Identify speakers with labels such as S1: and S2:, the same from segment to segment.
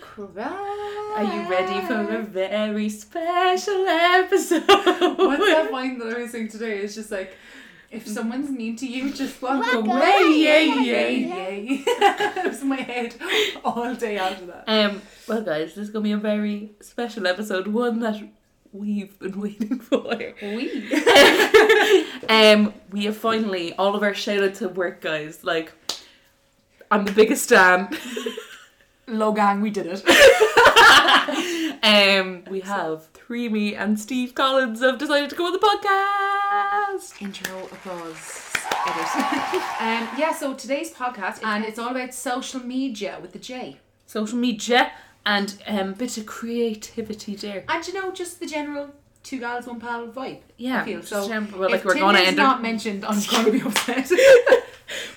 S1: Correct.
S2: Are you ready for a very special episode?
S1: What's that wine that I was saying today? It's just like, if someone's mean to you, just walk,
S3: Walk
S1: away.
S3: away,
S1: Yay,
S3: yeah,
S1: yay,
S3: yeah.
S1: yay. it was in my head all day after that.
S2: Um, well, guys, this is gonna be a very special episode, one that we've been waiting for.
S1: We.
S2: um, we have finally all of our shout outs have worked, guys. Like, I'm the biggest fan.
S1: Low gang, we did it.
S2: Um, we have three me and Steve Collins have decided to come on the podcast.
S1: Intro, applause. um, yeah, so today's podcast, and it's all about social media with the J.
S2: Social media and um, bit of creativity there.
S1: And you know, just the general two gals, one pal vibe.
S2: Yeah,
S1: I feel.
S2: just
S1: So,
S2: general, well,
S1: if
S2: like, we're gonna
S1: Tinder's
S2: end up-
S1: not mentioned, I'm going to be upset.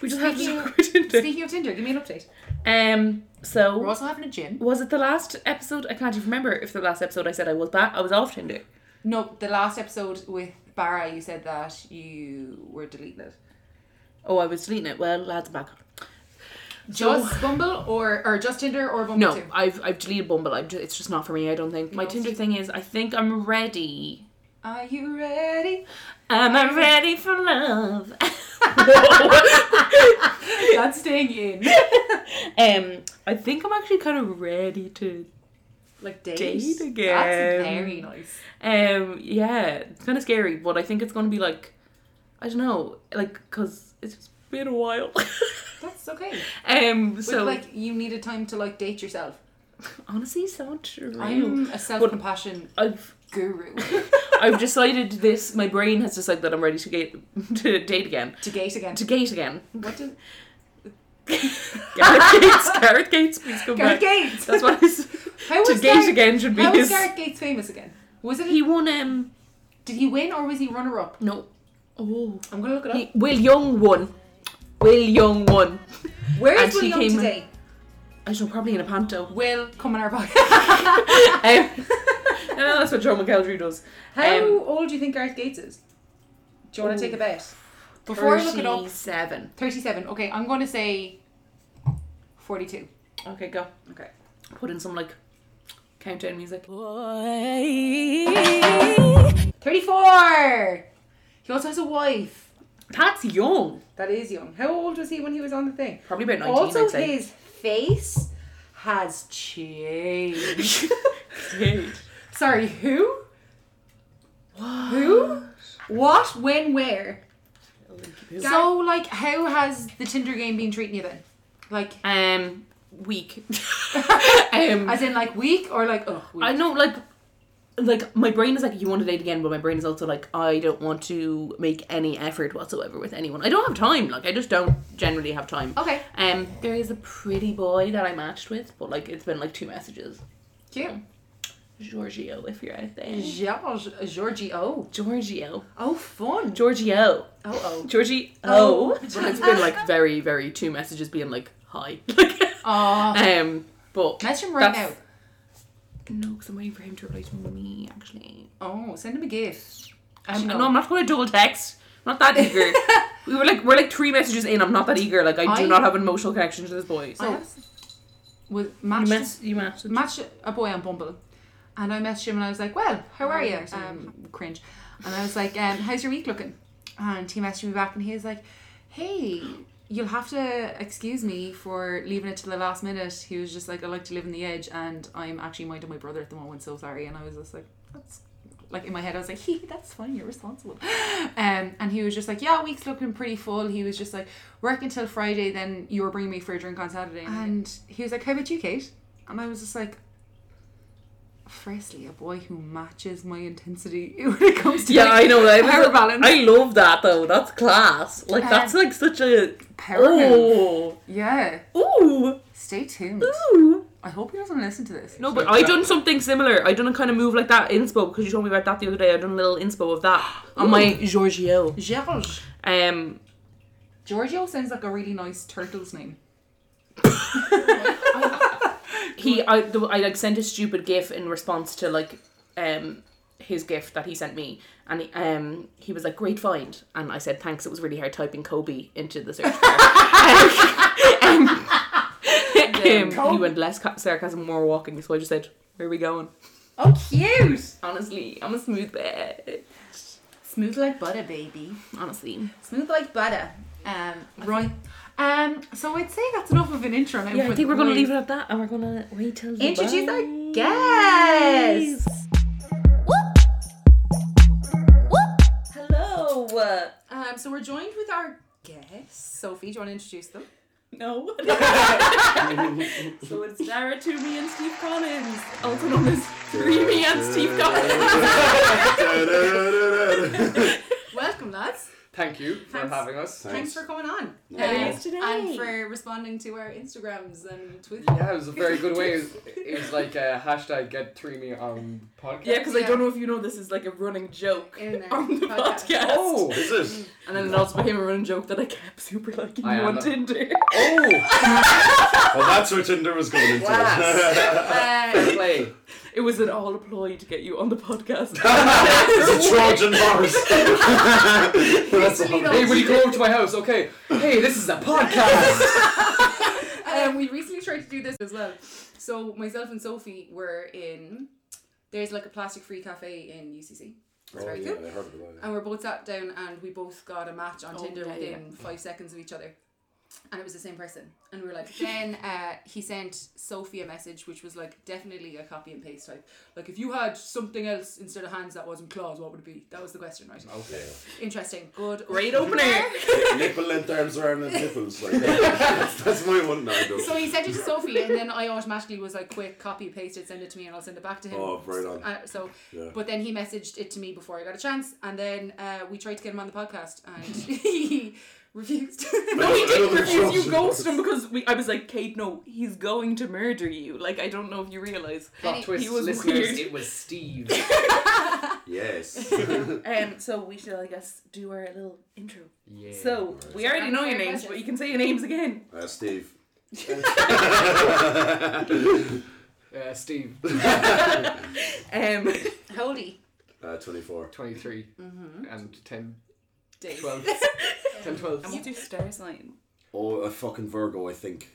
S2: We just have to
S1: Speaking-
S2: talk about Tinder.
S1: Speaking of Tinder, give me an update.
S2: Um, so
S1: We're also having a gin.
S2: was it the last episode? I can't even remember if the last episode I said I was back. I was off Tinder.
S1: No, the last episode with Barra, you said that you were deleting it.
S2: Oh, I was deleting it. Well, lads, I'm back.
S1: Just Bumble or or just Tinder or Bumble
S2: No,
S1: too?
S2: I've I've deleted Bumble. I'm just, it's just not for me. I don't think my
S1: No.
S2: Tinder thing is. I think I'm ready.
S1: Are you ready?
S2: Am I ready for love?
S1: That's staying in.
S2: um, I think I'm actually kind of ready to.
S1: Like date.
S2: Date again.
S1: That's very nice.
S2: Um, yeah, it's kind of scary, but I think it's gonna be like, I don't know, like, cause it's been a while.
S1: That's okay.
S2: um,
S1: So
S2: so
S1: like you needed time to like date yourself.
S2: honestly, so true.
S1: I'm a self compassion
S2: I've
S1: guru.
S2: I've decided this. My brain has decided that I'm ready to get to date again.
S1: to gate again.
S2: To gate again.
S1: what did
S2: Gareth Gates. Gareth Gates, please come
S1: Gareth
S2: back.
S1: Gates?
S2: That's what his
S1: How
S2: to
S1: was
S2: gate
S1: Gareth,
S2: again should be
S1: How was
S2: his.
S1: Gareth Gates famous again? Was it?
S2: He won um
S1: did he win or was he runner up?
S2: no. Oh.
S1: I'm gonna look it up.
S2: He, Will Young won. Will Young won.
S1: Where
S2: and
S1: is Will
S2: he
S1: Young
S2: came-
S1: today?
S2: I don't know, probably in a panto.
S1: Will come on our podcast.
S2: Um, no, no, that's what Joe McElroy does.
S1: How
S2: Um,
S1: old do you think Gareth Gates is? Do you want
S2: Ooh.
S1: to take a bet? Before I look it up,
S2: Thirty-seven.
S1: 37. Okay, I'm going to say 42.
S2: Okay, go.
S1: Okay.
S2: Put in some like countdown music.
S1: 34! He also has a wife.
S2: That's young.
S1: That is young. How old was he when he was on the thing?
S2: Probably about nineteen.
S1: Also,
S2: I'd say.
S1: his face has changed. Sorry, who? Who? What? When? Where? So, like, how has the Tinder game been treating you then? Like,
S2: um, weak. um,
S1: Mm-hmm. as in like weak or like oh weak.
S2: I know, like, like my brain is like, you want to date again, but my brain is also like, I don't want to make any effort whatsoever with anyone. I don't have time. Like, I just don't generally have time.
S1: Okay.
S2: Um, there is a pretty boy that I matched with, but like, it's been like two messages.
S1: Cute.
S2: Giorgio, if you're out there.
S1: George, Giorgio.
S2: Giorgio.
S1: Oh, fun.
S2: Giorgio.
S1: Oh, oh.
S2: Georgie.
S1: Oh.
S2: Oh. But it's been like very, very two messages being like, hi. Like,
S1: Aw.
S2: um, but.
S1: Message him right
S2: that's-
S1: now.
S2: No, because I'm waiting for him to reply to me, actually.
S1: Oh, send him a gift.
S2: Um,
S1: Actually,
S2: no, I'm not going to double text. I'm not that eager. we were like, we're like three messages in. I'm not that eager. Like, I,
S1: I-
S2: do not have an emotional connection to this boy.
S1: I
S2: So,
S1: have- was
S2: you
S1: matched,
S2: mess, you mess.
S1: matched a boy on Bumble, and I messaged him and I was like, "Well, how are you?" Um, cringe. And I was like, um, "How's your week looking?" And he messaged me back and he was like, "Hey." You'll have to excuse me for leaving it to the last minute. He was just like, I like to live on the edge, and I'm actually minding my brother at the moment, so sorry. And I was just like, that's like in my head, I was like, "Hee, that's fine, you're responsible." Um, and he was just like, "Yeah, week's looking pretty full." He was just like, "Work until Friday, then you were bringing me for a drink on Saturday." And he was like, "How about you, Kate?" And I was just like, "Firstly, a boy who matches my intensity when it comes to
S2: Yeah,
S1: like,
S2: I know. That was-
S1: power balance,
S2: I love that though. That's class. Like, that's like such a.
S1: power move.
S2: Oh.
S1: yeah."
S2: Ooh.
S1: Stay tuned.
S2: Ooh.
S1: I hope he doesn't listen to this.
S2: No, but I done something similar. I done a kind of move like that inspo because you told me about that the other day. I done a little inspo of that on my Giorgio.
S1: George.
S2: Um,
S1: Giorgio sounds like a really nice turtle's name. Oh,
S2: he I, the, I like sent a stupid gif in response to like um his gift that he sent me and he, um he was like great find and I said thanks it was really hard typing Kobe into the search bar um, at him, he went less ca- sarcasm, more walking. So I just said, "Where are we going?"
S1: Oh, cute.
S2: Honestly, I'm a smooth bed.
S1: Smooth like butter, baby.
S2: Honestly,
S1: Smooth like butter. Um, right. Um, so I'd say that's enough of an intro. Now
S2: yeah.
S1: for
S2: I
S1: the
S2: think we're gonna
S1: quiz.
S2: leave it at that, and we're gonna wait till
S1: Introduce our
S2: Dubai.
S1: guest.
S2: Hello.
S1: Um, so we're joined with our guest, Sophie. Do you want to introduce them?
S2: No. so it's Dara Toomey and Steve Collins, also known as Dreamy and Steve Collins.
S1: Welcome, lads.
S3: Thank you for
S1: Thanks.
S3: having us.
S1: Thanks, for coming on. Um,
S3: No problem.
S2: Thanks today.
S1: And for responding to our Instagrams and Twitter. Uh,
S3: Yeah, it was a very good way. It was, it was like a hashtag get three me on podcast.
S2: Yeah, because I
S1: Yeah.
S2: don't know if you know this is like a running joke
S1: In there.
S2: on the
S1: Podcast.
S2: podcast.
S3: Oh,
S4: Is it?
S2: And then it also became a running joke that I kept super liking
S3: I
S2: you
S3: am
S2: on
S3: a-
S2: Tinder.
S3: oh,
S4: Well, that's what Tinder was going into.
S3: Class.
S1: Uh,
S3: play.
S2: It was an all ploy to get you on the podcast.
S4: it's a Trojan horse. that's
S1: Literally
S4: all.
S1: the-
S3: Hey, will you come over to my house? Okay. Hey, this is a podcast.
S1: um, we recently tried to do this as well. So myself and Sophie were in. There's like a plastic-free cafe in UCC,
S4: Oh,
S1: very
S4: yeah,
S1: good.
S4: I heard of it.
S1: and we're both sat down and we both got a match on
S2: Oh,
S1: Tinder
S2: yeah,
S1: within five seconds of each other, and it was the same person. And we were like, then uh, he sent Sophie a message which was like definitely a copy and paste type. Like if you had something else instead of hands that wasn't claws, what would it be? That was the question, right?
S3: Okay.
S1: Interesting. Good.
S2: Great opener.
S4: yeah. Nipple length arms around the nipples. Like, that's, that's my one now, though.
S1: So he sent it to Sophie, and then I automatically was like, quick, copy, paste it, send it to me, and I'll send it back to him.
S4: Oh, right on.
S1: Uh, so,
S4: Yeah.
S1: but then he messaged it to me before I got a chance, and then uh, we tried to get him on the podcast, and he refused.
S2: No, he didn't
S4: Another
S2: refuse. You
S4: Trojan
S2: ghosted him because we, I was like, Kate, no, he's going to murder you. Like, I don't know if you realize.
S1: he-
S3: Plot twist,
S2: he was
S3: listeners.
S2: weird.
S3: It was Steve.
S4: Yes. Uh,
S2: Um, so we should, I guess, do our little intro.
S3: Yeah.
S2: So we already know your names, but you can say your names again.
S4: Uh, Steve.
S3: uh, Steve,
S2: Um,
S1: Holy
S4: Uh, 24.
S3: 23 and 10,
S1: days.
S3: 12. 10, 12.
S2: you do star sign.
S4: Oh, a fucking Virgo, I think.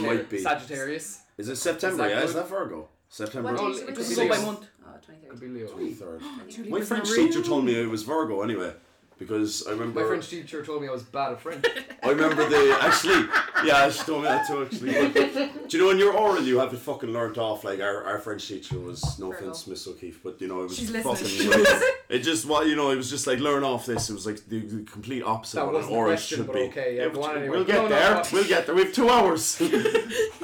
S4: Might be.
S3: Sagittarius. Sagittarius.
S4: Is it September?
S3: Is that
S4: yeah, is
S3: good?
S4: that Virgo? September.
S1: What
S3: Oh,
S1: date
S3: it
S1: is
S3: doesn't
S1: it?
S3: go by
S4: Six.
S3: month.
S1: Oh, 23rd.
S3: Could be Leo.
S4: 23rd.
S2: Judy
S4: My
S2: was
S4: French
S2: not
S4: teacher
S2: real.
S4: told me it was Virgo anyway, because I remember.
S3: My French teacher told me I was bad at French.
S4: I remember the actually. Yeah, she told me that too. Actually, But- do you know in your oral you have it fucking learnt off? Like our, our French teacher was no
S1: Virgo.
S4: offense, Miss O'Keefe, but you know it was
S1: She's listening.
S4: fucking. it just what you know it was just like learn off this. It was like the, the complete opposite
S3: That
S4: of what an
S3: wasn't the
S4: oral
S3: question,
S4: should
S3: but
S4: be.
S3: okay, yeah,
S4: Yeah,
S3: go on
S4: but
S3: anyway.
S4: We'll
S3: No,
S4: get
S3: no,
S4: there.
S3: no.
S4: We'll get there. We have two hours.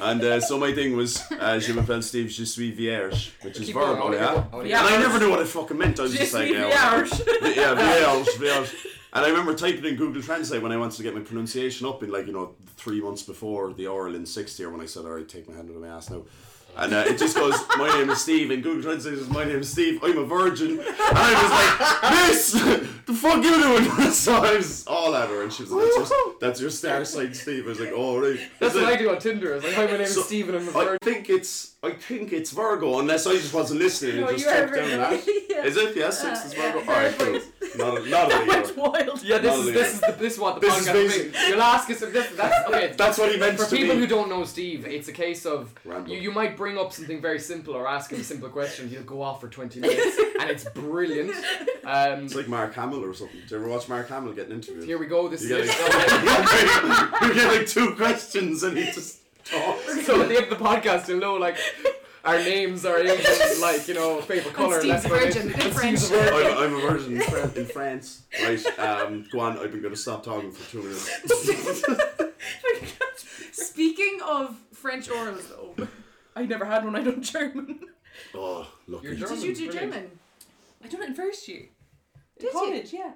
S4: and uh, so my thing was uh, je m'appelle Steve, je suis vierge, which is
S3: Keep going,
S4: Virgo,
S3: Oh, I wanna
S4: yeah.
S3: hear- I wanna hear-
S4: And I never knew what it fucking meant. I was just
S2: Just
S4: like,
S2: leave
S4: yeah,
S2: me
S4: whatever.
S2: out.
S4: yeah, Vials, Vials. And I remember typing in Google Translate when I wanted to get my pronunciation up in like, you know, three months before the oral in sixth year when I said, all right, take my hand out of my ass now. And uh, it just goes, my name is Steve, and Google Translate says, my name is Steve, I'm a virgin. And I was like, miss, the fuck you doing? so I was all at her, and she was like, that's your, that's your star sign, Steve. I was like, oh, right.
S3: That's
S4: It's
S3: what
S4: like-
S3: I do on Tinder. It's like, hi, my name is
S4: So-
S3: Steve and I'm a
S4: I
S3: virgin.
S4: think it's I think it's Virgo unless I just wasn't listening and
S2: No,
S4: just
S2: you are
S4: took down
S2: Virgo.
S4: that. Is it? Yeah, six is Virgo. All right, cool. Not a, not
S2: That
S4: a
S2: went
S4: Leo.
S2: wild.
S3: Yeah, this
S4: Not
S3: is
S4: Leo.
S3: this is the, this is what the
S4: This is
S3: podcast
S4: basic.
S3: is. You'll ask us if this that's okay.
S4: That's what he meant
S3: for
S4: to
S3: people
S4: be.
S3: who don't know Steve, it's a case of
S4: Random.
S3: you, you might bring up something very simple or ask him a simple question. He'll go off for twenty minutes, and it's brilliant. Um,
S4: it's like Mark Hamill or something. Did you ever watch Mark Hamill getting interviewed?
S3: here we go. This
S4: You get,
S3: is
S4: like, you get like two questions and he just talks.
S3: so at the end of the podcast, you'll know like our names, our ages, like you know favorite color.
S1: Steve's virgin, in French.
S4: I'm, I'm a virgin in Fran- in France. Right, um, go on. I've been going to stop talking for two minutes.
S1: Speaking of French orals, though,
S2: I never had one. I don't German.
S4: Oh, lucky.
S3: You're German.
S1: did you do
S3: Brilliant.
S1: German?
S2: I done it in first year.
S1: Did you?
S2: College, yeah.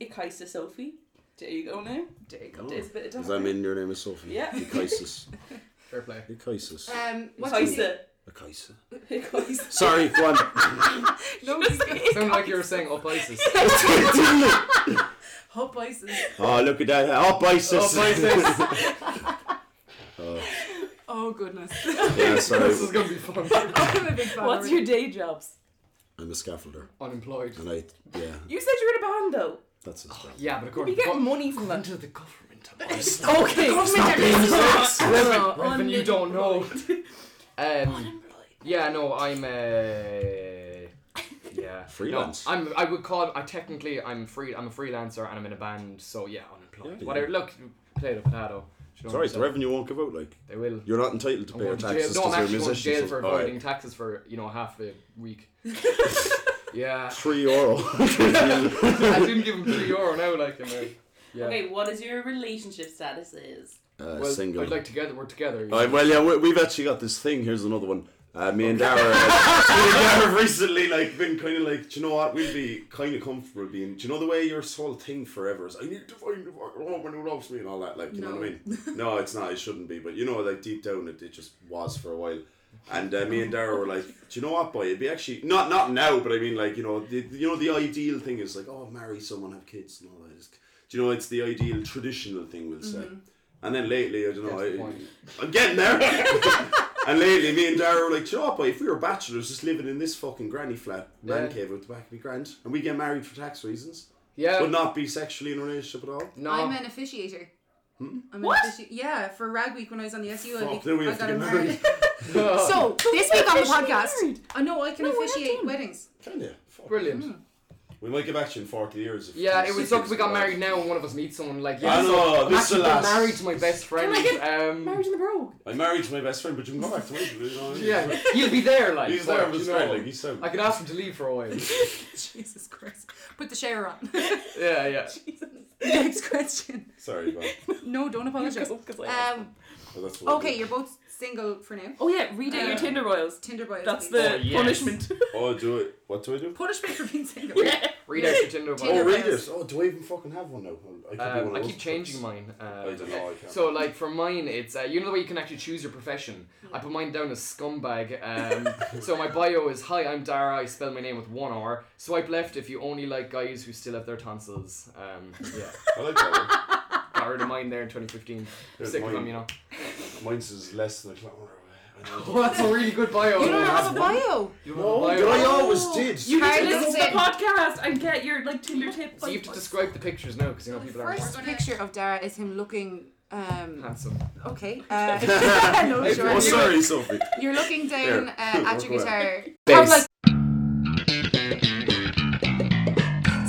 S2: Ich heiße Sophie. There you go now.
S1: There you go.
S4: Oh.
S2: There's a bit of
S4: Does that mean your name is Sophie?
S2: Yeah.
S4: Echysis.
S3: Fair play.
S4: Echysis.
S1: Um,
S2: Ich
S1: what do you
S2: heiße.
S4: Echysis.
S2: Ich heiße.
S4: Sorry, go on.
S1: No, he's got
S3: Sounded like you were saying up ISIS.
S1: hot voices.
S4: Oh, look at that. Up
S3: Up
S4: ISIS.
S3: ISIS.
S1: Oh goodness,
S4: yeah, sorry.
S3: this is gonna be fun.
S1: I'm a big fan.
S2: What's your day jobs?
S4: I'm a scaffolder.
S3: Unemployed.
S4: And I, yeah,
S2: You said you were in a band though.
S4: that's his job.
S3: Oh, Yeah, but
S2: You
S3: according
S2: get
S3: to,
S2: money from that.
S3: to the government.
S4: boys.
S2: Okay.
S1: Stop being
S2: Stop.
S3: Reverend,
S2: Oh,
S3: Reverend, you don't know. Um,
S2: Unemployed.
S3: yeah, no, I'm. Uh, yeah,
S4: Freelance.
S3: No, I'm. I would call. I technically, I'm free. I'm a freelancer, and I'm in a band. So yeah, unemployed.
S4: Yeah.
S3: Whatever. Look, potato, potato. You know
S4: It's alright,
S3: what
S4: the
S3: I'm saying?
S4: revenue won't give out. Like
S3: They will.
S4: you're not entitled to
S3: I'm
S4: pay your
S3: going to jail.
S4: taxes
S3: No, I'm
S4: because you're a
S3: actually going to
S4: musician.
S3: jail
S4: so-
S3: for
S4: alright.
S3: avoiding taxes for you know half a week. yeah,
S4: Three euro.
S3: I didn't give him three euro now. Like, you know. yeah.
S5: Okay, what is your relationship status? Is
S4: uh,
S3: well,
S4: single.
S3: I'd like together. We're together. you
S4: Alright,
S3: know.
S4: well, yeah, we, we've actually got this thing. Here's another one. Uh, me and Dara, uh, me and Dara have recently like been kind of like, do you know what? We'd be kind of comfortable being. Do you know the way your whole thing forever is? I need to find a fucking woman who loves me and all that. Like, you know what I mean? No, it's not. It shouldn't be. But you know, like deep down, it, it just was for a while. And uh, me and Dara were like, do you know what, boy? It'd be actually not not now, but I mean, like you know, the, you know, the ideal thing is like, oh, marry someone, have kids, and all that. It's- do you know? It's the ideal traditional thing we'll say. And then lately, I don't know.
S3: Mm-hmm. That's the
S4: I-
S3: point.
S4: I'm getting there. and lately, me and Dara were like, "Do you know what, boy? If we were bachelors, just living in this fucking granny flat, man
S3: Yeah.
S4: cave out the back would be grand, and we get married for tax reasons,
S3: Yeah.
S4: but not be sexually in a relationship at all."
S3: no.
S1: I'm an officiator. I'm
S2: What?
S1: An offici- yeah, for Rag Week when I was on the SU,
S4: Hmm? Fuck,
S1: I,
S4: then we
S1: I
S4: have to
S1: got
S4: get
S1: married.
S4: married.
S1: so
S2: Oh.
S1: this week on the podcast,
S2: Officiated.
S1: I know I can
S2: No, we're not
S1: officiate
S2: done.
S1: weddings.
S4: Can you? Fuck.
S3: Brilliant.
S4: We might get back to you in forty years. If
S3: Yeah,
S4: if
S3: it would
S4: this
S3: suck
S4: is
S3: if we got
S4: allowed.
S3: married now and one of us meets someone like yeah.
S4: I
S3: so
S4: know,
S3: I'm
S4: this
S3: actually
S4: is the
S3: been
S4: last-
S3: married to my best friend.
S2: Can I get
S3: um,
S2: Marriage in the Pro.
S4: I'm married to my best friend, but you can go back to me. You know?
S3: yeah, you'll be there like.
S4: he's
S3: but,
S4: there with
S3: you
S4: his
S3: know,
S4: friend. Like he's so.
S3: I could ask him to leave for a while.
S1: Jesus Christ! Put the share on.
S3: Yeah, yeah.
S1: Next question.
S4: Sorry, but
S1: No, don't apologize. Um,
S4: but that's what I
S1: okay,
S4: do.
S1: you're both single for now.
S2: Uh, Oh yeah, read out
S1: Uh,
S2: your Tinder royals.
S1: Tinder boys.
S2: That's
S1: please.
S2: the
S3: Oh, yes.
S2: punishment.
S4: Oh, do it. What do I do?
S1: punishment for being single.
S2: yeah.
S3: Read out your Tinder bio.
S4: Oh,
S1: Tinder
S4: read
S1: bios.
S4: it. Oh, do I even fucking have one now? I, could be
S3: Um,
S4: one
S3: I
S4: of
S3: keep
S4: those
S3: changing
S4: fucks.
S3: mine. Um,
S4: I don't know, I can't
S3: So, like, for mine, it's uh, you know the way you can actually choose your profession. I put mine down as scumbag. Um, so my bio is hi, I'm Dara. I spell my name with one R. Swipe left if you only like guys who still have their tonsils. Um, yeah,
S4: I like that one.
S3: got rid of mine there in 2015.
S4: Here's
S3: Sick of them,
S4: mine.
S3: you know.
S4: Mine's is less than a kilometer away. I know.
S3: Oh, that's a really good bio.
S1: You don't have a bio.
S3: You don't
S4: No,
S3: have a bio.
S4: I always did.
S2: You need to
S1: Carlos
S2: listen to the
S1: in.
S2: podcast and get your like Tinder tip.
S3: So you have to describe the pictures now because you know people aren't
S1: First picture of Dara is him looking. Um,
S3: handsome.
S1: okay. Uh, no,
S3: Hey,
S1: sure.
S4: Oh,
S3: what's
S1: You're,
S4: sorry, Sophie.
S1: you're looking down uh,
S4: There.
S1: at your
S4: Walk
S1: guitar.
S3: Bass.
S1: Have, like-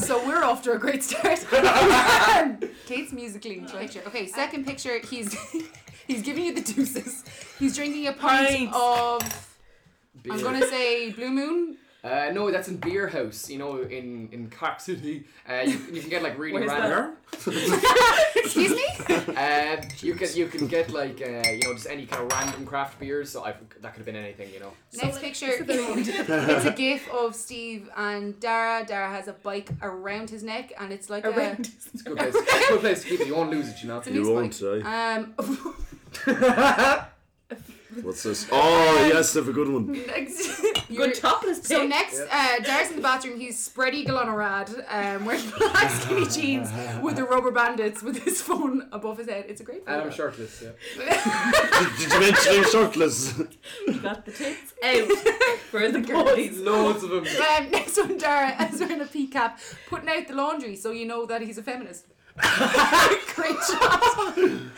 S1: so we're off to a great start. Kate's musically later. Okay, second picture. He's he's giving you the deuces. He's drinking a pint
S2: Pints.
S1: of.
S3: Beer.
S1: I'm gonna say Blue Moon.
S3: Uh, no, that's in Beer House. You know, in in Cork City, uh, you, you can get like really
S2: Where's
S3: random.
S1: Excuse me.
S3: Uh, you can you can get like uh, you know just any kind of random craft beers. So I that could have been anything, you know.
S1: Next picture. it's a gif of Steve and Dara. Dara has a bike around his neck, and it's like
S2: Around.
S3: It's a good place. it's a good place to keep it. You won't lose it, you know.
S1: a. It's a
S4: won't,
S1: bike. Um.
S4: What's this? Oh, yes, have a good one.
S1: next-
S2: Good topless pic.
S1: So next, uh, Dara's in the bathroom. He's spread eagle on a rad, um, wearing black skinny jeans with the rubber bandits, with his phone above his head. It's a great
S3: And
S1: photo.
S3: I'm shirtless. Yeah.
S4: Did you mention I'm shirtless?
S2: got the tits out for the boys.
S3: Loads of them.
S1: Um, next one, Dara is wearing a pea cap, putting out the laundry, so you know that he's a feminist. great job.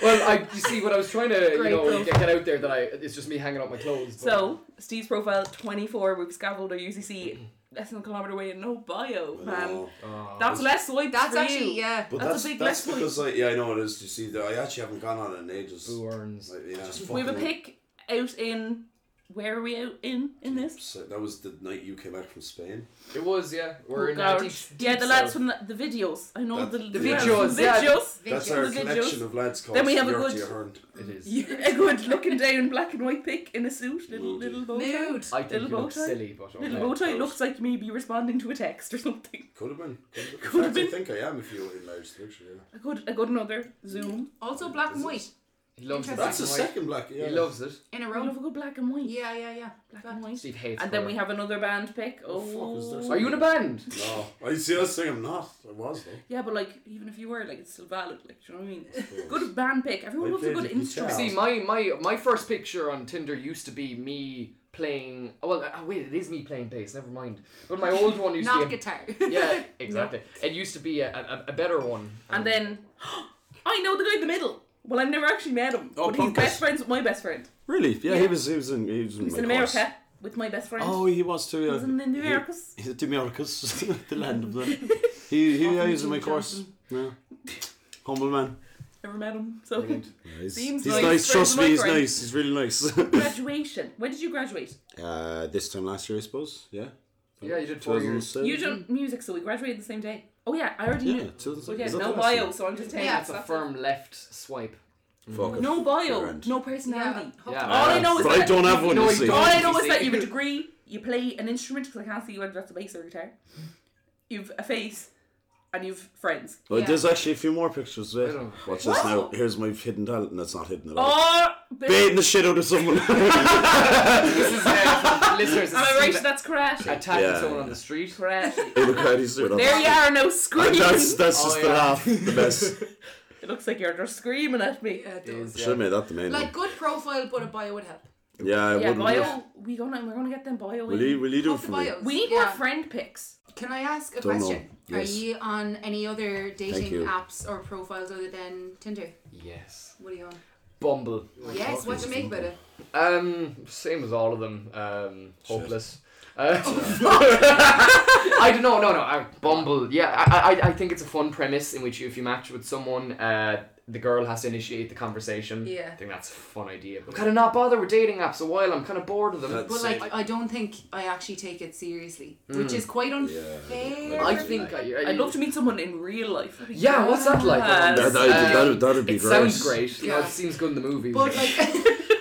S3: Well, I you see what I was trying to you
S1: Great
S3: know
S1: profile.
S3: get, get out there that I it's just me hanging out my clothes. but-
S2: So Steve's profile twenty four with scaffold or UCC
S3: Mm-hmm.
S2: less than a kilometer away and no bio, man.
S4: Oh,
S3: Oh.
S2: That's less swipes
S1: That's
S2: for
S1: actually
S2: you.
S1: yeah.
S4: But
S2: Um, That's a
S4: that's, that's,
S2: big left
S4: because, I, yeah, I know it is. You see, though, I actually haven't gone on in ages.
S3: Boo earns.
S4: Like, yeah, it's
S2: We have a
S4: fucking-
S2: pic out in. Where are we out in in this?
S4: So that was the night you came back from Spain.
S3: It was yeah. We're
S2: Oh,
S3: in
S2: God.
S3: uh, deep,
S2: yeah,
S3: deep
S2: the lads
S3: south.
S2: from the, the videos. I know
S4: That-
S2: the,
S4: the
S2: the lads
S3: videos,
S2: from
S3: yeah.
S2: videos.
S4: That's our
S2: The videos.
S4: collection of lads called
S2: Then we have a
S4: Fjorty
S2: good-
S4: Ahern.
S3: It is.
S2: You- a good looking down black and white pic in a suit, little
S4: Moody.
S2: little bow tie.
S1: Mood.
S3: I think
S2: Little
S3: you
S2: bow
S3: look
S2: tie.
S3: silly, but okay.
S2: Little bow tie looks like me be responding to a text or something.
S4: Could have been.
S2: Could
S4: Could
S2: have
S4: have
S2: been.
S4: been. In fact, I think I am if you enlarge the picture. Yeah.
S2: A good a good another zoom.
S1: Also black and white
S3: He loves it.
S4: That's the
S1: Black
S4: second black. Yeah.
S3: He loves it.
S1: in a
S2: I love
S1: row.
S2: a good black and white.
S1: Yeah, yeah, yeah.
S2: Black and white.
S3: Steve hates.
S2: And then
S3: colour.
S2: we have another band pick.
S4: Oh, fuck, is there
S2: Oh,
S4: some-
S3: Are you in a band?
S4: No, I see. I was saying I'm not. I was though.
S2: yeah, but like even if you were, like it's still valid. Like, do you know what I mean?
S4: course.
S2: Good band pick. Everyone
S4: I
S2: loves a
S4: played
S2: good
S4: the guitar.
S2: instrument.
S3: See, my, my my first picture on Tinder used to be me playing. oh, Well, oh, wait, it is me playing bass. Never mind. But my old one used
S1: Not
S3: to be.
S1: guitar.
S3: A, yeah, exactly. It used to be a, a, a better one.
S2: And then I know the guy in the middle. Well, I've never actually met him,
S4: Oh,
S2: but he's
S4: bonkers.
S2: best friends with my best friend.
S4: Really? Yeah,
S2: Yeah.
S4: he was. He was in. He was in,
S2: He's
S4: my
S2: in
S4: course.
S2: America with my best friend.
S4: Oh, he was too. Yeah.
S2: He's in the Americas.
S4: He, he's the Americas, the land of the. He he yeah, he's in my
S2: Jim
S4: course. Yeah. Humble man.
S2: Never met him. So
S4: He's,
S2: Seems
S4: he's
S2: like
S4: nice.
S2: friends
S4: Trust
S2: of my
S4: me, he's
S2: friend.
S4: nice. He's really nice.
S2: graduation. When did you graduate?
S4: uh, this time last year, I suppose. Yeah.
S3: Yeah, you did four years.
S4: 2007?
S2: You done music, so we graduated the same day. Oh yeah, I already
S4: Um, Yeah,
S2: knew.
S4: 2007.
S2: Well, yeah,
S4: Is that
S2: no
S4: the last
S2: bio,
S4: one?
S2: so I'm just saying.
S1: Yeah,
S3: That's a firm left swipe.
S4: Fuck it.
S2: No bio,
S4: Grand.
S2: no personality.
S3: Yeah.
S2: All I know is
S4: But I
S2: that
S4: don't have one.
S3: No,
S4: you
S3: you
S4: see.
S2: All
S3: don't.
S2: I know is
S3: See?
S2: that you have a degree, you play an instrument because I can't see whether that's a bass or a guitar. You've a face, and you've friends.
S4: Well,
S1: Yeah.
S4: there's actually a few more pictures. Wait,
S3: I don't know.
S4: watch this now. Here's my hidden talent, and that's not hidden at all.
S2: Oh,
S4: Baiting the shit out of someone.
S3: This is uh, for listeners.
S2: Am I right?
S3: Steve
S2: That's crash.
S3: Attacking
S4: Yeah,
S3: someone on
S4: yeah.
S3: the street.
S2: Crash.
S4: Look how he's doing.
S2: There you are, no
S4: And
S2: screaming.
S4: that's that's
S3: Oh,
S4: just the
S3: yeah.
S4: laugh, the best.
S2: It looks like you're just screaming at me.
S1: Yeah, it
S3: It
S1: does.
S3: is,
S4: Should have
S3: yeah.
S4: made that the main.
S1: Like
S4: Like,
S1: good profile, but a bio would help.
S4: yeah, I
S2: Yeah,
S4: wouldn't.
S2: bio. We gonna we're gonna get them bio.
S4: Will
S2: in.
S4: you will you do it
S1: Love the
S4: for me?
S1: bios.
S2: We need
S1: Yeah.
S2: more friend pics.
S1: Can I ask a
S4: Don't know.
S1: question?
S4: Yes.
S1: Are you on any other dating
S4: you.
S1: apps or profiles other than Tinder?
S3: Yes.
S1: What are you on?
S3: Bumble.
S1: yes, what do you make about it?
S3: Um, same as all of them. Um, hopeless. Uh, I don't know. No, no. I, Bumble. Yeah, I, I, I think it's a fun premise in which you, if you match with someone, uh, the girl has to initiate the conversation.
S1: Yeah.
S3: I think that's a fun idea. But I'm kind of not bothered with dating apps a while. I'm kind of bored of them.
S4: That's-
S1: But like, I don't think I actually take it seriously,
S4: Hmm.
S1: which is quite unfair.
S4: Yeah,
S3: I think I, I,
S2: I'd love to meet someone in real life.
S3: Yeah, what's that like?
S2: Yes.
S4: That, that,
S3: Um,
S4: that, would- that would be
S3: It
S4: great.
S3: sounds great. Yeah.
S1: Yeah.
S3: it seems good in the movie.
S1: But like,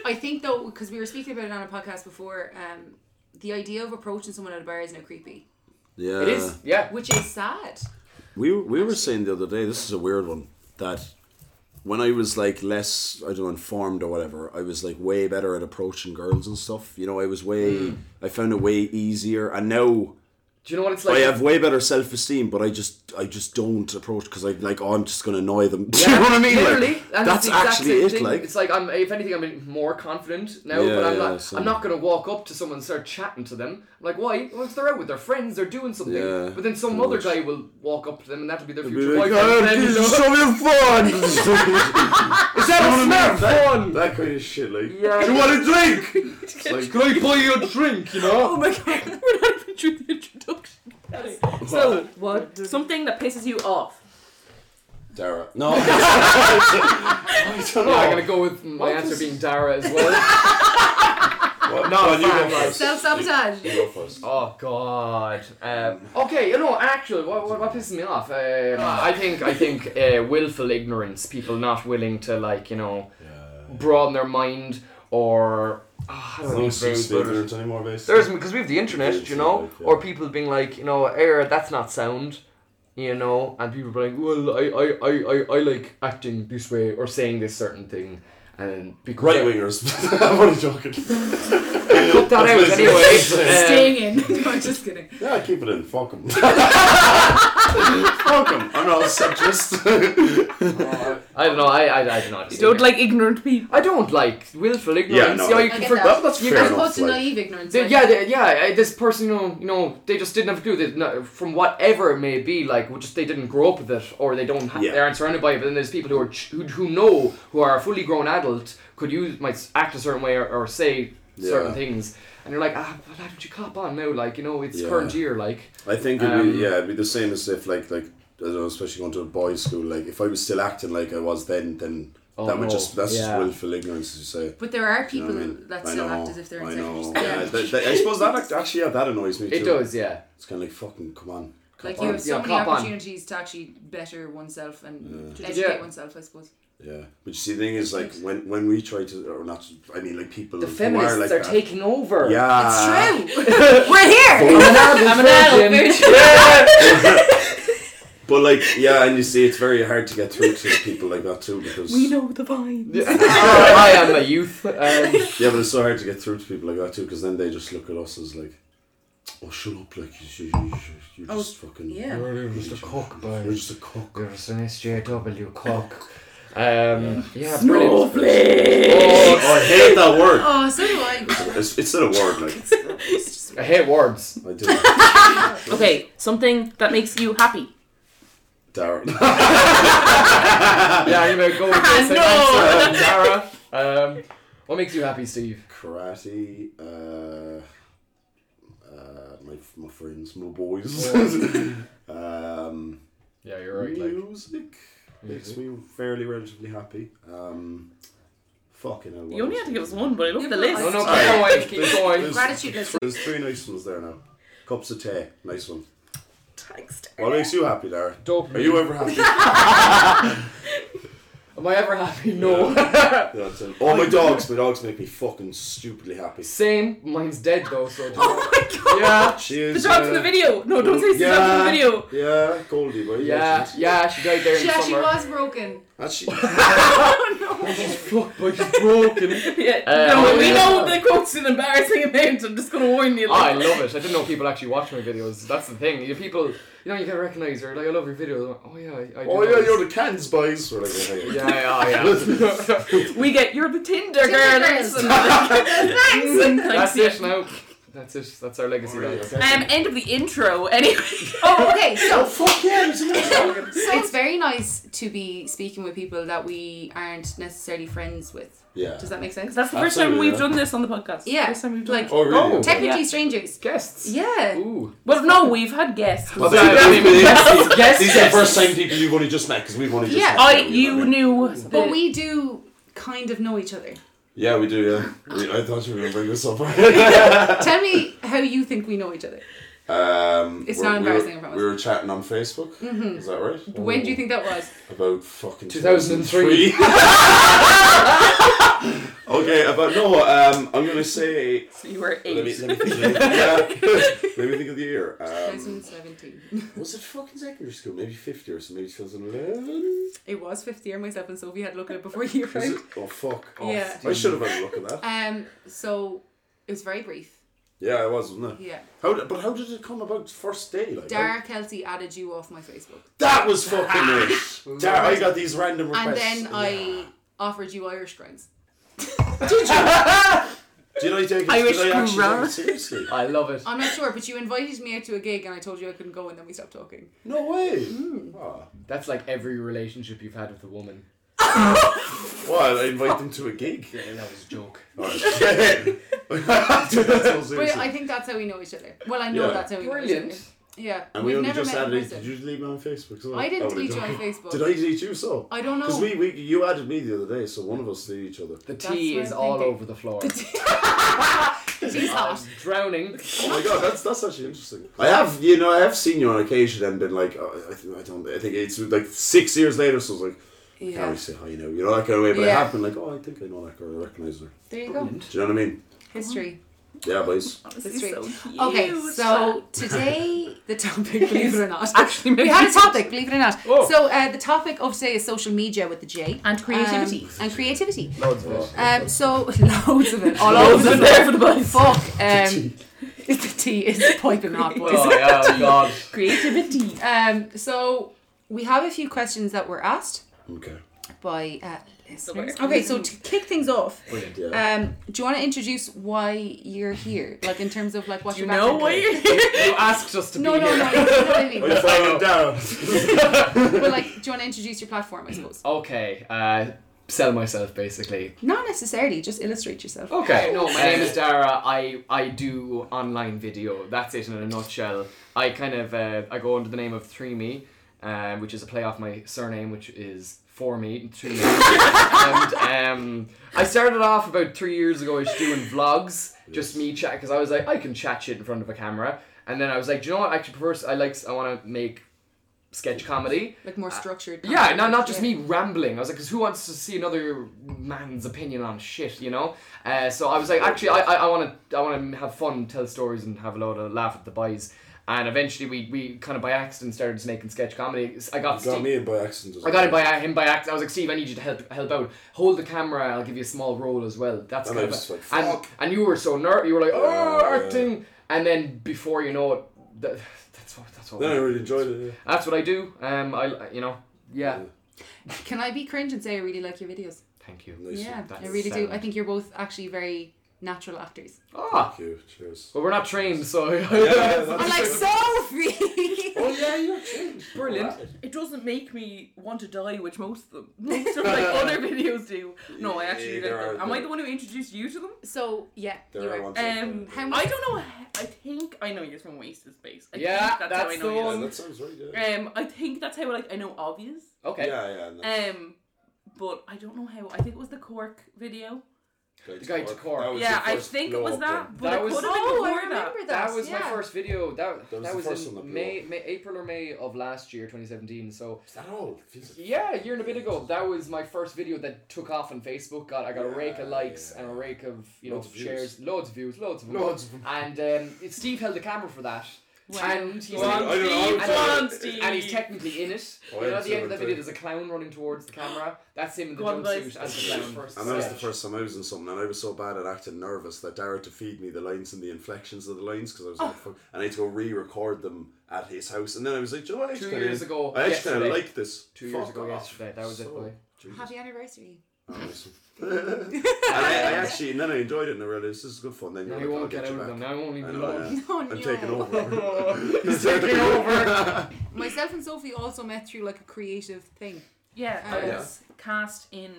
S1: I think though, because we were speaking about it on a podcast before, um, the idea of approaching someone at a bar is now creepy,
S4: Yeah,
S3: it is. Yeah.
S1: which is sad.
S4: We were- we were saying the other day. This is a weird one that. When I was like less, I don't know, informed or whatever, I was like way better at approaching girls and stuff. You know, I was way,
S3: Hmm.
S4: I found it way easier. And now
S3: Do you know what it's
S4: I
S3: like?
S4: have way better self esteem, but I just I just don't approach because I like oh I'm just gonna annoy them. Do you know what I mean? Like,
S3: Literally, and it's
S4: that's
S3: the exact
S4: actually
S3: same
S4: it.
S3: thing.
S4: Like
S3: it's like I'm. If anything, I'm more confident now.
S4: Yeah,
S3: but I'm
S4: yeah,
S3: not.
S4: same.
S3: I'm not gonna walk up to someone and start chatting to them. I'm like, why? Well, if they're out with their friends, they're doing something.
S4: Yeah,
S3: but then some
S4: pretty
S3: other
S4: much.
S3: guy will walk up to them, and that'll be their
S4: Be
S3: future
S4: like,
S3: wife.
S4: oh,
S3: and
S4: this
S3: you
S4: is
S3: know-
S4: so much fun. is
S3: that a smart
S4: That, that kind of shit. Like,
S3: Yeah.
S4: do you want a drink? It's like,
S3: Can I buy you a drink? You know.
S2: Oh my god, we're not even through the introduction. So, what? Something that pisses you off.
S4: Dara. No. I don't
S3: Yeah, I'm
S4: know.
S3: gonna go with my answer being Dara as well.
S4: Well,
S3: No,
S4: you go
S3: fine.
S4: first.
S1: Self sabotage.
S4: You go first.
S3: oh God. Um, okay, you know, actually, what, what, what pisses me off? Um,
S4: Ah.
S3: I think I think uh, willful ignorance, people not willing to like you know broaden their mind or. ah, I don't know, it's very good.
S4: anymore, basically.
S3: There's because we have the
S4: Yeah,
S3: internet, you
S4: it's
S3: know,
S4: like, yeah.
S3: or people being like, you know, air that's not sound, you know, and people being like, well, I, I, I, I, I like acting this way or saying this certain thing, and because
S4: Right wingers. I'm only joking.
S3: cut that out
S4: That's what I'm
S3: anyway. Um,
S1: Staying in. No, I'm just kidding.
S4: Yeah, keep it in. Fuck 'em. Fuck 'em. I'm not a centrist.
S3: I don't know. I, I, I don't know. how to
S2: You
S3: say
S2: don't
S3: it.
S2: like ignorant people.
S3: I don't like willful ignorance.
S4: Yeah, no,
S3: you know,
S4: I-
S3: you
S1: I
S3: can
S1: get
S3: forget-
S1: that.
S4: that's
S3: you
S4: fair
S1: As
S3: can-
S4: enough,
S1: opposed to
S4: like-
S1: naive ignorance.
S3: They-
S1: like-
S3: yeah, they, yeah. uh, This person, you know, you know, they just didn't have a clue. They, no, from whatever it may be, like, well, just they didn't grow up with it, or they don't, ha-
S4: Yeah.
S3: they aren't surrounded by it. But then there's people who are ch- who, who know who are a fully grown adult could use might s- act a certain way or, or say certain
S4: Yeah.
S3: things, and you're like, ah, but how did you cop on now? Like, you know, it's
S4: Yeah.
S3: current year, like.
S4: I think it'd
S3: Um,
S4: be yeah, it'd be the same as if like like I don't know, especially going to a boys' school. Like if I was still acting like I was then, then
S3: Oh,
S4: that would
S3: no.
S4: just that's
S3: Yeah.
S4: just willful ignorance, as you say.
S1: But there are
S4: You know
S1: people
S4: what I mean?
S1: that
S4: I
S1: still act
S4: know,
S1: as if they're
S4: I
S1: in
S4: know.
S1: secondary
S4: Yeah,
S1: school.
S4: that- that- I suppose that act- actually yeah, that annoys me.
S3: It
S4: too.
S3: does, yeah.
S4: It's kind of like fucking come on. come
S1: Like
S4: on.
S1: you have so
S3: Yeah,
S1: many
S3: cop on.
S1: opportunities to actually better oneself and to
S3: Yeah.
S1: educate
S3: Yeah.
S1: oneself, I suppose.
S4: Yeah, but you see, the thing is, like when when we try to or not, I mean, like people
S3: The
S4: who
S3: feminists
S4: are like
S3: are
S4: that-
S3: taking over.
S4: Uh, Yeah,
S1: It's true. We're here.
S3: I'm an adult virgin. Yeah.
S4: But like, yeah, and you see, it's very hard to get through to people like that too because
S2: We know the vines.
S3: I am a youth. Um,
S4: Yeah, but it's so hard to get through to people like that too, because then they just look at us as like, "Oh, shut up! Like you, you, you, you
S1: Oh,
S4: just fucking
S1: yeah.
S4: you're
S3: just a cock, boy.
S4: You're just a cock.
S3: There's an SJW cock. Um, yeah, brilliant.
S2: Snowflake.
S3: Oh,
S4: I hate that word.
S1: Oh, so do I.
S4: It's, it's still a word, like
S3: I hate words.
S4: I do.
S2: Okay, something that makes you happy.
S4: Dara.
S3: Ah, yeah, anyway, go with this.
S2: No.
S3: Thanks, um, Dara. Um, what makes you happy, Steve?
S4: Karate. Uh, uh, my my friends, my boys. um,
S3: Yeah, you're right. Like,
S4: music makes me fairly relatively happy. Um, fucking hell. what
S2: You only
S4: else
S2: had to
S4: is
S2: give us
S4: there?
S2: one, but I love
S1: Yeah,
S2: the
S1: but
S2: list.
S1: I-
S3: no, no,
S4: Sorry.
S3: keep going. Keep going.
S4: There's,
S1: Gratitude
S4: there's,
S1: list.
S4: there's three nice ones there now. Cups of tea, nice one.
S2: Thanks, Dara.
S4: What makes you happy, Dara?
S3: Dope.
S4: Are you ever happy?
S3: Am I ever happy? No.
S4: That's it. Oh, my dogs. My dogs make me fucking stupidly happy.
S3: Same. Mine's dead though. So.
S2: Oh my god!
S3: yeah.
S4: She
S2: The
S4: is.
S2: dog from
S4: uh,
S2: the video. No, don't say it's the dog from the video.
S4: Yeah, Goldie, but
S3: Yeah. Yeah. She died there in
S1: She
S3: the
S1: actually
S3: summer.
S1: was broken.
S4: That's she.
S3: Fuck, but she's broken.
S2: Yeah,
S3: Uh,
S2: no,
S3: oh,
S2: we
S3: yeah.
S2: know the quote's an embarrassing amount. I'm just gonna warn you.
S3: I
S2: Like,
S3: love it. I didn't know people actually watch my videos. That's the thing. You people, you know, you get recognised. You're like, I love your videos. I'm like, oh yeah, I, I do
S4: Oh yeah,
S3: those."
S4: you're the Cans boys. We're like, yeah, yeah, yeah.
S3: Yeah, yeah, yeah.
S2: we get you're the Tinder,
S1: Tinder
S2: girls.
S1: girls.
S2: and like- Thanks. and
S3: That's
S2: thanks,
S3: it now. That's it. That's our legacy.
S4: Alright,
S3: lads.
S4: okay.
S2: yeah. Um, end of the intro. Anyway.
S1: Oh, okay.
S4: Oh
S1: So,
S4: fuck yeah! There's another dog.
S1: so it's very nice to be speaking with people that we aren't necessarily friends with.
S4: yeah.
S1: Does that make sense?
S2: That's the first time
S4: Absolutely,
S2: we've
S4: yeah.
S2: done this on the podcast.
S1: Yeah,
S2: First time we've done.
S1: like
S2: it.
S4: Oh really?
S3: Oh.
S1: technically
S2: Yeah.
S1: strangers.
S3: Guests.
S1: Yeah.
S3: Ooh.
S2: Well, no, we've had guests.
S4: Well,
S3: Sorry,
S4: these-
S3: I didn't even
S4: these-
S3: guess. Guess.
S4: These are the first time people you've only just met because we've only just.
S1: Yeah.
S4: met
S2: I,
S4: them, know what
S2: you
S4: mean?
S2: knew.
S1: But
S2: the-
S1: we do kind of know each other.
S4: Yeah, we do. Yeah, We- I thought you were gonna bring this up.
S1: Tell me how you think we know each other.
S4: um,
S1: It's not
S4: we're- we were-
S1: embarrassing, I promise.
S4: We were chatting on Facebook. Is that right?
S1: When do you think that was?
S4: About fucking
S3: 2003.
S4: 2003. okay, about no. Um, I'm gonna say.
S2: So you were eight.
S4: Let me, let me think. Of the, yeah, let me think of the year. Um,
S1: 2017.
S4: was it fucking secondary school? Maybe 50 or so. Maybe 2011.
S1: It was fifth year. Myself and Sophie had a look at it before you
S4: Was
S1: right?
S4: it? Oh fuck. Oh,
S1: Yeah.
S4: I should have had a look at that.
S1: Um. So it was very brief.
S4: Yeah, it was, wasn't it?
S1: Yeah.
S4: How? Did, but how did it come about? First day, like how-
S1: Dara Kelsey added you off my Facebook,
S4: that was fucking it. Dara, I got these random
S1: and
S4: requests.
S1: then I
S4: Yeah.
S1: offered you Irish grinds.
S4: Did I take it?
S2: Irish
S4: did I actually take
S2: Gruber.
S4: it seriously?
S3: I love it.
S1: I'm not sure, but you invited me out to a gig, and I told you I couldn't go, and then we stopped talking.
S4: No way. Ah.
S3: That's like every relationship you've had with a woman.
S4: Well, I invite them to a gig.
S3: Yeah, that was a joke.
S4: Alright. That's so
S1: But I
S4: seriously.
S1: think that's how we know each other. Well, I know
S4: Yeah.
S1: that's how we know each
S3: Brilliant.
S1: other. Yeah.
S4: And we
S1: We've
S4: only
S1: never
S4: just
S1: met in
S4: added. Did
S1: person.
S4: you delete me on Facebook? So
S1: I didn't
S4: would
S1: delete you
S4: have
S1: on
S4: done.
S1: Facebook.
S4: Oh, Did I delete you? So
S1: I don't
S4: Because
S1: know.
S4: we, we you added me the other day, so one of us deleted each other.
S3: The
S1: That's
S3: tea
S1: what
S3: is
S1: I'm
S3: all
S1: thinking.
S3: over the floor.
S1: She's
S3: I'm
S1: hot.
S3: drowning.
S4: Oh my god, that's that's actually interesting. I have you know I have seen you on occasion and been like oh, I, th- I don't I think it's like six years later, so I was like I can't
S1: Yeah.
S4: really say hi now, you know that kind of way. But I
S1: Yeah.
S4: have been like oh I think I know that girl, I recognise her.
S1: There you go.
S4: Do you know what I mean?
S1: History.
S4: Yeah, boys.
S2: This is so cute.
S1: Okay, so today the topic, believe it or not,
S2: actually
S1: we
S2: making
S1: had a
S2: sense.
S1: topic, believe it or not.
S3: Oh.
S1: So uh, the topic of today is social media with the J
S2: And creativity.
S1: Um, and creativity.
S3: Loads of it.
S1: Um, so loads of it, all
S2: Loads
S1: over
S2: of
S1: the
S2: there for the boys.
S1: Fuck. Um, the tea is piping hot, boys.
S3: Oh, yeah, oh, God.
S2: Creativity.
S1: Um, so we have a few questions that were asked
S4: Okay.
S1: by uh, listeners.
S2: Somewhere.
S1: Okay, so to kick things off,
S3: Brilliant.
S4: Yeah.
S1: um, do you want to introduce why you're here, like in terms of like what
S2: Do you
S1: your
S2: know
S1: background
S2: why
S1: is?
S2: you're here?
S3: You asked us to
S1: No,
S3: be
S1: no, no.
S3: here.
S1: You know what I mean.
S4: I found it down.
S1: But like, do you want to introduce your platform? I suppose.
S3: Okay, uh, sell myself basically.
S1: Not necessarily. Just illustrate yourself.
S3: Okay, no, my name is Dara. I I do online video. That's it in a nutshell. I kind of uh, I go under the name of Three Me, um, which is a play off my surname, which is For Me Three Me. and um, I started off about three years ago ish doing vlogs, just me chat, because I was like I can chat shit in front of a camera. And then I was like, do you know what? I actually prefer. I like. I want to make sketch comedy.
S1: Like more structured.
S3: Yeah,
S1: content.
S3: no, not just
S1: Yeah.
S3: me rambling. I was like, because who wants to see another man's opinion on shit, you know? Uh, so I was like, actually, I, I, I want to, I want to have fun, tell stories, and have a lot of laugh at the boys. And eventually, we, we kind of by accident started just making sketch comedy. I
S4: You
S3: got,
S4: got
S3: Steve,
S4: me in by accident. as
S3: I got him by
S4: well.
S3: him by accident. I was like, Steve, I need you to help help out. Hold the camera. I'll give you a small role as well. That's
S4: And
S3: kind
S4: I
S3: of
S4: was
S3: a-
S4: like,
S3: and
S4: "Fuck."
S3: and you were so nervous. You were like, oh,
S4: Yeah.
S3: acting. And then before you know it, that, that's what that's what
S4: Then I
S3: we-
S4: really enjoyed it. Yeah.
S3: that's what I do. Um, I you know yeah.
S1: Can I be cringe and say I really like your videos?
S3: Thank you.
S4: Nice.
S1: yeah, I
S3: That's
S1: really do.
S3: sound.
S1: I think you're both actually very natural actors.
S3: Ah,
S4: Thank you. Cheers.
S3: but we're not trained, so
S4: yeah, that's-
S1: I'm like Sophie.
S4: Oh yeah, you're changed.
S3: Brilliant.
S2: It doesn't make me want to die, which most of them, most of like other videos do. No, I actually
S4: Yeah, there
S2: like them.
S4: are-
S2: Am I
S4: there-
S2: the one who introduced you to them?
S1: so yeah,
S4: There
S1: you
S4: are
S1: are.
S4: ones that-
S2: Um,
S1: How
S2: I
S1: much-
S2: don't know. h- I think I know you're from Wasted Space. I
S3: Yeah,
S2: think that's, how I
S3: that's
S2: know
S3: the
S2: you.
S4: Yeah,
S3: one.
S4: that sounds right. Yeah.
S2: Um, I think that's how like I know obvious.
S3: okay.
S4: Yeah, yeah. and that's-
S2: Um, but I don't know how. I think it was the Cork video.
S4: Guide to
S3: Guide to
S4: Cork.
S3: Cork.
S4: That was
S2: Yeah,
S4: the
S2: I
S4: first
S2: think it was
S4: blow-up
S2: that.
S4: one.
S2: But
S3: That
S2: it
S3: was-
S2: could have been
S1: Oh, I
S2: before that.
S1: remember that.
S3: That was my
S1: yeah.
S3: first video. That
S4: That was
S3: that
S4: the
S3: was,
S4: first one
S3: in
S4: that blew
S3: May, May, April or May of last year, 2017. So
S4: Is that all? Jesus.
S3: yeah, a year and a bit ago, that was my first video that took off on Facebook. Got I got a rake of
S4: Yeah,
S3: likes
S4: yeah.
S3: and a rake of you
S4: Loads
S3: know
S4: of views.
S3: shares, loads of views, loads of them.
S4: Loads of them.
S3: And um, it- Steve held the camera for that.
S1: Wow.
S3: And he's
S4: Well, I uh, don't know, I would
S3: and,
S4: say-
S2: Blonde Steve.
S3: and he's technically in it.
S4: Oh,
S3: You know,
S4: yeah,
S3: at the end
S4: so
S3: of that video,
S4: the-
S3: there's a clown running towards the camera. That's him in the
S2: Go on,
S3: jumpsuit
S2: guys.
S3: as the clown.
S4: And that was the
S3: Yeah.
S4: first time I was in something, and I was so bad at acting nervous that Dara had to feed me the lines and the inflections of the lines because I was like,
S2: Oh.
S4: fuck. And I had to go re record them at his house. And then I was like, do you know what? I
S3: Two
S4: actually kinda-
S3: years
S4: I
S3: ago
S4: actually kind of
S3: yesterday.
S4: like this.
S3: Two years
S4: Fuck
S3: ago
S4: off.
S3: yesterday, that was it, boy.
S4: Jesus.
S1: Happy anniversary.
S4: Oh, nice. and I, I actually, and then I enjoyed it, and I realized this is good fun. Then you're
S3: Now
S4: like,
S3: you
S4: I'll
S3: won't
S4: get
S3: get out
S4: you
S3: of them.
S4: back.
S3: Now I won't
S4: I
S3: even
S4: know,
S3: know.
S4: yeah.
S1: No,
S4: I'm
S1: no.
S4: taking over.
S3: He's taking over.
S1: Myself and Sophie also met through like a creative thing.
S2: Yeah,
S1: Oh,
S2: I
S4: yeah.
S2: was cast in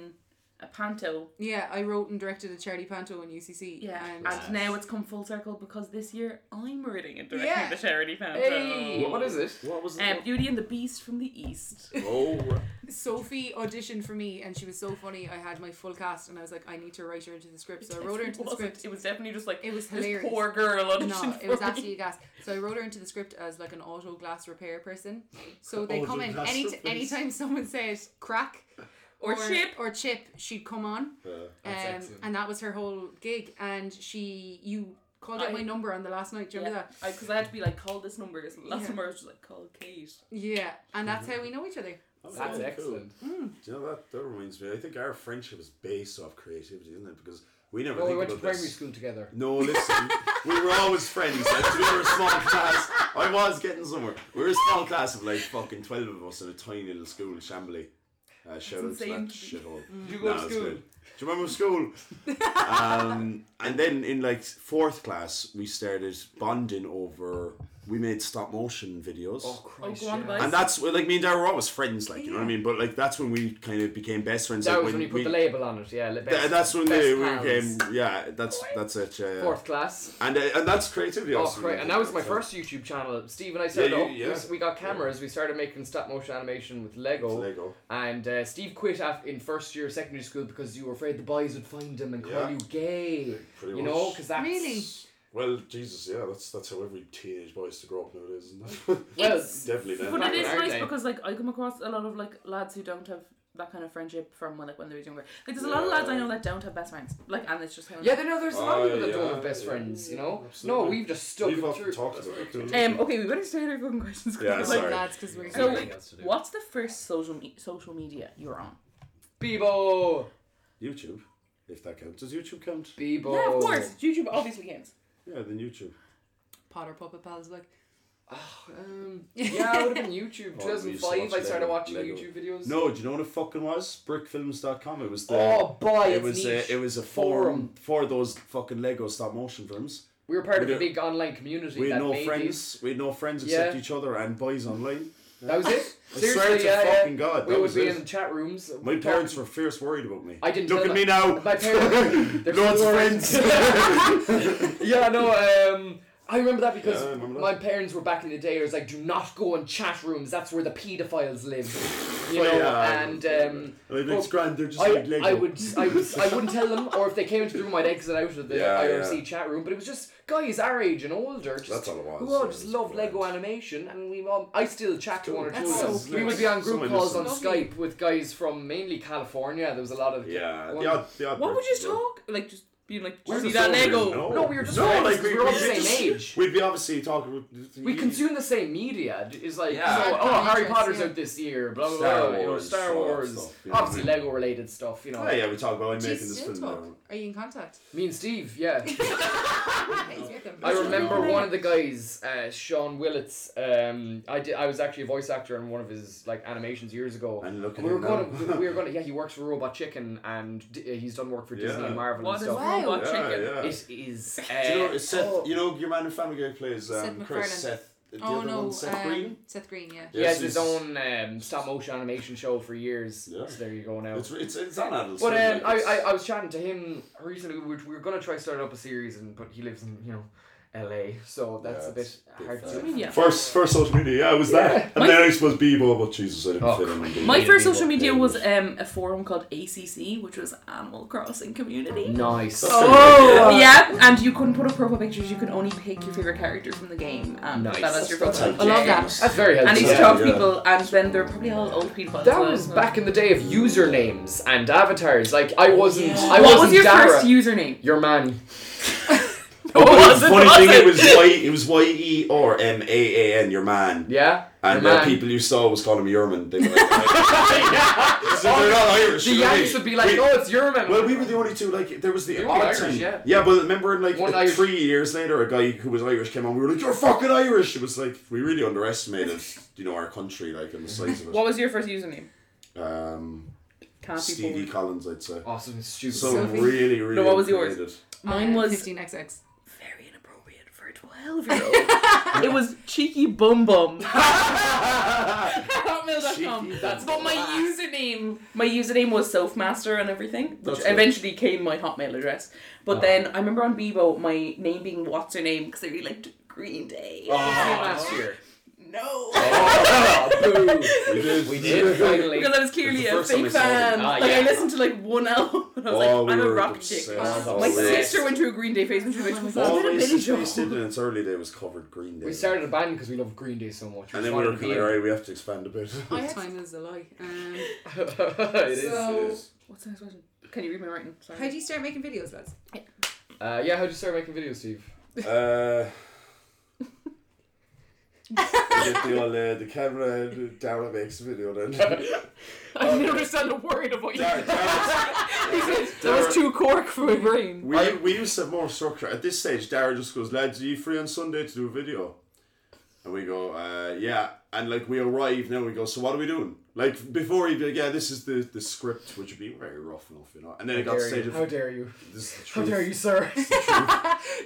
S2: a panto.
S1: Yeah, I wrote and directed a charity panto in UCC.
S2: Yeah,
S1: and
S2: and now it's come full circle because this year I'm writing and directing
S1: Yeah.
S2: the charity panto.
S3: Hey, what is it?
S4: what was
S2: Um,
S4: it?
S2: Beauty and the Beast from the East.
S4: oh,
S1: Sophie auditioned for me, and she was so funny. I had my full cast, and I was like, I need to write her into the script. So I wrote her into the
S2: It wasn't-
S1: script.
S2: It was definitely just like
S1: It was
S2: this
S1: hilarious.
S2: poor girl auditioned
S1: No,
S2: for
S1: it was
S2: me.
S1: absolutely gas. So I wrote her into the script as like an auto glass repair person. So they
S4: Auto
S1: come in
S4: glass
S1: any
S4: repair.
S1: anytime someone says crack
S2: Or chip.
S1: or chip, she'd come on. Um,
S3: That's excellent.
S1: and that was her whole gig. And she, you called out
S2: I-
S1: my number on the last night. Do you remember that?
S2: Because I, had to be like, call this number. So last
S1: Yeah.
S2: number I was just like, call Kate.
S1: Yeah, and that's
S4: Mm-hmm.
S1: how we know each other.
S4: Oh,
S3: That's
S4: cool.
S3: excellent.
S4: Do you know that? That reminds me. I think our friendship is based off creativity, isn't it? Because we never
S3: Well, we
S4: think
S3: went to
S4: about
S3: primary
S4: this.
S3: school together.
S4: No, listen, we were always friends. Like, we were a small class. I was getting somewhere. We were a small class of like fucking twelve of us in a tiny little school in Chambly. Uh, shout out to that
S2: insane.
S4: shithole.
S3: Did you go to
S4: Nah, it was
S3: school?
S4: good. Do you remember school? um, and then in like fourth class, we started bonding over. We made stop motion videos.
S3: Oh, Christ.
S2: Oh, go on,
S3: yeah.
S2: boys.
S4: And that's well, like me and Dara were always friends, like you know what I mean. But like that's when we kind of became best friends.
S3: That
S4: like,
S3: was when you put
S4: we,
S3: the label on it, yeah. like
S4: Th-
S3: best-
S4: that's when
S3: best
S4: they, we
S3: pals.
S4: became yeah. That's that's it. Yeah, yeah.
S3: Fourth class.
S4: And uh, and that's creativity.
S3: Oh,
S4: also,
S3: great.
S4: really.
S3: And that was my
S4: So-
S3: first YouTube channel. Steve and I started
S4: you-
S3: up.
S4: yeah.
S3: We, we got cameras. We started making stop motion animation with Lego.
S4: Lego.
S3: And uh, Steve quit af- in first year of secondary school because you were afraid the boys would find him and call
S4: Yeah.
S3: you gay.
S4: Pretty
S3: you
S4: much.
S3: know, because that's.
S1: Really?
S4: Well, Jesus, yeah. That's that's how every teenage boy has to grow up nowadays, isn't it?
S3: Well,
S2: It's-
S4: Definitely. Then.
S2: But
S3: Back
S2: it is
S3: in our
S2: nice
S3: day.
S2: because like I come across a lot of like lads who don't have that kind of friendship from when like when they were younger. Like there's a lot of lads I know that don't have best friends. Like and it's just kind of
S3: Yeah, they know there's a lot of
S4: Oh,
S3: people that don't
S4: yeah,
S3: have best
S4: yeah,
S3: friends, you know?
S4: absolutely.
S3: No, we've just stuck
S4: We've
S3: it
S4: often
S3: through.
S4: talked about it. don't we?
S2: Um. Okay, we better stay our fucking questions. 'cause
S4: Yeah,
S2: we're,
S4: sorry.
S2: Like,
S1: That's because we're
S2: So,
S3: Anything else to do.
S2: what's the first social me- social media you're on?
S3: Bebo!
S4: YouTube, if that counts. Does YouTube count?
S3: Bebo.
S2: Yeah, of course.
S4: Oh.
S2: YouTube obviously counts.
S4: Yeah, then YouTube.
S1: Potter Puppet Pals like
S3: Um, yeah, it would have been YouTube.
S4: Oh, we used to
S3: 2005,
S4: watch
S3: I started
S4: Lego-
S3: watching
S4: Lego.
S3: YouTube videos.
S4: No, do you know what it fucking was? Brickfilms.com. It was the.
S3: Oh, boy,
S4: uh, It
S3: it's
S4: was
S3: niche.
S4: a, it was a forum for those fucking Lego stop motion films.
S3: We were part of
S4: We
S3: a
S4: do-
S3: big online community.
S4: We had
S3: that
S4: no
S3: made
S4: friends. We had no friends except
S3: Yeah.
S4: each other and boys online.
S3: these. That was it.
S4: I
S3: Seriously,
S4: swear to
S3: yeah, yeah.
S4: fucking God,
S3: we
S4: that
S3: would
S4: was
S3: be
S4: it.
S3: in chat rooms.
S4: My parents were fierce worried about me.
S3: I didn't
S4: look
S3: tell
S4: at
S3: them.
S4: me now.
S3: My parents. they're
S4: Loads
S3: so
S4: of
S3: worried.
S4: friends.
S3: yeah, no. Um, I remember that because
S4: Yeah, I remember
S3: my
S4: that.
S3: parents were back in the day. It was like, do not go on chat rooms. That's where the paedophiles live. You
S4: Oh,
S3: know,
S4: yeah, I
S3: and.
S4: remember
S3: Um,
S4: that. I think it's
S3: oh,
S4: grand. They're just like
S3: I,
S4: Lego.
S3: I would I would I wouldn't tell them or if they came into the room I'd exit out of the
S4: Yeah,
S3: IRC
S4: yeah.
S3: chat room but it was just guys our age and older just,
S4: That's all it was,
S3: who all
S4: yeah,
S3: just
S4: it was
S3: loved
S4: brilliant.
S3: Lego animation and we um, I still chat to one or two
S1: That's
S3: of them
S1: so
S3: we
S1: cool.
S3: would be on group
S4: Someone
S3: calls on
S4: listen.
S1: Lovely.
S3: Skype with guys from mainly California there was a lot of
S4: Yeah.
S3: one-
S4: The odd, the odd
S2: What would you
S4: birds, though.
S2: talk? Like just being like,
S4: Where's
S2: see
S4: the
S2: that
S4: soldier?
S2: Lego?
S4: No.
S3: No, we were just
S4: no,
S3: friends,
S4: like
S3: we
S4: we
S3: were all
S4: we'd
S3: the
S4: be
S3: same
S4: just-
S3: age.
S4: We'd be obviously talking.
S3: we consume the same media is like
S4: Yeah.
S3: so,
S1: Common
S3: oh Harry
S1: interests,
S3: Potter's
S1: yeah.
S3: out this year blah blah
S4: Star
S3: blah you know
S4: Wars,
S3: Star
S4: all that
S3: Wars
S4: stuff, yeah.
S3: obviously Lego related stuff you know
S4: Oh yeah, we talk about I'm
S1: Do you
S4: making this
S1: still
S4: film.
S1: talk?
S4: now.
S1: Are you in contact?
S3: me and Steve yeah
S1: He's with them.
S3: I remember one of the guys, uh, Sean Willits. Um, I did. I was actually a voice actor in one of his like animations years ago.
S4: And look at
S3: we were
S4: him now.
S3: going. to We were going. to Yeah, he works for Robot Chicken, and D- uh, he's done work for Disney
S4: Yeah.
S3: and Marvel
S2: What
S3: and
S2: is
S3: stuff.
S1: Wow.
S2: Robot
S1: Wow.
S4: Yeah,
S2: chicken.
S4: yeah.
S3: It is.
S4: Do you know,
S3: Uh,
S4: it's Seth,
S3: oh.
S4: you know, your man in Family Guy plays um,
S1: Seth
S4: Chris
S1: MacFarlane.
S4: Seth. The
S1: oh
S4: other
S1: no,
S4: one, Seth
S1: um,
S4: Green.
S1: Seth Green, yeah.
S3: He has his
S4: he's-
S3: own um, stop motion animation show for years.
S4: Yeah.
S3: So there you go now.
S4: It's it's it's on adults.
S3: But um,
S4: like,
S3: I,
S4: it's-
S3: I I was chatting to him recently. We were, we were gonna try starting up a series, and but he lives in you know, L.A. So that's
S4: Yeah,
S3: a bit
S4: it's a bit
S3: hard
S4: far.
S3: to.
S2: Media.
S4: First, first social media, yeah, it was
S3: Yeah.
S4: that, and
S2: My-
S4: then I suppose Bebo, but Jesus, I didn't
S3: Oh,
S4: fit in.
S2: My
S3: Yeah,
S2: first
S3: people
S2: social media
S4: do.
S2: was um, a forum called ACC, which was Animal Crossing Community.
S3: Nice.
S4: Oh,
S2: Yeah, and you couldn't put up profile pictures. You could only pick your favorite character from the game, and
S3: Nice.
S2: that is your
S4: That's
S2: profile.
S4: how
S1: I love that.
S4: James-
S3: That's very helpful.
S2: And he
S4: Yeah,
S2: used to talk to
S4: yeah.
S2: people, and then they're probably all old people. as
S3: That
S2: well.
S3: was back in the day of usernames and avatars. Like I wasn't. I
S2: what
S3: wasn't
S2: was your
S3: Dara.
S2: first username?
S3: Your man.
S4: Oh,
S2: What
S4: but
S2: was
S4: the
S2: it?
S4: funny
S2: What
S4: thing,
S2: was
S4: it was Y, it was Y E or M A A N, your man,
S3: Yeah.
S4: and
S3: your
S4: the
S3: man.
S4: people you saw was calling him Yerman. They were like, so they're not Irish.
S3: The
S4: you know what I mean?
S3: Yanks would be like,
S4: We-
S3: "Oh, it's your man."
S4: Well, we were the only two. Like, there was the
S3: You are
S4: odd
S3: Irish, yeah.
S4: yeah. But remember, in like
S3: One
S4: the
S3: Irish-
S4: three years later, a guy who was Irish came on. We were like, "You're fucking Irish." It was like we really underestimated, you know, our country, like, and the size of
S2: What
S4: it.
S2: was your first username?
S4: Um,
S2: Can't be
S4: Stevie
S2: bothered.
S4: Collins, I'd say.
S3: Oh, something stupid.
S4: Some
S1: Sophie.
S4: really, really.
S2: No, what was yours?
S4: underrated.
S1: Uh,
S2: Mine was-
S1: 15xx.
S2: Very inappropriate for a twelve-year-old. it was cheeky bum bum. Hotmail.com.
S3: That's
S2: But my username, my username was Selfmaster and everything, which
S4: That's good. Ah.
S2: eventually came my Hotmail address. But then I remember on Bebo, my name being what's her name because I really liked Green Day.
S3: Oh,
S4: Ah.
S3: last year.
S2: No,
S3: Oh, boo.
S4: We did.
S3: We did finally.
S2: because I was clearly
S4: It's the
S2: a
S4: first time
S2: fake
S4: I saw them.
S2: fan.
S3: Ah,
S2: like I
S3: yeah.
S2: listened to like one album and I was
S4: Oh,
S2: like,
S4: we
S2: I'm a
S4: were
S2: rock chick.
S4: obsessed. Oh,
S2: My
S3: Obsessed.
S2: sister went through a Green Day phase when she was like, "What's that
S4: Always
S2: Billy Joel?"
S4: Space Didn't in its early day was covered Green Day.
S3: We started a band because we love Green Day so much.
S4: and then
S3: just
S4: we were
S3: wanted to
S4: kind of, alright, we have to expand a bit.
S1: What time is the lie? Um,
S3: be in it. It is.
S1: So-
S2: What's the next question? Can you read my writing? Sorry.
S1: how do you start making videos, lads?
S3: Uh, yeah, how'd you start making videos, Steve?
S4: Uh, I get the, old, uh, the camera and Dara makes a video then.
S2: I didn't understand a word of what you
S4: Dara,
S2: said.
S4: Dara,
S2: That was too cork for my brain.
S4: we, we used to have more structure. At this stage, Dara just goes, lads, are you free on Sunday to do a video? And we go, uh, yeah. And like we arrive now, we go, so what are we doing? Like before, he'd be like, yeah, this is the, the script, which would be very rough enough, you know. And then it got to the stage of,
S3: How dare you?
S4: this is the
S3: How
S4: truth.
S3: dare you, sir?
S4: And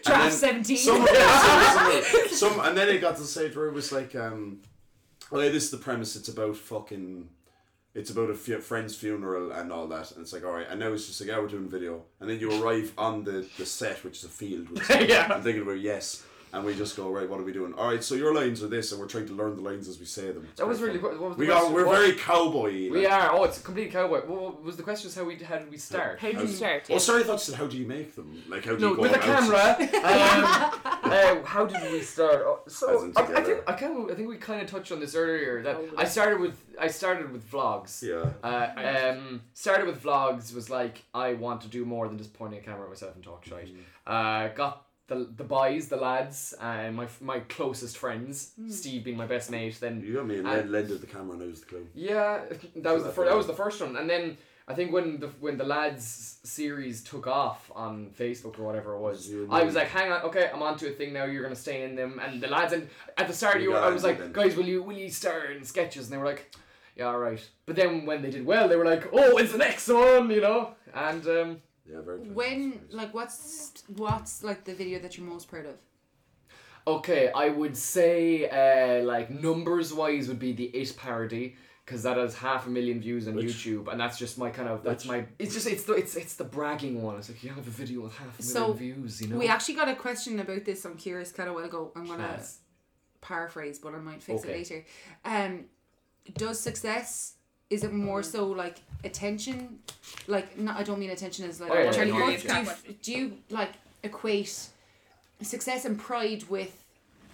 S1: Draft
S4: then
S1: 17.
S4: Some, some, some, some, and then it got to the stage where it was like, um, well, yeah, this is the premise. It's about fucking, it's about a fu- friend's funeral and all that. And it's like, all right. And now it's just like, yeah, we're doing video. And then you arrive on the, the set, which is a field. Which
S3: Yeah.
S4: I'm thinking about yes. And we just go, right, what are we doing? All right, so your lines are this, and we're trying to learn the lines as we say them. It's
S3: That was
S4: quite
S3: really.
S4: fun.
S3: What what was the
S4: We are,
S3: question?
S4: we're
S3: What-
S4: very cowboy.
S3: We are. Oh, it's a complete cowboy. What, what was the question? Is how we how did we start?
S2: How did you start?
S4: Oh, sorry, I thought you said, how do you make them? Like, how do you go
S3: with a
S4: about it?
S3: camera. um, uh, how did we start? Oh,
S4: As
S3: So
S4: in
S3: I, I think
S4: together.
S3: I kind of I think we kind of touched on this earlier that
S2: Oh,
S3: I started with I started with vlogs.
S4: Yeah.
S3: Uh, um, started with vlogs was like I want to do more than just pointing a camera at myself and talk shite. Uh, got the the boys, the lads, and my my closest friends, Steve being my best mate. Then
S4: You got me, and
S3: I-
S4: led, led to the camera, and I was the clue.
S3: yeah, that was the
S4: that
S3: first. That
S4: one.
S3: was the first one, and then I think when the when the lads series took off on Facebook or whatever it was,
S4: You and
S3: I
S4: me.
S3: was like, "Hang on, okay, I'm onto a thing now. You're gonna stay in them." And the lads, and at the start,
S4: We
S3: you were,
S4: got
S3: I was
S4: on
S3: like,
S4: then.
S3: "Guys, will you will you start in sketches?" And they were like, "Yeah, all right." But then when they did well, they were like, "Oh, it's the next one," you know. And um,
S4: Yeah, very good.
S1: When, like, what's what's like the video that you're most proud of?
S3: okay, I would say uh, like numbers wise would be the it parody. Because that has half a million views on YouTube, and that's just my kind of that's
S4: Which-
S3: my. It's just it's the it's it's the bragging one. It's like you have a video with half a million
S1: So,
S3: views, you know.
S1: We actually got a question about this on Curious Cat a while ago. I'm gonna
S3: Class.
S1: paraphrase, but I might fix
S3: Okay.
S1: it later. Um, does success is it more so like attention? Like, no, I don't mean attention as like
S3: Oh, yeah, yeah,
S1: Charlie.
S3: no,
S1: Watts.
S3: yeah,
S1: do, you, do you like equate success and pride with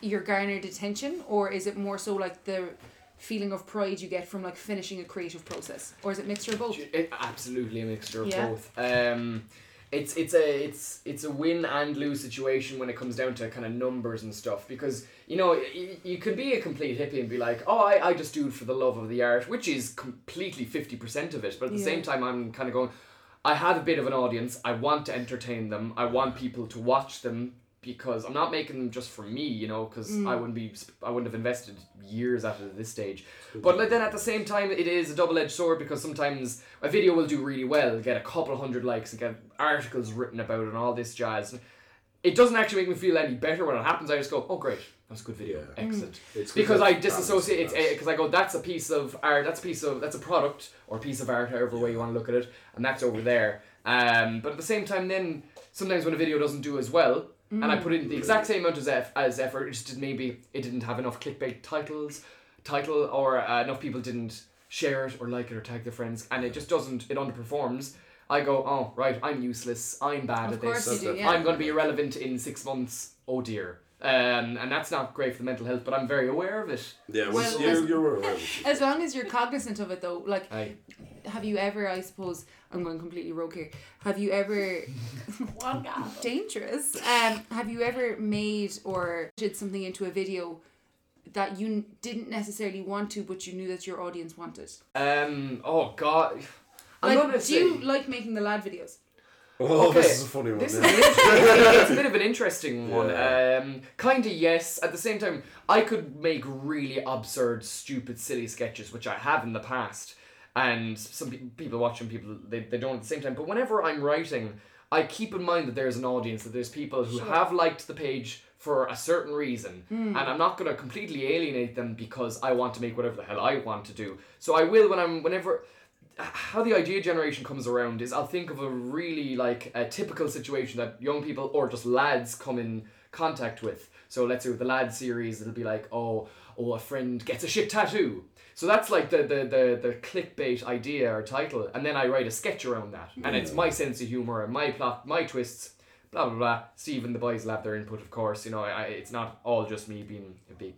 S1: your garnered attention, or is it more so like the feeling of pride you get from like finishing a creative process, or is it mixture of both?
S3: It, absolutely a mixture of
S1: Yeah.
S3: both. Um, it's it's a it's it's a win and lose situation when it comes down to kind of numbers and stuff because you know you, you could be a complete hippie and be like oh I, I just do it for the love of the art which is completely 50% of it but at the
S1: Yeah.
S3: same time I'm kind of going I have a bit of an audience I want to entertain them I want people to watch them because I'm not making them just for me, you know, because I wouldn't be, sp- I wouldn't have invested years at it at this stage. But like, then at the same time, it is a double-edged sword because sometimes a video will do really well, get a couple hundred likes, and get articles written about it and all this jazz. It doesn't actually make me feel any better when it happens. I just go, oh great, that's a good video,
S4: Yeah. Mm.
S3: excellent
S4: It's
S3: because I
S4: completely
S3: disassociate eh,
S4: balanced,
S3: it because I go that's a piece of art that's a piece of that's a product or piece of art however way you want to look at it and that's over there um, but at the same time then sometimes when a video doesn't do as well and I put
S1: Mm.
S3: in the exact same amount as, eff- as effort it just did maybe it didn't have enough clickbait titles title or uh, enough people didn't share it or like it or tag their friends and it just doesn't it underperforms I go oh right I'm useless I'm bad
S1: Of
S3: at
S1: course
S3: this
S1: you
S4: That's
S1: do,
S4: it.
S1: yeah.
S3: I'm going to be irrelevant in six months. Oh dear. Um, and that's not great for the mental health, but I'm very aware of it.
S4: Yeah, once
S1: Well,
S4: you're,
S1: as-
S4: you're aware of it.
S1: As long as you're cognizant of it, though, like,
S3: Aye.
S1: have you ever? I suppose I'm going completely rogue here. Have you ever
S5: One guy.
S1: dangerous? Um, have you ever made or did something into a video that you n- didn't necessarily want to, but you knew that your audience wanted?
S3: Um, oh god. I'm
S1: Like,
S3: gonna
S1: do
S3: say-
S1: you like making the lad videos?
S4: Oh,
S3: Okay.
S4: this is a funny one.
S3: This is
S4: yeah.
S3: it's a bit of an interesting one.
S4: Yeah.
S3: Um, kind of yes. At the same time, I could make really absurd, stupid, silly sketches, which I have in the past. And some pe- people watching people they, they don't at the same time. But whenever I'm writing, I keep in mind that there's an audience, that there's people who have liked the page for a certain reason, and I'm not gonna completely alienate them because I want to make whatever the hell I want to do. So I will when I'm whenever how the idea generation comes around is I'll think of a really like a typical situation that young people or just lads come in contact with. So let's say with the lad series, it'll be like, oh, oh, a friend gets a shit tattoo. So that's like the the the, the clickbait idea or title, and then I write a sketch around that, and it's my sense of humor and my plot, my twists. Blah blah blah. Steve and the boys will have their input, of course. You know, I, it's not all just me being a big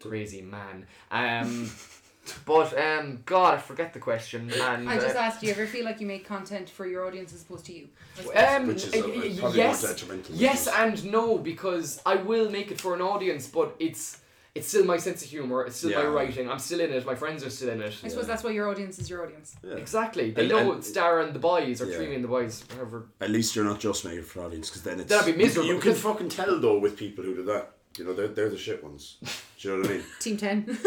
S3: crazy man. Um, but um, God, I forget the question. And
S1: I just
S3: uh,
S1: asked, do you ever feel like you make content for your audience as opposed to you?
S3: um,
S4: Which is
S3: uh,
S4: a, it's probably
S3: yes,
S4: more detrimental.
S3: yes, and no because I will make it for an audience, but it's it's still my sense of humor. It's still my
S4: Yeah.
S3: writing. I'm still in it. My friends are still in it.
S1: I suppose that's why your audience is your audience.
S4: Yeah.
S3: Exactly. They
S4: And-
S3: know
S4: and-
S3: it's Dara and the boys or
S4: Yeah.
S3: Trini and the boys, whatever.
S4: At least you're not just making it for audience, because then it's
S3: That'd be miserable,
S4: You, you can
S3: 'cause-
S4: fucking tell though with people who do that. You know, they're, they're the shit ones. Do you know what I mean?
S1: Team 10.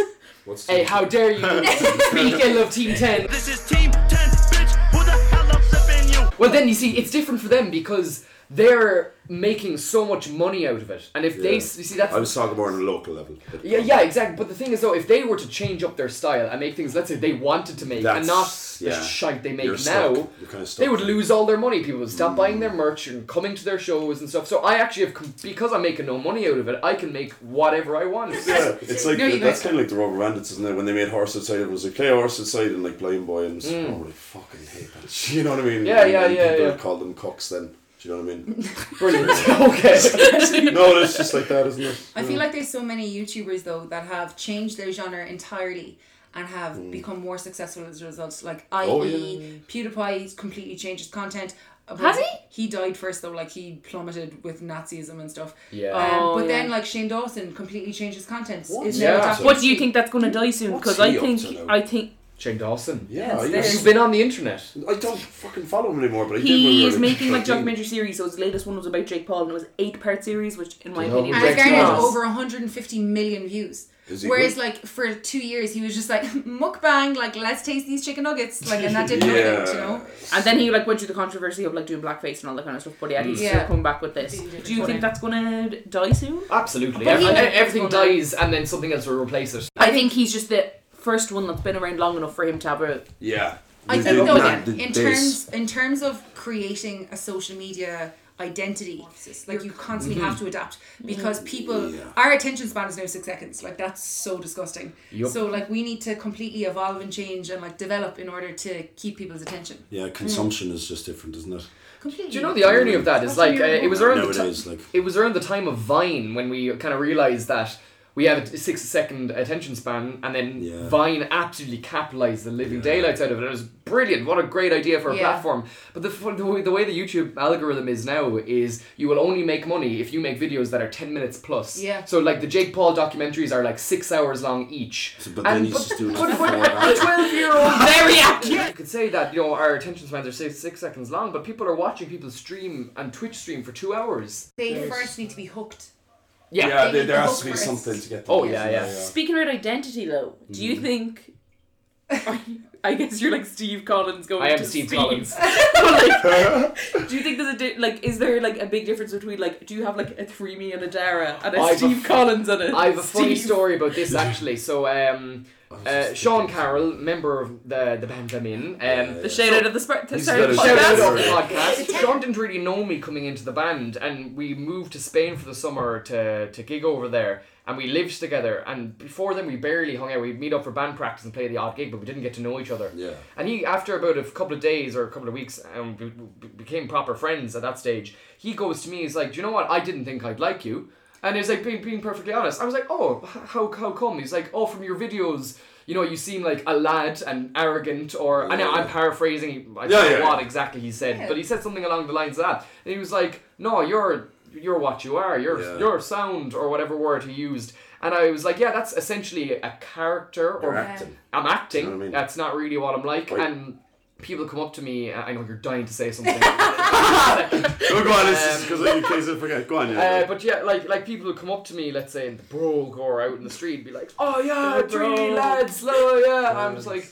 S4: What's
S3: Hey, how dare you speak ill of Team Ten?
S6: This is Team 10, bitch. Who the hell else up in you?
S3: Well, then you see, it's different for them because they're making so much money out of it, and if they
S4: Yeah.
S3: you see that's
S4: I was talking more on a local level. but-
S3: Yeah, yeah, exactly. But the thing is, though, if they were to change up their style and make things, let's say they wanted to make, and not
S4: That's-
S3: the
S4: yeah.
S3: shite they make
S4: You're
S3: now,
S4: stuck. You're kinda stuck. Hmm.
S3: they would lose all their money. People would stop buying their merch and coming to their shows and stuff. So I actually have, com- because I'm making no money out of it, I can make whatever I want.
S4: Yeah, it's like
S1: No, you
S4: that's
S1: guys-
S4: kind of like the Rubber Bandits, isn't it? When they made Horse Outside, it was like play Horse Outside and like Blind Boy, and it's probably fucking hate that. shit, You know what I mean?
S3: Mm. Yeah,
S4: And-
S3: yeah,
S4: and
S3: yeah,
S4: People
S3: yeah.
S4: call them cocks then. Do you know what I mean?
S3: Brilliant. okay.
S4: no, it's just like that, isn't it?
S1: I feel like there's so many YouTubers though that have changed their genre entirely and have become more successful as a result. Like i.e.
S4: Mm. Oh, yeah.
S1: PewDiePie completely changed his content.
S2: Has he?
S1: He died first though, like he plummeted with Nazism and stuff.
S3: Yeah.
S1: Um,
S2: Oh,
S1: but then
S2: yeah.
S1: like Shane Dawson completely changed his content.
S4: What?
S1: Is now
S3: Yeah.
S1: a documentary.
S2: What do you think that's going to die soon?
S4: What's
S2: Because I
S4: he up
S2: think
S4: to now?
S2: I think
S3: Shane Dawson.
S4: Yeah,
S1: It's
S4: I,
S1: theirs.
S3: You've been on the internet.
S4: I don't fucking follow him anymore, but I did when we
S2: he
S4: were
S2: is making like
S4: 13.
S2: documentary series. So his latest one was about Jake Paul, and it was eight part series, which in my
S3: Dunno.
S2: opinion,
S1: and
S3: Break
S1: it's
S2: was
S1: garnered
S3: Dawson.
S1: over 150 million views.
S4: Is he
S1: Whereas,
S4: good?
S1: like for two years, he was just like mukbang, like let's taste these chicken nuggets, like, and that did nothing, you know.
S2: And then he like went through the controversy of like doing blackface and all that kind of stuff. But yeah, he's
S1: Yeah.
S2: still coming back with this.
S1: Being
S2: Do you
S1: funny.
S2: think that's gonna die soon?
S3: Absolutely.
S1: But he-
S3: Ev- everything
S1: Well, no.
S3: dies and then something else will replace it.
S2: I think he's just the first one that's been around long enough for him to have a.
S4: Yeah.
S1: I
S4: We
S1: think
S4: did
S1: though,
S4: not
S1: again,
S4: did
S1: in
S4: this.
S1: terms in terms of creating a social media identity, like you constantly have to adapt because people,
S4: Mm-hmm. Yeah.
S1: our attention span is now six seconds. Like that's so disgusting.
S3: Yup.
S1: So like we need to completely evolve and change and like develop in order to keep people's attention.
S4: Yeah, consumption is just different, isn't it?
S1: Completely.
S3: Do you know the irony of that is
S1: That's
S3: like uh, it was around the ti-
S4: Nowadays, like
S3: it was around the time of Vine when we kind of realized that we have a six second attention span, and then
S4: Yeah.
S3: Vine absolutely capitalized the living daylights out of it. It was brilliant. What a great idea for a
S1: Yeah.
S3: platform. But the, f- the way the way the YouTube algorithm is now is you will only make money if you make videos that are ten minutes plus.
S1: Yeah.
S3: So like the Jake Paul documentaries are like six hours long each.
S4: So- but then he's just doing it for
S3: a twelve year old
S2: Very accurate.
S3: could say that you know our attention spans are six, six seconds long, but people are watching people stream and Twitch stream for two hours.
S1: They first need to be hooked.
S3: Yeah.
S4: yeah,
S1: They
S4: there-
S1: need
S4: there
S1: to
S4: has
S1: hook
S4: to be
S1: first.
S4: something to get.
S3: Oh,
S4: them.
S3: yeah, yeah.
S2: Speaking about identity, though, do
S3: Mm-hmm.
S2: you think? I guess you're like Steve Collins going.
S3: I am
S2: to
S3: Steve
S2: speed.
S3: Collins.
S2: But, like, do you think there's a di- like? Is there like a big difference between like? Do you have like a three me and a Dara and a
S3: I've a
S2: Steve
S3: f-
S2: Collins and a
S3: I have a funny
S2: Steve-
S3: story about this actually. So, um, uh, Sean Carroll, member of the the band I'm in, um,
S2: The shade out of the sp-
S4: He's
S2: sorry,
S4: got a
S3: Shout
S4: Podcast.
S3: out on the
S4: Sorry.
S3: podcast. Sean didn't really know me coming into the band, and we moved to Spain for the summer to, to gig over there, and we lived together. And before then, we barely hung out. We'd meet up for band practice and play the odd gig, but we didn't get to know each other.
S4: Yeah.
S3: And he, after about a couple of days or a couple of weeks, um, we, we became proper friends at that stage. He goes to me, he's like, "Do you know what? I didn't think I'd like you." And he's like, being, being perfectly honest, I was like, "Oh, h- how how come?" He's like, "Oh, from your videos." You know, you seem like a lad and arrogant, or and
S4: Yeah.
S3: I'm paraphrasing. I
S4: Yeah,
S3: don't know
S4: yeah.
S3: what exactly he said, but he said something along the lines of that. And he was like, "No, you're you're what you are. You're
S4: Yeah.
S3: you're sound or whatever word he used." And I was like, "Yeah, that's essentially a character or
S4: acting.
S3: I'm acting.
S4: You know what I mean?
S3: That's not really what I'm like."
S4: Right.
S3: And people come up to me. I I know you're dying to say something. uh,
S4: No, go on. It's just because in case I forget. Go on.
S3: Um, Uh,
S4: Yeah.
S3: but yeah, like like people who come up to me, let's say in the brogue or out in the street, be like, "Oh yeah,
S2: Yeah,
S3: three
S2: bro.
S3: lads, hello, yeah." I'm just like,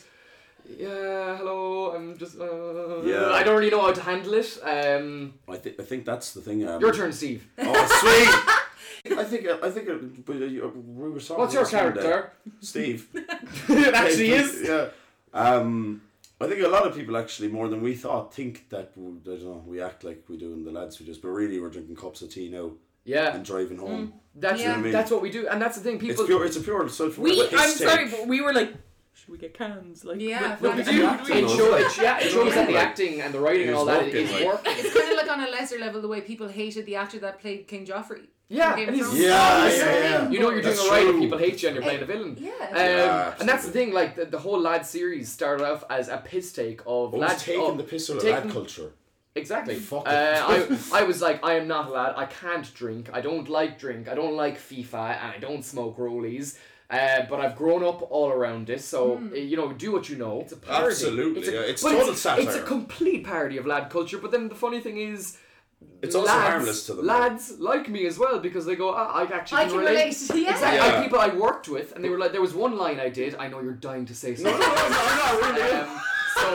S3: "Yeah, hello." I'm just, uh,
S4: Yeah.
S3: I don't really know how to handle it. Um,
S4: I think I think that's the thing. Um,
S3: your turn, Steve.
S4: Oh, sweet. I think I think it, but uh, you- we were talking.
S3: What's your
S4: this one day.
S3: character?
S4: Steve.
S3: it
S4: Yeah. Um, I think a lot of people actually more than we thought think that we, I don't know, we act like we do in the lads we just, but really we're drinking cups of tea now
S3: Yeah,
S4: and driving home.
S3: that's
S1: Yeah.
S3: that's what we do, and that's the thing.
S4: It's
S3: People,
S4: pure. It's a pure self.
S2: We, I'm sorry, but we were like, should we get cans? Like,
S1: Yeah,
S2: we,
S1: fine.
S2: we
S3: it,
S2: do.
S4: Yeah.
S2: we-
S4: It's
S3: shows, yeah, it shows that the
S4: Like,
S3: acting and the writing and
S4: it's
S3: all that
S4: working,
S3: is
S4: like-
S3: working.
S1: It's kind of like on a lesser level the way people hated the actor that played King Joffrey.
S3: Yeah,
S1: Game
S3: and
S1: of
S3: he's-
S1: Thrones.
S4: Yeah,
S1: It's the
S4: yeah,
S1: same,
S4: yeah.
S3: You know you're doing
S4: That's
S3: alright if
S4: true.
S3: people hate you and you're playing a villain.
S1: Yeah.
S3: Um,
S4: Yeah,
S3: and that's the
S4: absolutely.
S3: thing, like the, the whole lad series started off as a piss take of
S4: But
S3: lad
S4: lads taking
S3: oh,
S4: the piss out of
S3: taking-
S4: lad culture.
S3: Exactly.
S4: Fuck
S3: uh,
S4: it.
S3: I, I was like, I am not a lad. I can't drink. I don't like drink. I don't like FIFA, and I don't smoke rollies. Uh, but I've grown up all around this, so uh, you know, do what you know. It's a parody.
S4: Absolutely, yeah. It's
S3: but
S4: total
S3: it's,
S4: satire.
S3: It's a complete parody of lad culture. But then the funny thing is,
S4: It's
S3: lads,
S4: also harmless to them.
S3: Lads like me as well because they go, ah, I actually
S1: I
S3: can
S1: can
S3: relate.
S1: relate. Yeah.
S3: Exactly.
S4: Yeah.
S3: I- people I worked with, and they were like, there was one line I did. I know you're dying to say
S4: No, no,
S3: something.
S4: no, no, no, really.
S3: um, so,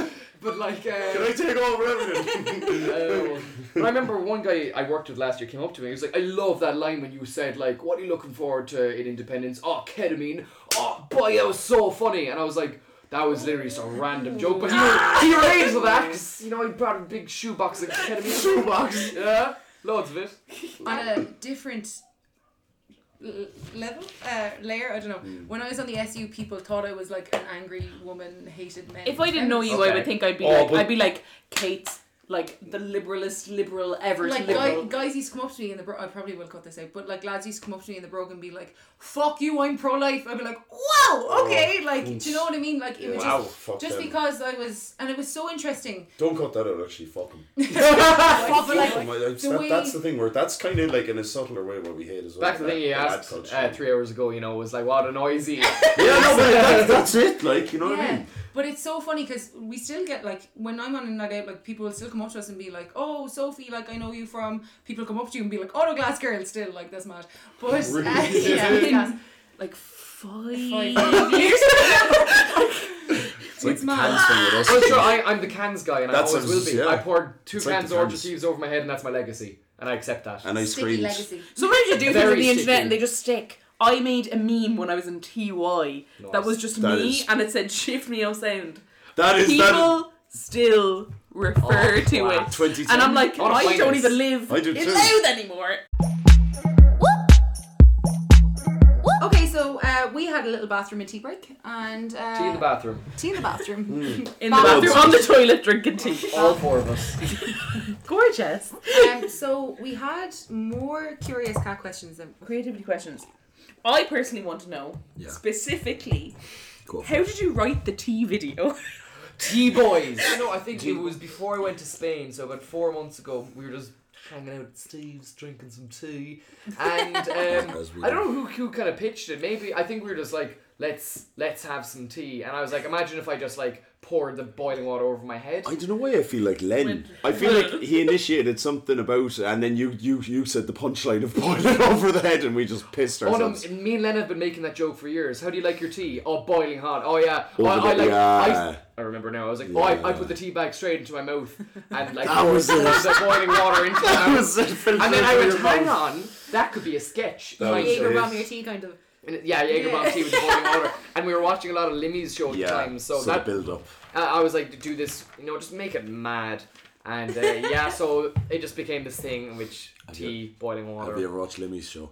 S3: uh, but like, uh,
S4: Can I take over everything?
S3: Oh. But I remember one guy I worked with last year came up to me. He was like, "I love that line when you said like, what are you looking forward to in Independence? Oh, ketamine. Oh, boy, that was so funny." And I was like, "That was literally just a random joke." But he, he related to that 'cause, you know he brought a big shoebox of ketamine. Shoebox. Yeah, loads of it.
S1: on a different l- level uh, layer. I don't know.
S4: Hmm.
S1: When I was on the SU, people thought I was like an angry woman, hated men.
S2: If I didn't know you, I
S3: Okay.
S2: would think I'd be
S4: Oh,
S2: like,
S4: but-
S2: I'd be like Kate, like the liberalist liberal ever
S1: Like guy,
S2: liberal.
S1: guys used to come up to me in the bro- I probably will cut this out, but like lads used to come up to me in the brogue and be like, "Fuck you, I'm pro life." I'd be like, "Wow, okay." Like, do you know what I mean? Like, it was
S4: Wow,
S1: just,
S4: fuck
S1: just
S4: them.
S1: because I was, and it was so interesting.
S4: Don't cut that out. Actually, fuck 'em.
S1: But, but, like,
S4: Fuck 'em, I- that's-
S1: the
S4: that-
S1: way-
S4: that's the thing where that's kind of like in a subtler way where we hate as well.
S3: Back to the thing he
S4: lad
S3: asked
S4: culture.
S3: uh, three hours ago. You know, was like, "What a noisy."
S4: Yeah, no, but that, that's it. Like, you know what I
S1: Yeah,
S4: mean?
S1: but it's so funny because we still get like when I'm on a night out, like people will still come up to us and be like, "Oh, Sophie, like I know you from." People come up to you and be like, "Oh, no, glass girl," still like that's mad. But uh, yeah, glass.
S2: like
S1: Five.
S2: five.
S4: It's like the
S1: mad.
S4: cans thing with us.
S3: Well, sure, I, I'm the cans guy, and
S4: That's
S3: I always
S4: what I was-
S3: will be.
S4: yeah.
S3: I poured two
S4: It's like
S3: cans
S4: the
S3: orange
S4: cans.
S3: juice over my head, and that's my legacy, and I accept that.
S4: and I
S1: sticky
S4: screamed.
S1: legacy.
S2: Sometimes you do things
S3: Very
S2: on the
S3: sticky.
S2: internet and they just stick. I made a meme when I was in TY that was just
S4: That
S2: me
S4: is-
S2: and it said shift me out sound.
S4: That is that.
S2: People still refer
S3: Oh,
S2: to
S3: wow.
S2: it.
S4: 2010.
S2: And I'm like,
S3: What a
S2: I don't
S3: finest.
S2: even live
S4: I do
S2: in
S4: too.
S2: Loud anymore.
S1: Okay, so uh, we had a little bathroom and tea break, and uh,
S3: Tea in the bathroom.
S1: tea in the
S4: Mm.
S1: bathroom.
S2: In the
S1: Bob.
S2: bathroom, on the toilet, drinking tea.
S3: All four of us.
S2: Gorgeous.
S1: um, so we had more curious cat questions than
S2: Creativity questions. I personally want to know specifically
S4: Go for
S2: how did you write the tea video?
S3: T boys. No, I think it was before I went to Spain, so about four months ago, we were just hanging out at Steve's, drinking some tea, and um,
S4: As we
S3: I don't know who, who kind of pitched it. Maybe I think we were just like, let's let's have some tea. And I was like, imagine if I just like poured the boiling water over my head.
S4: I don't know why I feel like Len. I feel like he initiated something about it, and then you you you said the punchline of boiling over the head, and we just pissed
S3: Oh no,
S4: ourselves.
S3: me and Len have been making that joke for years. How do you like your tea? Oh, boiling hot. Oh yeah. Oh,
S4: Over
S3: I, I
S4: the-
S3: like.
S4: yeah.
S3: I, I remember now. I was like, oh, I, I put the tea bag straight into my mouth and like poured
S4: was it.
S3: poured the boiling water into my mouth.
S4: was it, filtered
S3: and then I
S4: through
S3: went,
S4: your
S3: hang
S4: mouth."
S3: on, that could be a sketch.
S4: That
S3: Like,
S4: was
S3: so-
S4: it.
S7: Jaeger bomb your tea, kind of.
S3: and- yeah, Jaeger bomb tea with the boiling water, and we were watching a lot of Limmy's show at
S4: Yeah,
S3: the time. So,
S4: so
S3: that
S4: build up.
S3: I I was like, do this, you know, just make it mad. And uh, yeah, so it just became this thing in which
S4: you-
S3: tea, boiling water.
S4: Have you ever watched Limmy's show?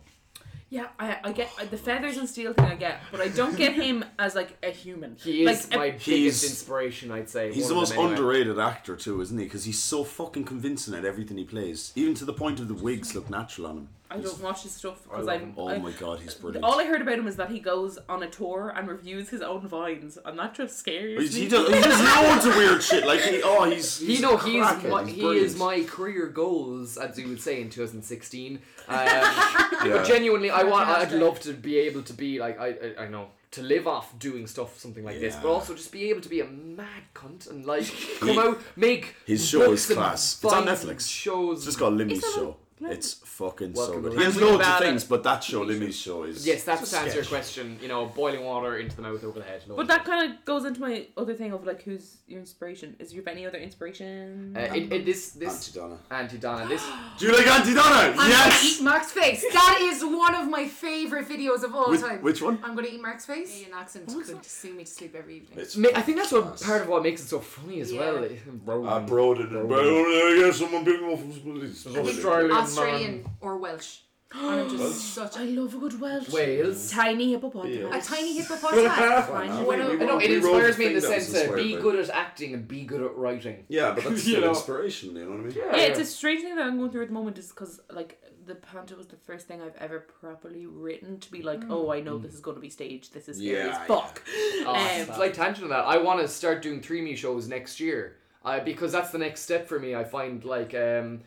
S2: Yeah, I, I get the feathers and steel thing. I get, but I don't get him as like a human.
S3: He is
S2: like, uh,
S3: my
S2: a-
S3: biggest
S4: he's-
S3: inspiration, I'd say.
S4: He's
S3: one
S4: the
S3: of
S4: most
S3: them anyway.
S4: underrated actor too, isn't he? Because he's so fucking convincing at everything he plays, even to the point of the wigs look natural on him.
S2: I don't watch his stuff because
S3: I love
S2: I'm.
S3: him.
S4: Oh
S2: I-
S4: my god, he's brilliant.
S2: all I heard about him is that he goes on a tour and reviews his own vines, and that just scares
S4: He's-
S2: me.
S4: he, does, he does loads of weird shit. Like he, oh, he's, he's
S3: He no, he's
S4: cracking,
S3: my,
S4: he's
S3: he
S4: brilliant.
S3: is my career goals, as you would say in 2016. Um, But genuinely, I want. I'd
S2: Fantastic.
S3: love to be able to be like I. I, I know. To live off doing stuff, something like this, but
S4: Yeah.
S3: also just be able to be a mad cunt and like come
S4: He-
S3: out, make
S4: his show
S3: books
S4: is
S3: and
S4: class. It's on
S3: finds
S4: Netflix.
S3: Shows.
S4: It's just called Limmy's
S2: Is that
S4: show.
S2: on-
S4: It's fucking so
S3: Welcome
S4: good.
S3: to
S4: He has
S3: Limmy's.
S4: loads of
S2: About it.
S4: things, but that show, Limmy's show, is
S3: yes, that's
S4: it's
S3: to
S4: a
S3: answer your
S4: sketch.
S3: question. You know, boiling water into the mouth, over the head. No.
S2: But that kind of goes into my other thing of like, who's your inspiration? Is you have any other inspiration?
S3: uh, it, it, this
S4: Auntie
S3: this
S4: Donna.
S3: Auntie Donna. This
S4: Do you like Auntie Donna?
S7: I'm gonna
S4: yes.
S7: eat Mark's face. That is one of my favorite videos of all
S4: Which,
S7: time.
S4: which one?
S7: I'm gonna eat Mark's face. An accent could sing me to sleep every evening.
S4: It's
S3: ma- I think that's what part of what makes it so funny as well.
S7: Yeah.
S3: Rowan.
S4: I brought it. But oh, yeah, someone picked me up from school. It's
S3: Australian man.
S7: Australian or Welsh. And I'm just such a,
S2: love a good Welsh.
S3: Wales.
S2: Tiny hippopotamus.
S4: Yeah.
S7: a tiny hippopotamus.
S4: Why
S7: When
S4: not?
S7: I-
S4: We
S3: I know
S4: wrote-
S3: it
S4: we wrote
S3: inspires
S4: the
S3: me in
S4: thing
S3: the
S4: that was
S3: sense of
S4: inspired
S3: be
S4: by it.
S3: good at acting and be good at writing.
S4: Yeah, but that's
S3: You
S4: still
S3: know.
S4: inspiration. You know what I mean?
S2: Yeah, it's a strange thing that I'm going through at the moment is because like the panto was the first thing I've ever properly written to be like, oh, I know this is going to be staged. This is scary
S4: Hmm. Yeah,
S2: as fuck.
S3: Oh,
S2: Um,
S3: it's like tangent on that. I want to start doing three me shows next year uh, because that's the next step for me. I find like um,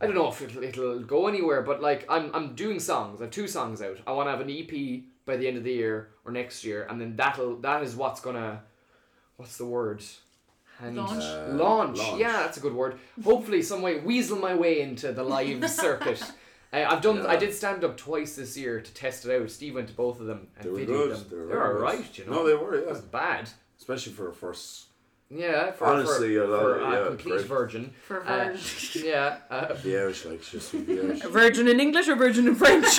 S3: I don't know if it'll, it'll go anywhere, but like I'm I'm doing songs. I have two songs out. I want to have an EP by the end of the year or next year, and then that'll that is what's gonna what's the word. And
S7: Launch.
S4: Uh,
S3: launch.
S4: launch.
S3: Yeah, that's a good word. Hopefully, some way weasel my way into the live circuit. Uh, I've done. I
S4: Yeah.
S3: did stand up twice this year to test it out. Steve went to both of them and
S4: They were
S3: videoed
S4: good.
S3: them.
S4: They were
S3: They're
S4: very
S3: all
S4: good.
S3: right, you know.
S4: No, they were. Yeah,
S3: That's bad.
S4: especially for a first.
S3: Yeah, for,
S4: Honestly,
S3: for,
S4: a lot
S3: for
S4: of-
S3: a
S4: yeah,
S3: complete
S4: great.
S3: virgin.
S7: For
S3: Uh,
S7: Virgin.
S3: yeah. Uh,
S4: The Irish, like just the Irish.
S2: Virgin in English or virgin in French?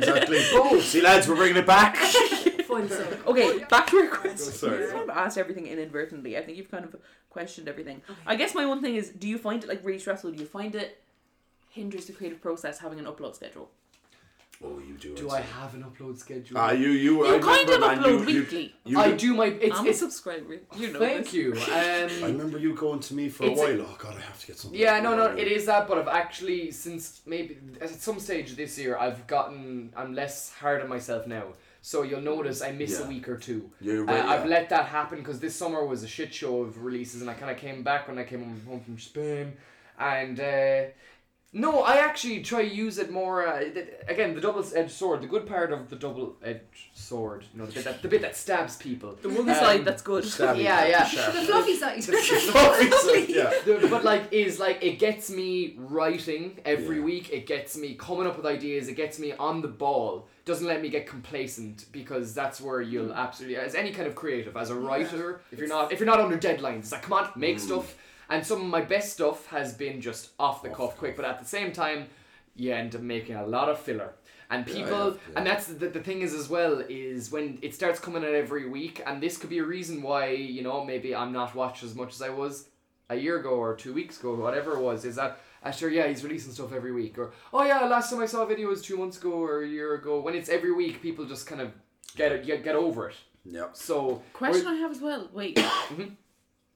S4: exactly. Oh, see, lads, we're bringing it back.
S7: Fun stuff.
S2: okay, back to your question.
S4: Oh, Sorry.
S2: Sorry. I've asked everything inadvertently. I think you've kind of questioned everything. I guess my one thing is, do you find it like really stressful? Do you find it hinders the creative process having an upload schedule?
S4: oh, you do.
S3: do I have an upload schedule?
S4: Ah, you, you.
S2: You
S4: I
S2: kind
S4: remember,
S2: of
S4: man, you-
S2: upload
S4: you-
S2: weekly.
S4: You,
S3: I do my. It's,
S2: I'm a
S3: it's,
S2: subscriber. You know
S3: thank
S2: this.
S3: you.
S4: I
S3: Um,
S4: remember you going to me for a
S3: It's a-
S4: while. oh God, I have to get something.
S3: yeah, no, no, it is that. But I've actually since maybe at some stage this year, I've gotten. I'm less hard on myself now. So you'll notice I miss
S4: Yeah.
S3: a week or two.
S4: You're
S3: Uh,
S4: right,
S3: I've
S4: yeah.
S3: let that happen because this summer was a shit show of releases, and I kind of came back when I came home from Spain, and uh, no, I actually try to use it more. Uh, th- again, the double-edged sword. The good part of the double-edged sword, you know, the bit that, the bit that stabs people.
S2: The one
S3: Um,
S2: side that's good.
S4: Stabby,
S3: Yeah, yeah.
S4: sharp.
S7: The fluffy side.
S4: Obviously, yeah.
S3: The- but like is like it gets me writing every
S4: Yeah.
S3: week it gets me coming up with ideas it gets me on the ball doesn't let me get complacent because that's where you'll absolutely as any kind of creative as a writer if you're not if you're not under deadlines it's like come on make stuff and some of my best stuff has been just off the cuff quick but at the same time you end up making a lot of filler and people
S4: yeah, yeah.
S3: and that's the, the thing is as well is when it starts coming out every week and this could be a reason why you know maybe i'm not watched as much as i was a year ago or two weeks ago whatever it was is that uh, sure yeah he's releasing stuff every week or oh yeah last time i saw a video was two months ago or a year ago when it's every week people just kind of get it get, get over it
S4: Yep.
S3: so
S2: Question I have as well. Mm-hmm. Wait,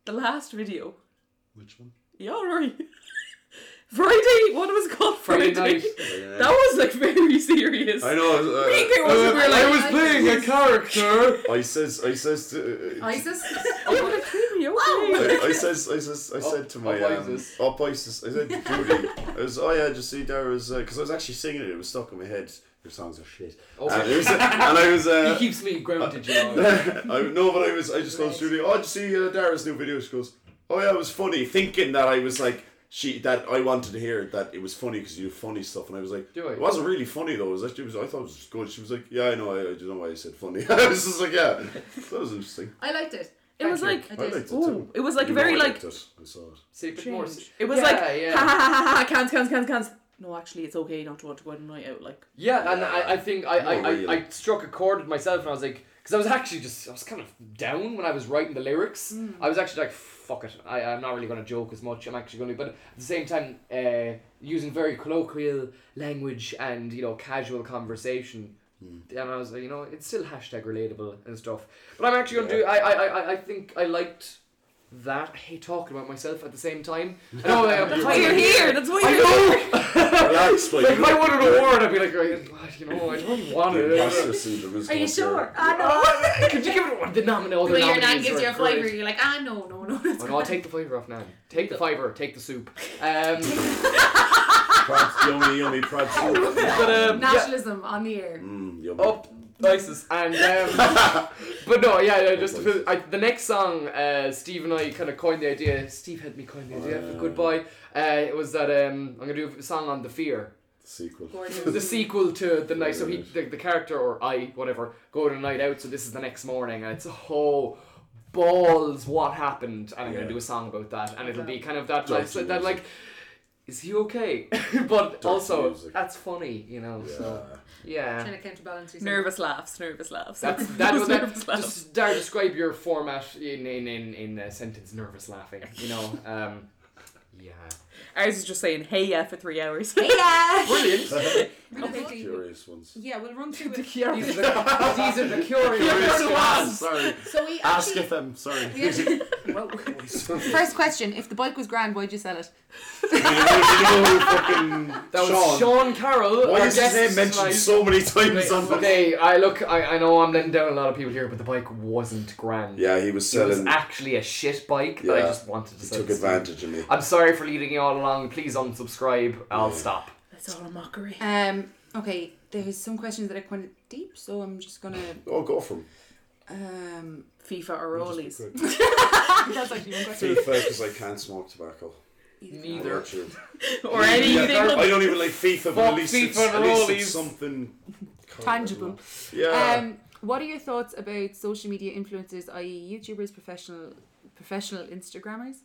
S2: the last video.
S4: Which one?
S2: Yeah, right. Friday, what was it called?
S3: Friday
S2: Friday.
S3: night.
S2: That was like very serious.
S4: I know. uh,
S2: think it was a real
S3: I
S2: life.
S3: was playing a character.
S4: I says, I says, to, uh,
S7: ISIS.
S2: Yeah, but it's really okay.
S4: I, I says, I says, I said to my
S3: Up
S4: um,
S3: Isis.
S4: up Isis, I said to Judy, I was, oh yeah, just see there was, because I was actually singing it, it was stuck in my head. Your songs are shit.
S3: Oh.
S4: And, it was, and I was,
S3: He
S4: uh,
S3: keeps me grounded, you know.
S4: I no, but I was. I just goes Judy. Oh, did you see uh, Dara's new video? She goes, oh yeah, it was funny. Thinking that I was like she that I wanted to hear that it was funny because you do funny stuff, and I was like,
S3: Do I?
S4: it wasn't really funny though. It was actually it was, I thought it was good. She was like, yeah, I know. I, I don't know why I said funny. I was just like, yeah, that was interesting.
S7: I liked it.
S2: It was like,
S7: I
S4: I
S7: did.
S4: liked it
S2: ooh,
S4: too.
S2: it was like a
S4: You know
S2: very
S4: I
S2: like
S4: liked it. I saw it.
S3: See, a bit more. s-
S2: It was
S3: yeah,
S2: like
S3: yeah.
S2: ha ha ha ha ha cans cans cans cans. No, actually, it's okay not to want to go on a night out. Like
S3: Yeah, and I, I think I, I,
S4: Not really.
S3: I, I struck a chord with myself and I was like, because I was actually just, I was kind of down when I was writing the lyrics.
S2: Hmm.
S3: I was actually like, fuck it, I, I'm not really going to joke as much. I'm actually going to, but at the same time, uh, using very colloquial language and, you know, casual conversation.
S4: Hmm.
S3: And I was like, you know, it's still hashtag relatable and stuff. But I'm actually going to do, I, I, I- I, I think I liked that. I hate talking about myself at the same time. uh, I know, I'm
S2: why
S3: tired.
S2: you're here. That's why
S3: I
S2: you're here.
S3: know!
S4: Relax, like,
S3: Like, if I
S4: you know,
S3: wanted
S4: the-
S3: an award, I'd be like, "Oh, you know, I don't want
S4: the imposter
S3: it.
S4: syndrome is
S7: Are you
S4: not
S7: sure?
S4: there.
S7: Ah
S3: Could you give it one? The nominee, all
S7: no.
S3: the
S7: When your nan
S3: nominees
S7: gives
S3: were
S7: you a fiver,
S3: great.
S7: you're like, ah no, no, no. That's
S3: Oh, no, I'll take the fiver off now. Take the fiver, take the soup. Um,
S4: Perhaps yummy, yummy, perhaps.
S3: but, um, yeah,
S7: Nationalism on the air.
S4: Mm, yummy.
S3: up, Isis, and, um, but no, yeah, yeah just to put- I, the next song, uh, Steve and I kind of coined the idea, Steve helped me coin the idea for Goodbye, uh, it was that, um, I'm going to do a song on The Fear.
S4: Sequel.
S3: the sequel to the night. So he,
S4: Right.
S3: the, the character or I, whatever, go on a night out. So this is the next morning, and it's oh balls, what happened? And I'm
S4: Yeah.
S3: gonna do a song about that, and it'll be kind of that like,
S4: Dirty
S3: that like,
S4: music.
S3: is he okay? but also
S4: music.
S3: that's funny, you know. So
S4: Yeah.
S3: yeah.
S7: Trying to counterbalance yourself.
S2: Nervous laughs, nervous laughs.
S3: That's that was that.
S2: nervous laugh.
S3: Just Dara, describe your format in in in in a sentence. Nervous laughing, you know. Um, yeah,
S2: Ours is just saying hey yeah for three hours.
S7: Yeah.
S3: brilliant.
S4: Curious ones.
S1: Yeah, we'll run through it.
S3: These are the, these are the curious.
S4: ones. Sorry.
S7: So we
S4: Ask
S7: actually-
S4: FM. Sorry.
S1: First question: If the bike was grand, why'd you sell it?
S3: That was Sean, Carroll.
S4: Why
S3: our
S4: is his
S3: guest
S4: name mentioned
S3: tonight.
S4: so many times on the
S3: Okay, I look. I, I know I'm letting down a lot of people here, but the bike wasn't grand.
S4: Yeah, he was
S3: it was
S4: selling.
S3: actually a shit bike that I
S4: Yeah.
S3: just wanted to.
S4: He
S3: sell
S4: took
S3: to Steve.
S4: advantage of me.
S3: I'm sorry for leading you all along. Please unsubscribe. I'll stop.
S2: That's all a mockery.
S1: Um. Okay. There's some questions that are quite deep, so I'm just gonna.
S4: Oh, go from
S1: Um.
S2: FIFA or Rollies.
S1: That's actually one question.
S4: FIFA because I can't smoke tobacco.
S3: Neither.
S4: Actually.
S2: Or anything.
S4: Yeah, I don't even like FIFA, but
S3: Fuck
S4: at least,
S3: FIFA
S4: it's, at least
S3: rollies.
S4: it's something kind of-
S1: Tangible.
S4: Yeah.
S1: Um. What are your thoughts about social media influencers, i.e., YouTubers, professional professional Instagrammers,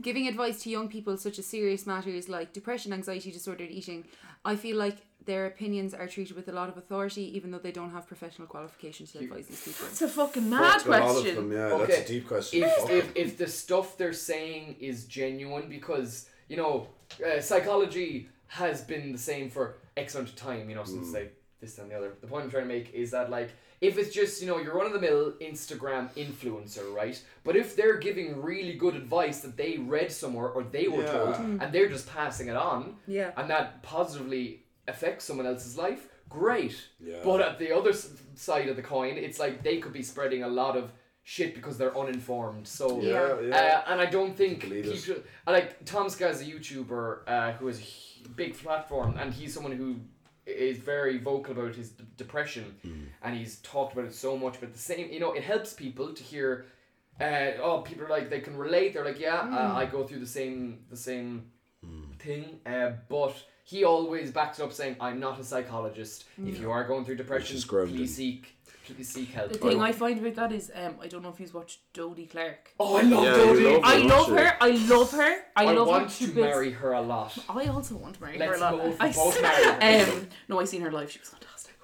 S1: giving advice to young people such as serious matters like depression, anxiety, disordered eating? I feel like their opinions are treated with a lot of authority, even though they don't have professional qualifications to advise these people.
S2: It's a fucking mad
S4: Fuck a lot of
S2: question.
S4: them, Yeah,
S3: Okay.
S4: that's a deep question.
S3: If,
S4: Fuck
S3: if
S4: it.
S3: if the stuff they're saying is genuine, because you know, uh, psychology has been the same for X amount of time. You know, since like this and the other. The point I'm trying to make is that like. If it's just, you know, your run of the mill Instagram influencer, right? But if they're giving really good advice that they read somewhere or they were
S4: Yeah.
S3: told and they're just passing it on,
S1: Yeah.
S3: and that positively affects someone else's life, great.
S4: Yeah.
S3: But at the other s- side of the coin, it's like they could be spreading a lot of shit because they're uninformed. So
S4: Yeah, yeah.
S3: Uh, and I don't think
S4: Believe
S3: he
S4: it.
S3: should. I like Tom Sky's a YouTuber uh, who has a hu- big platform, and he's someone who is very vocal about his d- depression,
S4: Hmm.
S3: and he's talked about it so much. But the same, you know, it helps people to hear. Uh, oh, people are like they can relate. They're like, yeah,
S2: Hmm.
S3: uh, I go through the same the same
S4: Hmm.
S3: thing, uh, but he always backs it up saying, "I'm not a psychologist. If you are going through depression,
S4: is grounding.
S3: please seek, please seek help."
S2: Hmm. The thing I find about that is, um, I don't know if you've watched Dodie Clark.
S3: oh, I love
S4: Yeah,
S3: Dodie.
S4: you love
S2: I
S4: her,
S2: love
S4: don't you?
S2: her. I love her. I,
S3: I
S2: love
S3: want
S2: her
S3: to
S2: bits.
S3: marry her a lot.
S2: I also want to marry her
S3: Let's
S2: a lot.
S3: go for
S2: I
S3: both
S2: see-
S3: marriages.
S2: um, no, I seen her live. She was fantastic.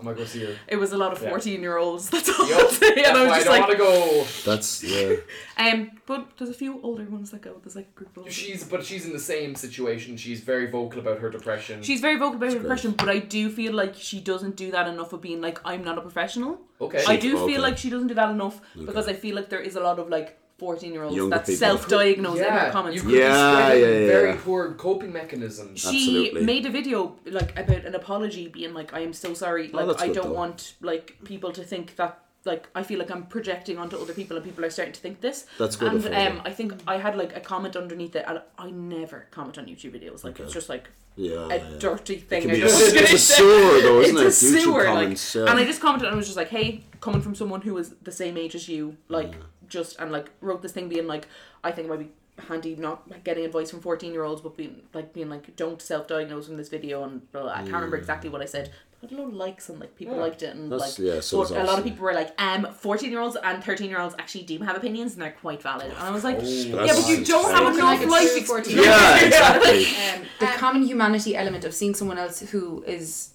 S3: I might go see her.
S2: It was a lot of
S3: Yeah.
S2: fourteen-year-olds. That's all.
S3: Yup.
S2: I'll say,
S3: That's
S2: and I
S3: why
S2: was
S3: I
S2: just
S3: don't
S2: like,
S3: want to go.
S4: That's yeah.
S2: um, but there's a few older ones that go. There's like a group of. older-
S3: She's but she's in the same situation. She's very vocal about her depression.
S2: She's very vocal about her depression, but I do feel like she doesn't do that enough of being like, I'm not a professional.
S3: okay.
S2: I do
S4: Okay.
S2: feel like she doesn't do that enough because I feel like there is a lot of like 14 year olds
S4: Younger
S2: that
S4: people.
S2: self diagnose in
S3: yeah,
S2: her comments.
S3: You could be
S4: Yeah,
S3: spreading
S4: yeah, yeah,
S3: very
S4: yeah.
S3: poor coping mechanisms.
S2: she
S4: Absolutely.
S2: made a video like about an apology being like i am so sorry like
S4: Oh, that's
S2: i
S4: good,
S2: don't
S4: though.
S2: want like people to think that like i feel like i'm projecting onto other people and people are starting to think this
S4: That's good
S2: and
S4: of her,
S2: um
S4: yeah.
S2: i think i had like a comment underneath it and i never comment on youtube videos like it's just like
S4: Yeah,
S2: a
S4: yeah.
S2: dirty thing
S4: Can
S2: I
S4: be a-
S2: don't
S4: it's
S2: wanna
S4: a
S2: say.
S4: sewer though, isn't it?
S2: it's a
S4: YouTube
S2: sewer
S4: comments,
S2: like
S4: yeah.
S2: and i just commented and i was just like hey coming from someone who was the same age as you like just and like wrote this thing being like i think it might be handy not like, getting advice from 14 year olds but being like being like don't self-diagnose from this video and blah, blah, i can't remember exactly what i said but I had a lot of likes and like people liked it and
S4: That's-
S2: like
S4: yeah, so
S2: but
S4: was
S2: a lot of
S4: us.
S2: people were like um 14 year olds and 13 year olds actually do have opinions and they're quite valid and I was like yeah
S4: Oh, That's
S2: but you don't have
S4: insane.
S2: enough
S1: Like a
S2: life
S1: true 14
S2: experience
S1: year
S4: Yeah, exactly.
S1: Um, the common humanity element of seeing someone else who is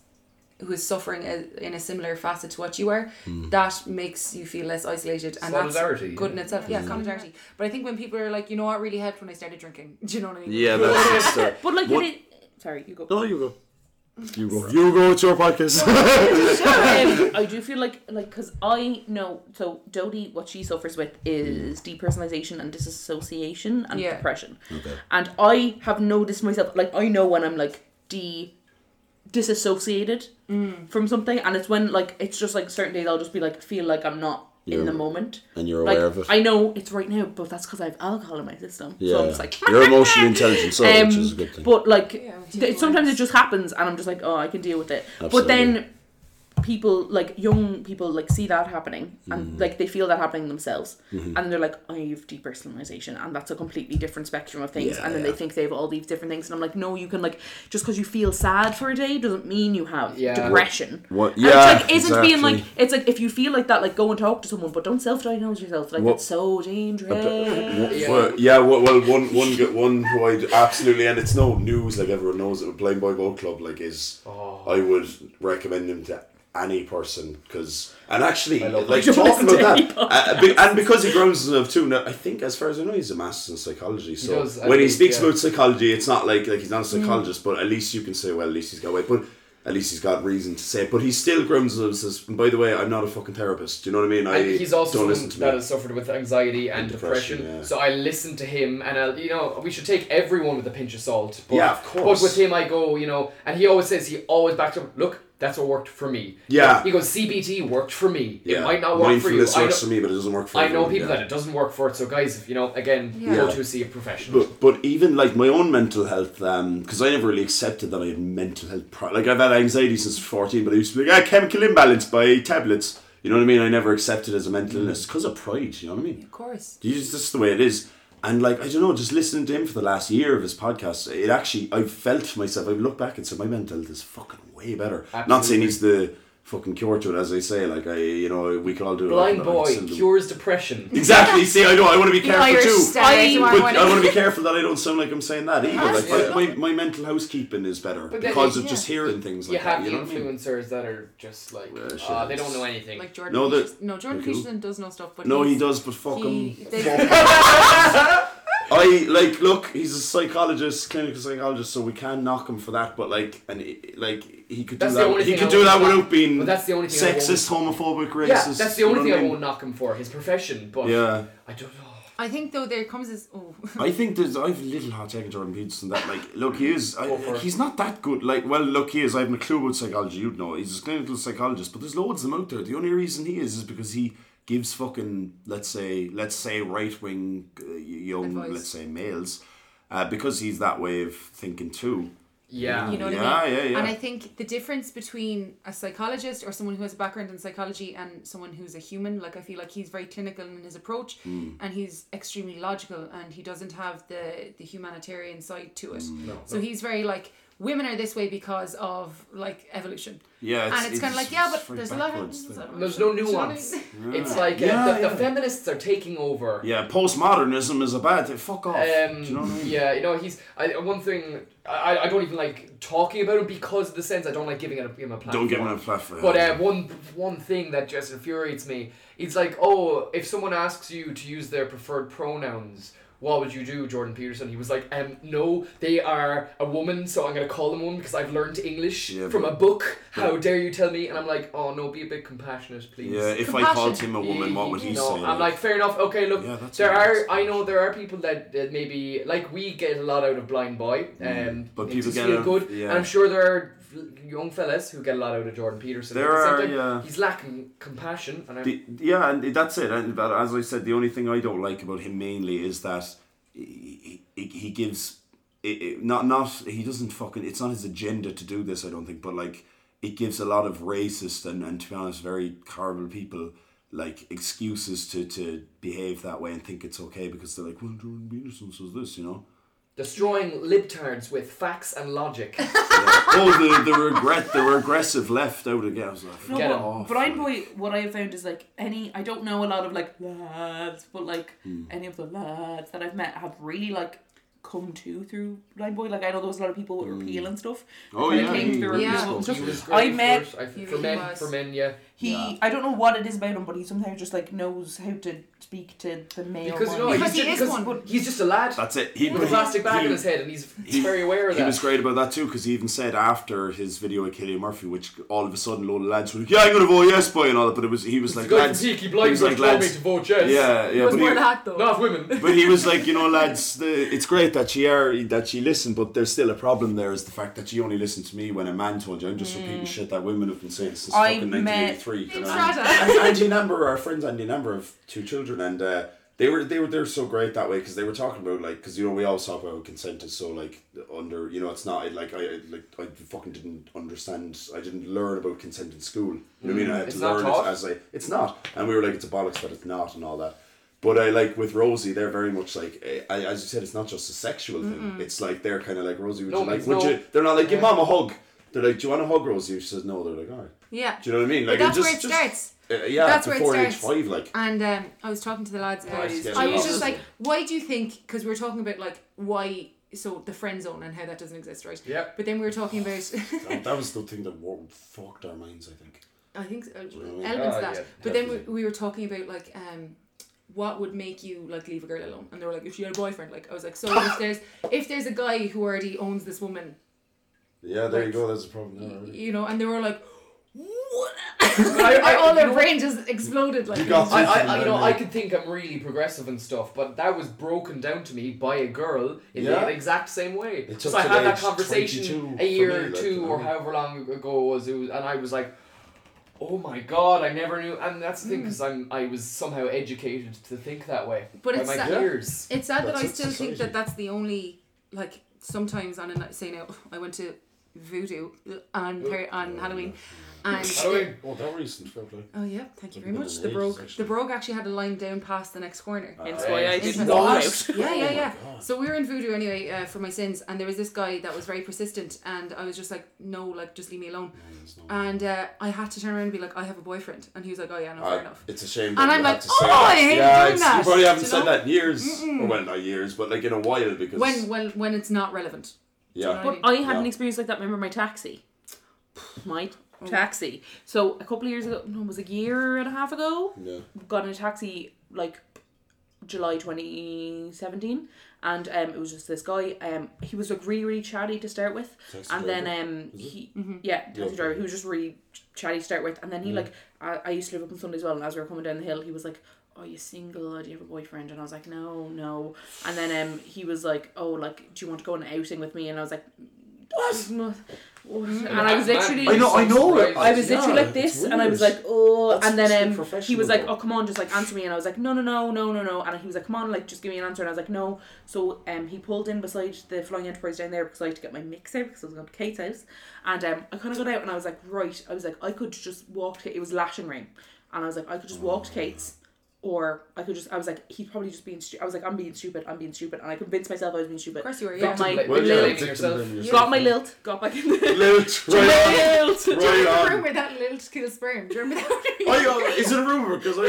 S1: who is suffering a, in a similar facet to what you are
S4: Hmm.
S1: that makes you feel less isolated and
S3: Solidarity,
S1: that's good in
S3: yeah.
S1: itself yeah solidarity but I think when people are like you know what really helped when I started drinking do you know what I mean
S4: Yeah, that's just, uh,
S2: but like
S4: What-
S2: it is- sorry you go
S4: No, you go. You go. You go. It's your podcast.
S2: Um, I do feel like like because I know so Dodie what she suffers with is depersonalization and disassociation and
S1: Yeah.
S2: depression, and I have noticed myself like I know when I'm like de disassociated from something, and it's when like it's just like certain days I'll just be like feel like I'm not in the
S4: You're-
S2: moment,
S4: and you're
S2: like
S4: aware of it.
S2: I know it's right now, but that's because I have alcohol in my system,
S4: yeah.
S2: so I'm just like
S4: You're emotionally intelligent, so
S2: um,
S4: which is a good thing.
S2: But like,
S1: do
S2: th- sometimes it just happens, and I'm just like, oh, I can deal with it. But
S4: Absolutely.
S2: then people, like young people, like see that happening, and
S4: Mm-hmm.
S2: like they feel that happening themselves, and they're like, I've depersonalization, and that's a completely different spectrum of things.
S4: Yeah,
S2: and then
S4: yeah.
S2: they think they have all these different things, and I'm like, no, you can like just because you feel sad for a day doesn't mean you have
S3: Yeah.
S2: depression.
S4: What-
S2: And it's
S4: yeah,
S2: like isn't being like
S4: exactly.
S2: it's like if you feel like that, like go and talk to someone, but don't self-diagnose yourself. Like
S4: What- uh,
S2: that's so dangerous.
S3: Yeah.
S4: Well, yeah, well, well, one, one, good- one who I d- absolutely, and it's no news. Like everyone knows, it. Blind Boy Boat Club, like is,
S3: Oh.
S4: I would recommend him to any person because, and actually, like
S2: that.
S4: talking
S2: Just
S4: about
S2: any
S4: that, uh, be- and because he grounds himself too. Now, I think, as far as I know, he's a master in psychology. So
S3: does, I
S4: when he
S3: think,
S4: speaks
S3: yeah.
S4: about psychology, it's not like like he's not a psychologist, but at least you can say, well, at least he's got away, but. At least he's got reason to say it, but he still grounds himself. And by the way, I'm not a fucking therapist. Do you know what I mean? I
S3: And he's also
S4: don't listen
S3: someone
S4: to
S3: that
S4: me.
S3: has suffered with anxiety and, depression.
S4: depression, yeah.
S3: So I listen to him, and I, you know, we should take everyone with a pinch of salt. But,
S4: Yeah, of course.
S3: But with him, I go, you know, and he always says he always backs up. Look, that's what worked for me.
S4: Yeah.
S3: He goes, CBT worked for me. It might not work for you.
S4: Mindfulness
S3: I
S4: works
S3: know,
S4: for me, but it doesn't work for
S3: I know
S4: everyone,
S3: people
S4: yeah.
S3: that it doesn't work for it. So guys, if, you know, again, go
S4: Yeah.
S3: to see a professional.
S4: But but even like my own mental health, um, because I never really accepted that I had mental health. Pro- like I've had anxiety since fourteen, but I used to be like, ah, chemical imbalance by tablets. You know what I mean? I never accepted it as a mental illness because of pride. You know what I mean?
S1: of course
S4: You just, that's the way it is. And like I don't know, just listening to him for the last year of his podcast, it actually I've felt for myself. I've looked back and said my mental health is fucking way better. Not saying he's the fucking cure to it, as I say. Like I, you know, we could all do it.
S3: Blind
S4: like,
S3: boy
S4: still do-
S3: cures depression.
S4: Exactly. See, I know. I want to be
S1: The
S4: careful
S1: Irish
S4: too.
S1: Star
S2: I-
S1: tomorrow
S4: But
S1: morning.
S4: I want to be careful that I don't sound like I'm saying that either. Like
S3: Absolutely.
S4: my, my, my mental housekeeping is better
S3: then
S4: because
S1: you-
S4: of just hearing things like
S3: You
S4: that.
S3: have
S4: You
S3: the
S4: know what I mean?
S3: influencers that are just like,
S4: Well, shit,
S3: uh, they don't
S4: it's-
S3: know anything.
S1: like Jordan
S4: No,
S1: no,
S4: the-
S1: no Jordan
S4: Okay, cool.
S1: Peterson does know stuff but
S4: No, he
S1: he's-
S4: does, but fuck
S1: he-
S4: him.
S1: they-
S4: I like look. He's a psychologist, clinical psychologist, so we can knock him for that. But like, and it- like he could
S3: That's
S4: do
S3: the
S4: that.
S3: only
S4: He
S3: thing
S4: could
S3: I
S4: do
S3: won't
S4: that
S3: knock-
S4: without being
S3: but that's the only thing I
S4: sexist, homophobic, racist.
S3: yeah, that's the
S4: you
S3: only
S4: know
S3: thing
S4: what
S3: I
S4: mean?
S3: won't knock him for his profession. But
S4: Yeah.
S3: I don't know.
S1: I think though there comes this oh
S4: I think there's I've a little hot take on Jordan Peterson that like look he is I,
S3: Go for it.
S4: he's not that good like well look he is I have no clue about psychology you'd know he's a clinical psychologist but there's loads of them out there the only reason he is is because he gives fucking let's say let's say right wing uh, y- young
S1: Advice.
S4: let's say males uh, because he's that way of thinking too
S3: Yeah.
S1: You know what
S4: Yeah,
S1: I mean?
S4: yeah, yeah.
S1: And I think the difference between a psychologist or someone who has a background in psychology and someone who's a human, like I feel like he's very clinical in his approach
S4: Mm.
S1: and he's extremely logical and he doesn't have the, the humanitarian side to it.
S4: Mm.
S1: so he's very like women are this way because of like evolution.
S4: Yeah, it's-
S1: and it's, kind
S4: it's-
S1: of like yeah,
S4: it's
S1: but
S4: very
S1: there's a lot
S4: backwards
S1: of
S4: thing.
S3: There's no
S1: Do you know what I
S3: nuance.
S1: mean?
S3: It's like uh,
S4: Yeah,
S3: the,
S4: yeah.
S3: the feminists are taking over.
S4: yeah postmodernism is a bad thing fuck off
S3: Um,
S4: do you know what I mean
S3: Yeah, you know, he's I, one thing I, I- I don't even like talking about him because of the sense I don't like giving it a, him a platform.
S4: don't give him a platform
S3: But uh, one one thing that just infuriates me, it's like, oh, if someone asks you to use their preferred pronouns, what would you do, Jordan Peterson? He was like, um, no, they are a woman, so I'm gonna call them one because I've learned English
S4: Yeah,
S3: from
S4: but-
S3: a book. How dare you tell me? And I'm like, oh no, be a bit compassionate, please.
S4: Yeah, if I
S1: Compassion.
S4: called him a woman, what would he
S3: No,
S4: say?
S3: I'm like, fair enough. Okay, look,
S4: Yeah, that's
S3: there
S4: a nice
S3: are. I know there are people that, that maybe like we get a lot out of Blind Boy, um,
S4: Mm. but
S3: it
S4: people
S3: just
S4: get
S3: feel
S4: out of-
S3: good,
S4: yeah.
S3: and I'm sure there are f- young fellas who get a lot out of Jordan Peterson. but
S4: There
S3: at the same
S4: are,
S3: time,
S4: yeah.
S3: He's lacking compassion, and I'm,
S4: The- yeah, and that's it. And but as I said, the only thing I don't like about him mainly is that he, he, he gives it, it- not not he doesn't fucking. It's not his agenda to do this. I don't think, but like it gives a lot of racist and and to be honest, very horrible people like excuses to to behave that way and think it's okay because they're like, well, Jordan Peterson says this, you know.
S3: destroying libtards with facts and logic.
S4: oh, the, the regret, the regressive left out again. I was like,
S2: No,
S3: Get
S2: but
S3: him
S4: off.
S2: Blind Boy, what I have found is like any, I don't know a lot of like lads, but like
S3: Hmm.
S2: any of the lads that I've met have really like come to through Blind Boy. Like I know there was a lot of people with repeal and stuff. that
S4: Oh,
S2: kinda
S4: yeah.
S2: Came through
S1: Yeah.
S2: repeal.
S3: Hmm. He was
S2: I
S3: great
S2: met-
S3: for, it, I-
S1: He
S3: for men,
S1: was.
S3: for men, yeah.
S2: He, I don't know what it is about him, but he somehow just like knows how to speak to the male.
S3: Because you know,
S2: mind.
S1: Because
S3: he's,
S1: he
S3: just,
S1: is
S3: because
S1: one.
S3: he's just a lad
S4: That's it. He,
S3: with a plastic bag
S4: he-
S3: in his head, and he's, he's
S4: he-
S3: very aware of
S4: He
S3: that.
S4: was great about that too, because he even said after his video with Killian Murphy, which all of a sudden, load of lads were like, "Yeah, I'm gonna vote yes, boy," and all that. But it was he was
S3: the
S4: like,
S3: guy from
S4: lads,
S3: Peaky
S4: he
S3: Blinders
S4: was like,
S3: told me to
S4: lads,
S3: vote yes.
S4: yeah, yeah.
S1: was
S4: But
S1: more
S4: he,
S1: that though.
S3: Not women.
S4: but he was like, you know, lads, the, it's great that she are that she listened, but there's still a problem. There is the fact that she only listened to me when a man told you. I'm just repeating shit that women have been saying since
S2: Mm. I
S4: fucking
S2: met-
S4: 1983. you know?
S1: Strata.
S4: And Andy Number, our friends Andy Number have two children, and uh, they were they were they're so great that way because they were talking about like because you know we all talk about consent is so like under you know it's not like I I- like I fucking didn't understand I didn't learn about consent in school. You know what I mean? I had
S3: Mm. It's
S4: to
S3: not
S4: learn
S3: taught.
S4: it as like it's not, and we were like it's a bollocks that it's not and all that. But I like with Rosie, they're very much like eh, I, as you said, it's not just a sexual thing. It's like they're kind of like Rosie, would
S3: No,
S4: you like?
S3: it's
S4: Would
S3: no-
S4: you? They're not like give
S3: Yeah.
S4: mom a hug. They're like, do you want a hug, Rosie? She says no. They're like, all right.
S1: Yeah.
S4: Do you know what I mean? Like
S1: But that's
S4: it just,
S1: where it
S4: just-
S1: starts.
S4: uh, yeah,
S1: That's where it
S4: before age
S1: starts.
S4: five, like
S1: And um, I was talking to the lads about
S4: it's
S1: it.
S4: getting
S1: I was
S4: lost,
S1: just
S4: isn't
S1: like,
S4: it?
S1: why do you think? Because we were talking about like why so the friend zone and how that doesn't exist, right?
S3: Yep.
S1: But then we were talking about
S4: that, that was the thing that wa- fucked our minds. I think.
S1: I think so, uh,
S4: Really?
S1: elements
S3: Ah,
S1: of that.
S3: yeah,
S1: but then we,
S4: definitely.
S1: we were talking about like um, what would make you like leave a girl alone, and they were like, if she had a boyfriend, like I was like, so if there's if there's a guy who already owns this woman,
S4: Yeah, there you go. That's a problem. there, really.
S1: you know, and they were like, what?
S3: I- I-
S1: all
S3: you
S1: their
S3: know-
S1: brain just exploded. Like
S4: You got
S3: I, I, I, you know, I could think I'm really progressive and stuff, but that was broken down to me by a girl in
S4: Yeah.
S3: the exact same way.
S4: It took
S3: So I
S4: till
S3: had that
S4: age
S3: conversation
S4: 22
S3: a
S4: for
S3: year
S4: me,
S3: or
S4: like,
S3: two
S4: you
S3: or
S4: know.
S3: however long ago it was, it was, and I was like, "Oh my god, I never knew." And that's
S4: Hmm.
S3: the thing, because I'm I was somehow educated to think that way
S1: But
S3: by
S1: it's
S3: my
S1: that-
S3: peers.
S1: It's sad
S4: That's
S1: that I
S4: it,
S1: still think
S4: society.
S1: that that's the only like sometimes on a night say now I went to voodoo uh, on thir- on Halloween and
S3: Halloween.
S4: Oh, that recent fair play.
S1: oh yeah thank you very
S4: been
S1: much
S4: in
S1: the
S4: ages,
S1: brogue the
S4: actually. Uh,
S1: brogue actually had a line down past the next corner
S2: Hence why I didn't
S1: Interesting.
S2: go
S1: What?
S2: out.
S1: yeah, yeah, yeah.
S4: oh God.
S1: So we were in voodoo anyway uh, for my sins, and there was this guy that was very persistent, and I was just like, no, like just leave me alone. And uh, I had to turn around and be like, I have a boyfriend, and he was like, oh yeah, no, fair
S4: Uh,
S1: enough.
S4: it's a
S1: And
S4: shame. that
S1: I'm
S4: you
S1: like,
S4: had to say
S1: "Oh,
S4: that.
S1: I hate
S4: yeah,
S1: doing
S4: it's- You
S1: that,"
S4: probably haven't
S1: you
S4: said
S1: know?
S4: that in years. Or, well, not years, but like in a while because
S1: When when when it's not relevant.
S4: yeah,
S1: But
S2: But I had
S4: Yeah.
S2: an experience like that. Remember my taxi?
S3: Mm.
S2: My taxi. So a couple of years ago, no, it was a year and a half ago.
S4: Yeah.
S2: Got in a taxi like July 2017, and um, it was just this guy. Um, he was like really, really chatty to start with,
S4: Taxi
S2: and then
S4: driver,
S2: um, he yeah, taxi
S4: Yeah.
S2: driver. He was just really ch- chatty to start with, and then he like I, I used to live up on Sunday as well, and as we were coming down the hill, he was like. Are you single? Do you have a boyfriend? And I was like, no, no. And then um, he was like, oh, like, do you want to go on an outing with me? And I was like, what? No. And I was literally,
S4: I know- I know it.
S2: I was
S4: Yeah,
S2: literally like
S4: it's
S2: this,
S4: weird.
S2: and I was like, oh,
S4: That's
S2: and then
S4: just
S2: um,
S4: not
S2: he was like,
S4: professional,
S2: oh, come on, just like answer me, and I was like, no, no, no, no, no, no, and he was like, come on, like just give me an answer, and I was like, no. So um, he pulled in beside the Flying Enterprise down there because I had to get my mix out because I was going to Kate's house, and um, I kind of got out and I was like, right, I was like, I could just walk to it was lashing rain, and I was like, I could just walk to Kate's. Or I could just, I was like, he's probably just being stupid. I was like, I'm being stupid, I'm being stupid. And I convinced myself I was being stupid. Of
S1: course you were,
S2: Got
S1: yeah.
S2: my
S3: Like,
S2: little-
S4: Well, yeah,
S3: blaming
S4: victim
S3: yourself.
S4: blaming
S2: Got
S4: yourself.
S2: my lilt. Got back in the
S4: Lilt, right
S2: lilt.
S4: on, right
S1: Remember
S4: on.
S1: the room where that little kill sperm? Do you remember that?
S4: I got, is it a rumor? Because I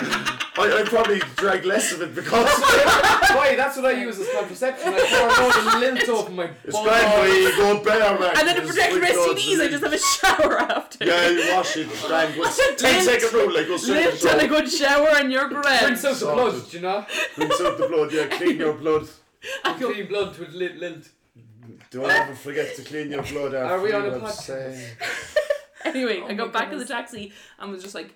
S4: remember. I, I probably drank less of it because
S3: Why? That's what I use as contraception. I pour all the lint over my
S4: it's bad
S3: bum.
S4: for you, go better, man.
S2: And then to
S4: It's
S2: protect from
S4: like, God,
S2: STDs, I just have a shower after.
S4: Yeah, you wash it, drank it. 10
S2: Lint.
S4: second rule, like, go straight
S2: Lift
S4: to
S2: and
S4: the
S2: a good shower and your bread.
S3: Rinse out the blood, do you know?
S4: Rinse out the blood, yeah, clean your blood.
S3: Clean blood with lint. lint.
S4: Don't ever forget to clean your blood after
S3: Are we on a
S4: you have
S3: podcast?
S4: sex. Oh
S2: Anyway, I my got back in the goodness. taxi and was just like,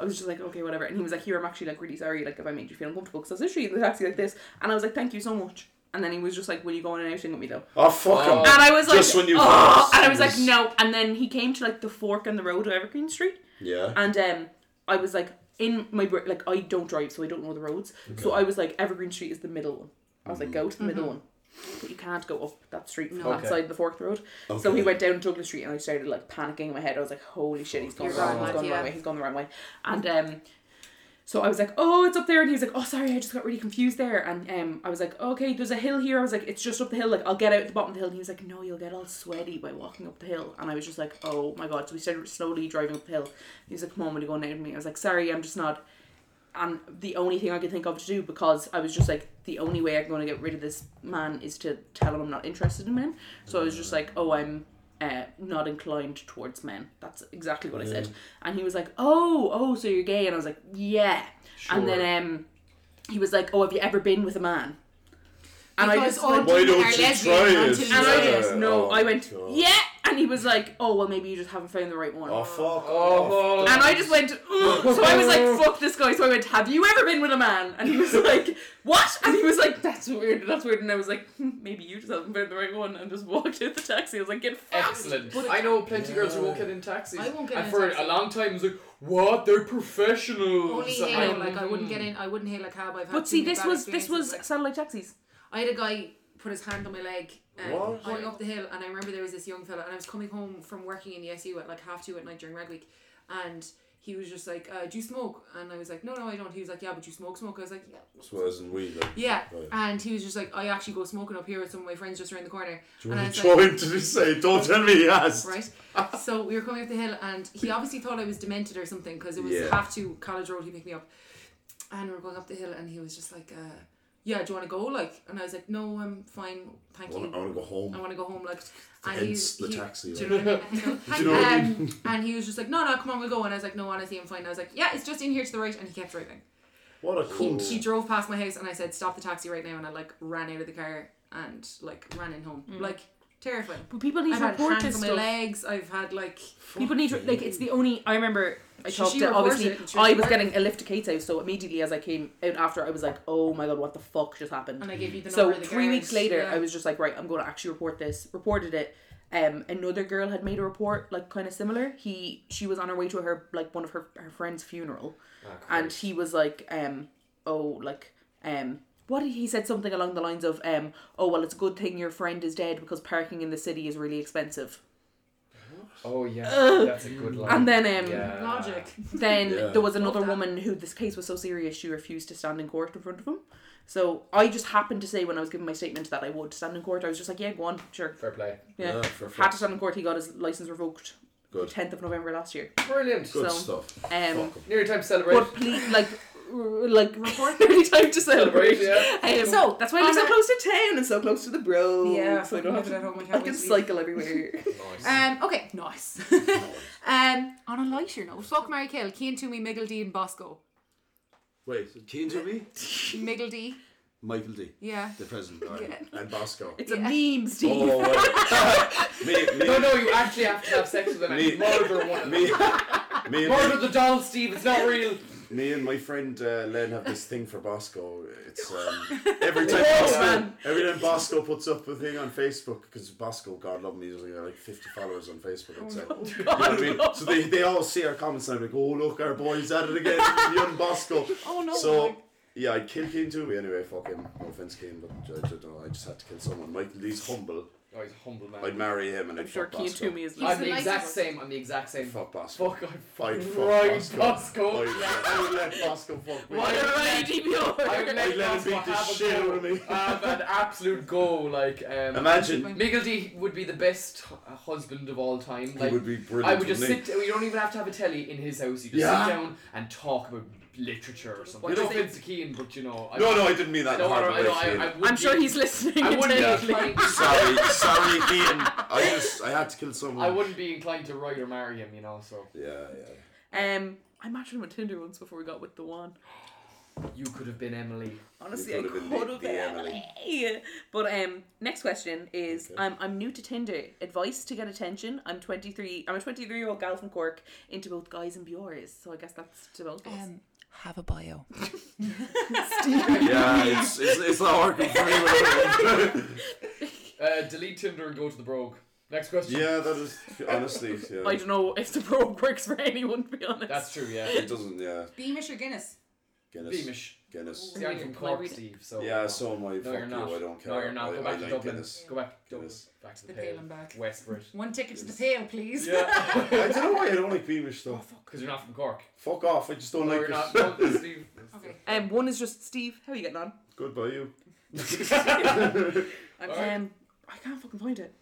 S2: I was just like, okay, whatever. And he was like, here, I'm actually like really sorry, like if I made you feel uncomfortable, because I was literally in the taxi like this. And I was like, thank you so much. And then he was just like, will you go on an outing with me though?
S4: Oh, fuck him.
S3: Oh.
S2: And I was like,
S4: Just when you
S2: "Oh,"
S4: first-
S2: and I was like, no. And then he came to like the fork in the road of Evergreen Street,
S4: Yeah.
S2: and um, I was like, in my br- like I don't drive, so I don't know the roads. So I was like, Evergreen Street is the middle one. I was like, go to the middle one, but you can't go up that street from that
S3: Okay.
S2: side of the fork in the road. So he
S4: Okay.
S2: went down Douglas Street, and I started like panicking in my head. I was like, holy shit,
S4: Oh,
S2: he's going
S1: You're
S2: wrong,
S1: going
S2: he's
S1: mad,
S2: going the
S1: yeah.
S2: wrong way, he's going the wrong way, and um. So I was like, oh, it's up there. And he was like, oh, sorry, I just got really confused there. And um, I was like, okay, there's a hill here. I was like, it's just up the hill. Like, I'll get out the bottom of the hill. And he was like, no, you'll get all sweaty by walking up the hill. And I was just like, oh my God. So we started slowly driving up the hill. He was like, come on, will you go now to me? I was like, sorry, I'm just not. And the only thing I could think of to do because I was just like, the only way I'm going to get rid of this man is to tell him I'm not interested in men. So I was
S1: Mm.
S2: just like, oh, I'm uh, not inclined towards men. That's exactly what I
S4: Mm.
S2: said. And he was like, oh, oh, so you're gay? And I was like, yeah. And then um, he was like, oh, have you ever been with a man? And I
S1: Because
S2: just
S1: all
S2: went,
S4: Why
S1: Women
S4: don't
S1: are
S4: you
S1: lesbian
S4: try
S1: until
S4: it?
S1: you
S2: and I
S1: Yeah.
S2: just no,
S4: Oh,
S2: I went
S4: God.
S2: yeah, and he was like, oh well, maybe you just haven't found the right one.
S4: Oh, fuck.
S3: Oh.
S2: And I just went, "Ugh." so I was like, fuck this guy. So I went, have you ever been with a man? And he was like, what? And he was like, that's weird, that's weird. And I was like, "Hmm, maybe you just haven't found the right one. And just walked out the taxi. I was like, get fucked.
S3: Excellent. I know plenty of girls who won't get in taxis.
S1: I won't get in
S3: and
S1: a
S3: for
S1: taxi.
S3: a long time, it's like, what? They're professionals.
S1: Only
S3: I'm-
S1: hail, like I wouldn't get in. I wouldn't hail a cab. I've had
S2: Hmm. But
S1: too
S2: see,
S1: many
S2: this
S1: bad
S2: was this was
S1: experiences, like-
S2: satellite taxis.
S1: I had a guy put his hand on my leg um,
S4: What?
S1: going up the hill, and I remember there was this young fella, and I was coming home from working in the SU at like half two at night during rag week, and he was just like, uh, "Do you smoke?" And I was like, "No, no, I don't." He was like, "Yeah, but you smoke, smoke." I was like, "Yeah."
S4: So as in weed, like,
S1: Yeah,
S4: Right.
S1: and he was just like, "I actually go smoking up here with some of my friends just around the corner,"
S4: do you
S1: and I
S4: want to
S1: was
S4: try
S1: like,
S4: him to just say, don't tell me he asked?
S1: "Right." so we were coming up the hill, and he obviously thought I was demented or something because it was
S4: Yeah.
S1: half two college road. He picked me up, and we were going up the hill, and he was just like, uh, "Yeah, do you want to go?" Like, and I was like, "No, I'm fine, thank
S4: I
S1: you."
S4: want to go home.
S1: Oh, I want to go home. Like,
S4: Hence the
S1: he-
S4: taxi,
S3: Ah,
S1: Do you know what I mean?
S4: Do you know what I
S1: Um, and he was just like, no, no, come on, we'll go. And I was like, no, honestly, I'm fine. And I was like, yeah, it's just in here to the right. And he kept driving.
S4: What a
S1: He,
S4: cunt.
S1: he drove past my house, and I said, stop the taxi right now. And I like ran out of the car and like ran in home. Like terrifying.
S2: Mm. But people need
S1: I've
S2: to
S1: had
S2: report
S1: hands
S2: this
S1: on my
S2: stuff.
S1: legs. I've had like
S2: People need to like. It's the only I remember. I
S1: She-
S2: talked
S1: she
S2: to
S1: reported
S2: obviously.
S1: it and she
S2: I was
S1: reported
S2: getting a lift to Kate's house, so immediately as I came out after, I was like, "Oh my god, what the fuck just happened?"
S1: and I gave you the
S2: so
S1: number. of the
S2: three
S1: garage.
S2: weeks later,
S1: Yeah.
S2: I was just like, "Right, I'm going to actually report this." Reported it. Um, another girl had made a report like kind of similar. He she was on her way to her like one of her her friend's funeral, and he was like, um, oh, like, um, what did he said something along the lines of, um, oh well, it's a good thing your friend is dead because parking in the city is really expensive.
S3: Oh, yeah. That's a good line.
S2: And then um,
S3: yeah.
S1: logic.
S2: then
S4: Oh, Yeah.
S2: there was another
S1: that.
S2: woman who this case was so serious she refused to stand in court in front of him. So I just happened to say when I was giving my statement that I would stand in court, I was just like, yeah, go on, sure.
S3: Fair play.
S2: Yeah.
S4: Yeah, fair
S2: Had to
S4: fuck.
S2: stand in court. He got his license revoked.
S4: Good.
S2: 10th of November last year.
S3: Brilliant.
S4: Good
S2: so,
S4: stuff.
S2: Um,
S4: Fuck him.
S3: Nearly time to celebrate.
S2: but please, like, r- like report every time to celebrate.
S3: Celebrate, yeah.
S2: Um, so that's why I'm
S1: on
S2: so
S1: a-
S2: close to town and so close to the bro.
S1: Yeah,
S2: so I
S1: fucking
S2: don't
S1: live
S2: have
S1: it
S2: to.
S1: at home, I can't
S2: I
S1: wait to
S2: can
S1: leave.
S2: cycle everywhere.
S3: Nice.
S1: Um, okay, nice. um, on a lighter note, fuck Mary Kill, Keen Toomey, Miggle D, and Bosco.
S4: Wait, Keen to be?
S1: Miggle D,
S4: Michael D.
S1: yeah.
S4: The president, alright, and Bosco.
S2: It's a meme, Steve.
S4: Oh, wait. me, me,
S3: no, no, you actually have to have sex with them
S4: Me-
S3: and murder one of them.
S4: me, me,
S3: Murder
S4: and
S3: the doll, Steve. It's not real.
S4: my, me and my friend uh, Len have this thing for Bosco. It's um, every time Bosco,
S2: man.
S4: every time Bosco puts up a thing on Facebook because Bosco, God love him, he's only got like fifty followers on Facebook. I'd say. You know what I mean? So they, they all see our comments and I'm like, oh look, our boy's at it again, young Bosco.
S1: Oh, no,
S4: So.
S1: like-
S4: Yeah, I killed Keane too. Anyway, fuck him. No offense, Keane, but I, I, don't know, I just had to kill someone. Michael Lee's humble.
S3: Oh, he's a humble man.
S4: I'd marry him and
S2: I'm
S4: I'd
S2: sure
S4: fuck
S2: Keen
S4: Bosco.
S2: Toomey is
S1: He's
S3: I'm
S1: the
S3: the
S1: nicest
S3: exact
S1: one.
S3: same. I'm the exact same.
S4: Fuck Bosco.
S3: Fuck, I
S4: I'd
S3: fucking
S4: fuck
S3: right, Bosco.
S4: I'd, I'd let Bosco fuck me.
S3: Why
S4: I'd
S3: I would let,
S4: let him
S3: Bosco
S4: beat the
S3: have a
S4: shit
S3: go.
S4: out of me.
S3: Have an absolute go. Like, um,
S4: Imagine.
S3: Miggledy would be the best hu- uh, husband of all time. Like,
S4: would be brilliant,
S3: I would just
S4: wouldn't
S3: sit. You don't even have to have a telly in his house. You just
S4: Yeah.
S3: sit down and talk about literature or something.
S2: What
S3: no
S2: is it?
S3: offense to Keane, but you know. I,
S4: No, no, I didn't mean that. in a
S3: No, I,
S4: hard
S3: don't- I,
S4: way,
S3: don't- I,
S4: Cian.
S3: I wouldn't
S2: I'm sure
S3: be-
S2: he's listening
S3: I wouldn't be
S2: intently.
S3: inclined.
S4: sorry, sorry, Ian. I just I had to kill someone.
S3: I wouldn't be inclined to write or marry him, you know. So
S4: Yeah, yeah.
S2: Um, I matched him on Tinder once before we got with the one.
S3: you could have been Emily.
S2: Honestly, I
S4: You
S2: could
S4: could've
S2: have
S4: been the-
S2: been.
S4: the Emily.
S2: Emily. But um, next question is: I'm I'm new to Tinder. Advice to get attention. I'm 23. I'm a 23 year old gal from Cork into both guys and Biores. So I guess that's to both of us.
S1: Um,
S8: have a bio.
S4: Yeah, it's, it's, it's not working for me. whatever.
S3: Uh, delete Tinder and go to the brogue. Next question.
S4: yeah, that is honestly. Yeah,
S2: I don't know if the probe works for anyone. To be honest,
S3: That's true. Yeah.
S4: it doesn't. Yeah,
S1: Beamish or Guinness?
S4: Guinness.
S3: Beamish.
S4: Guinness.
S3: See, I'm
S2: Can
S3: from
S2: I
S3: Cork,
S2: read it?
S3: Steve. So
S4: Yeah, so am I.
S3: No,
S4: Fuck
S3: you're not.
S4: you, I don't care.
S3: No, you're not.
S4: I,
S3: Go
S4: I
S3: back to
S4: like
S3: Dublin.
S4: Guinness.
S3: Go back. to Dublin.
S4: Guinness.
S3: Back to the,
S1: The pale
S3: pale.
S1: and back.
S3: Westbridge.
S1: One ticket to the pale, please.
S3: Yeah.
S4: I don't know why I don't like Beamish though.
S3: Because you're not from Cork.
S4: Fuck off! I just don't
S3: No,
S4: like
S3: you're
S4: it.
S3: not. No, Steve.
S1: Okay.
S2: Um, one is just Steve. How are you getting on?
S4: Goodbye, you.
S2: I'm,
S3: Alright.
S2: Um, I can't fucking find it.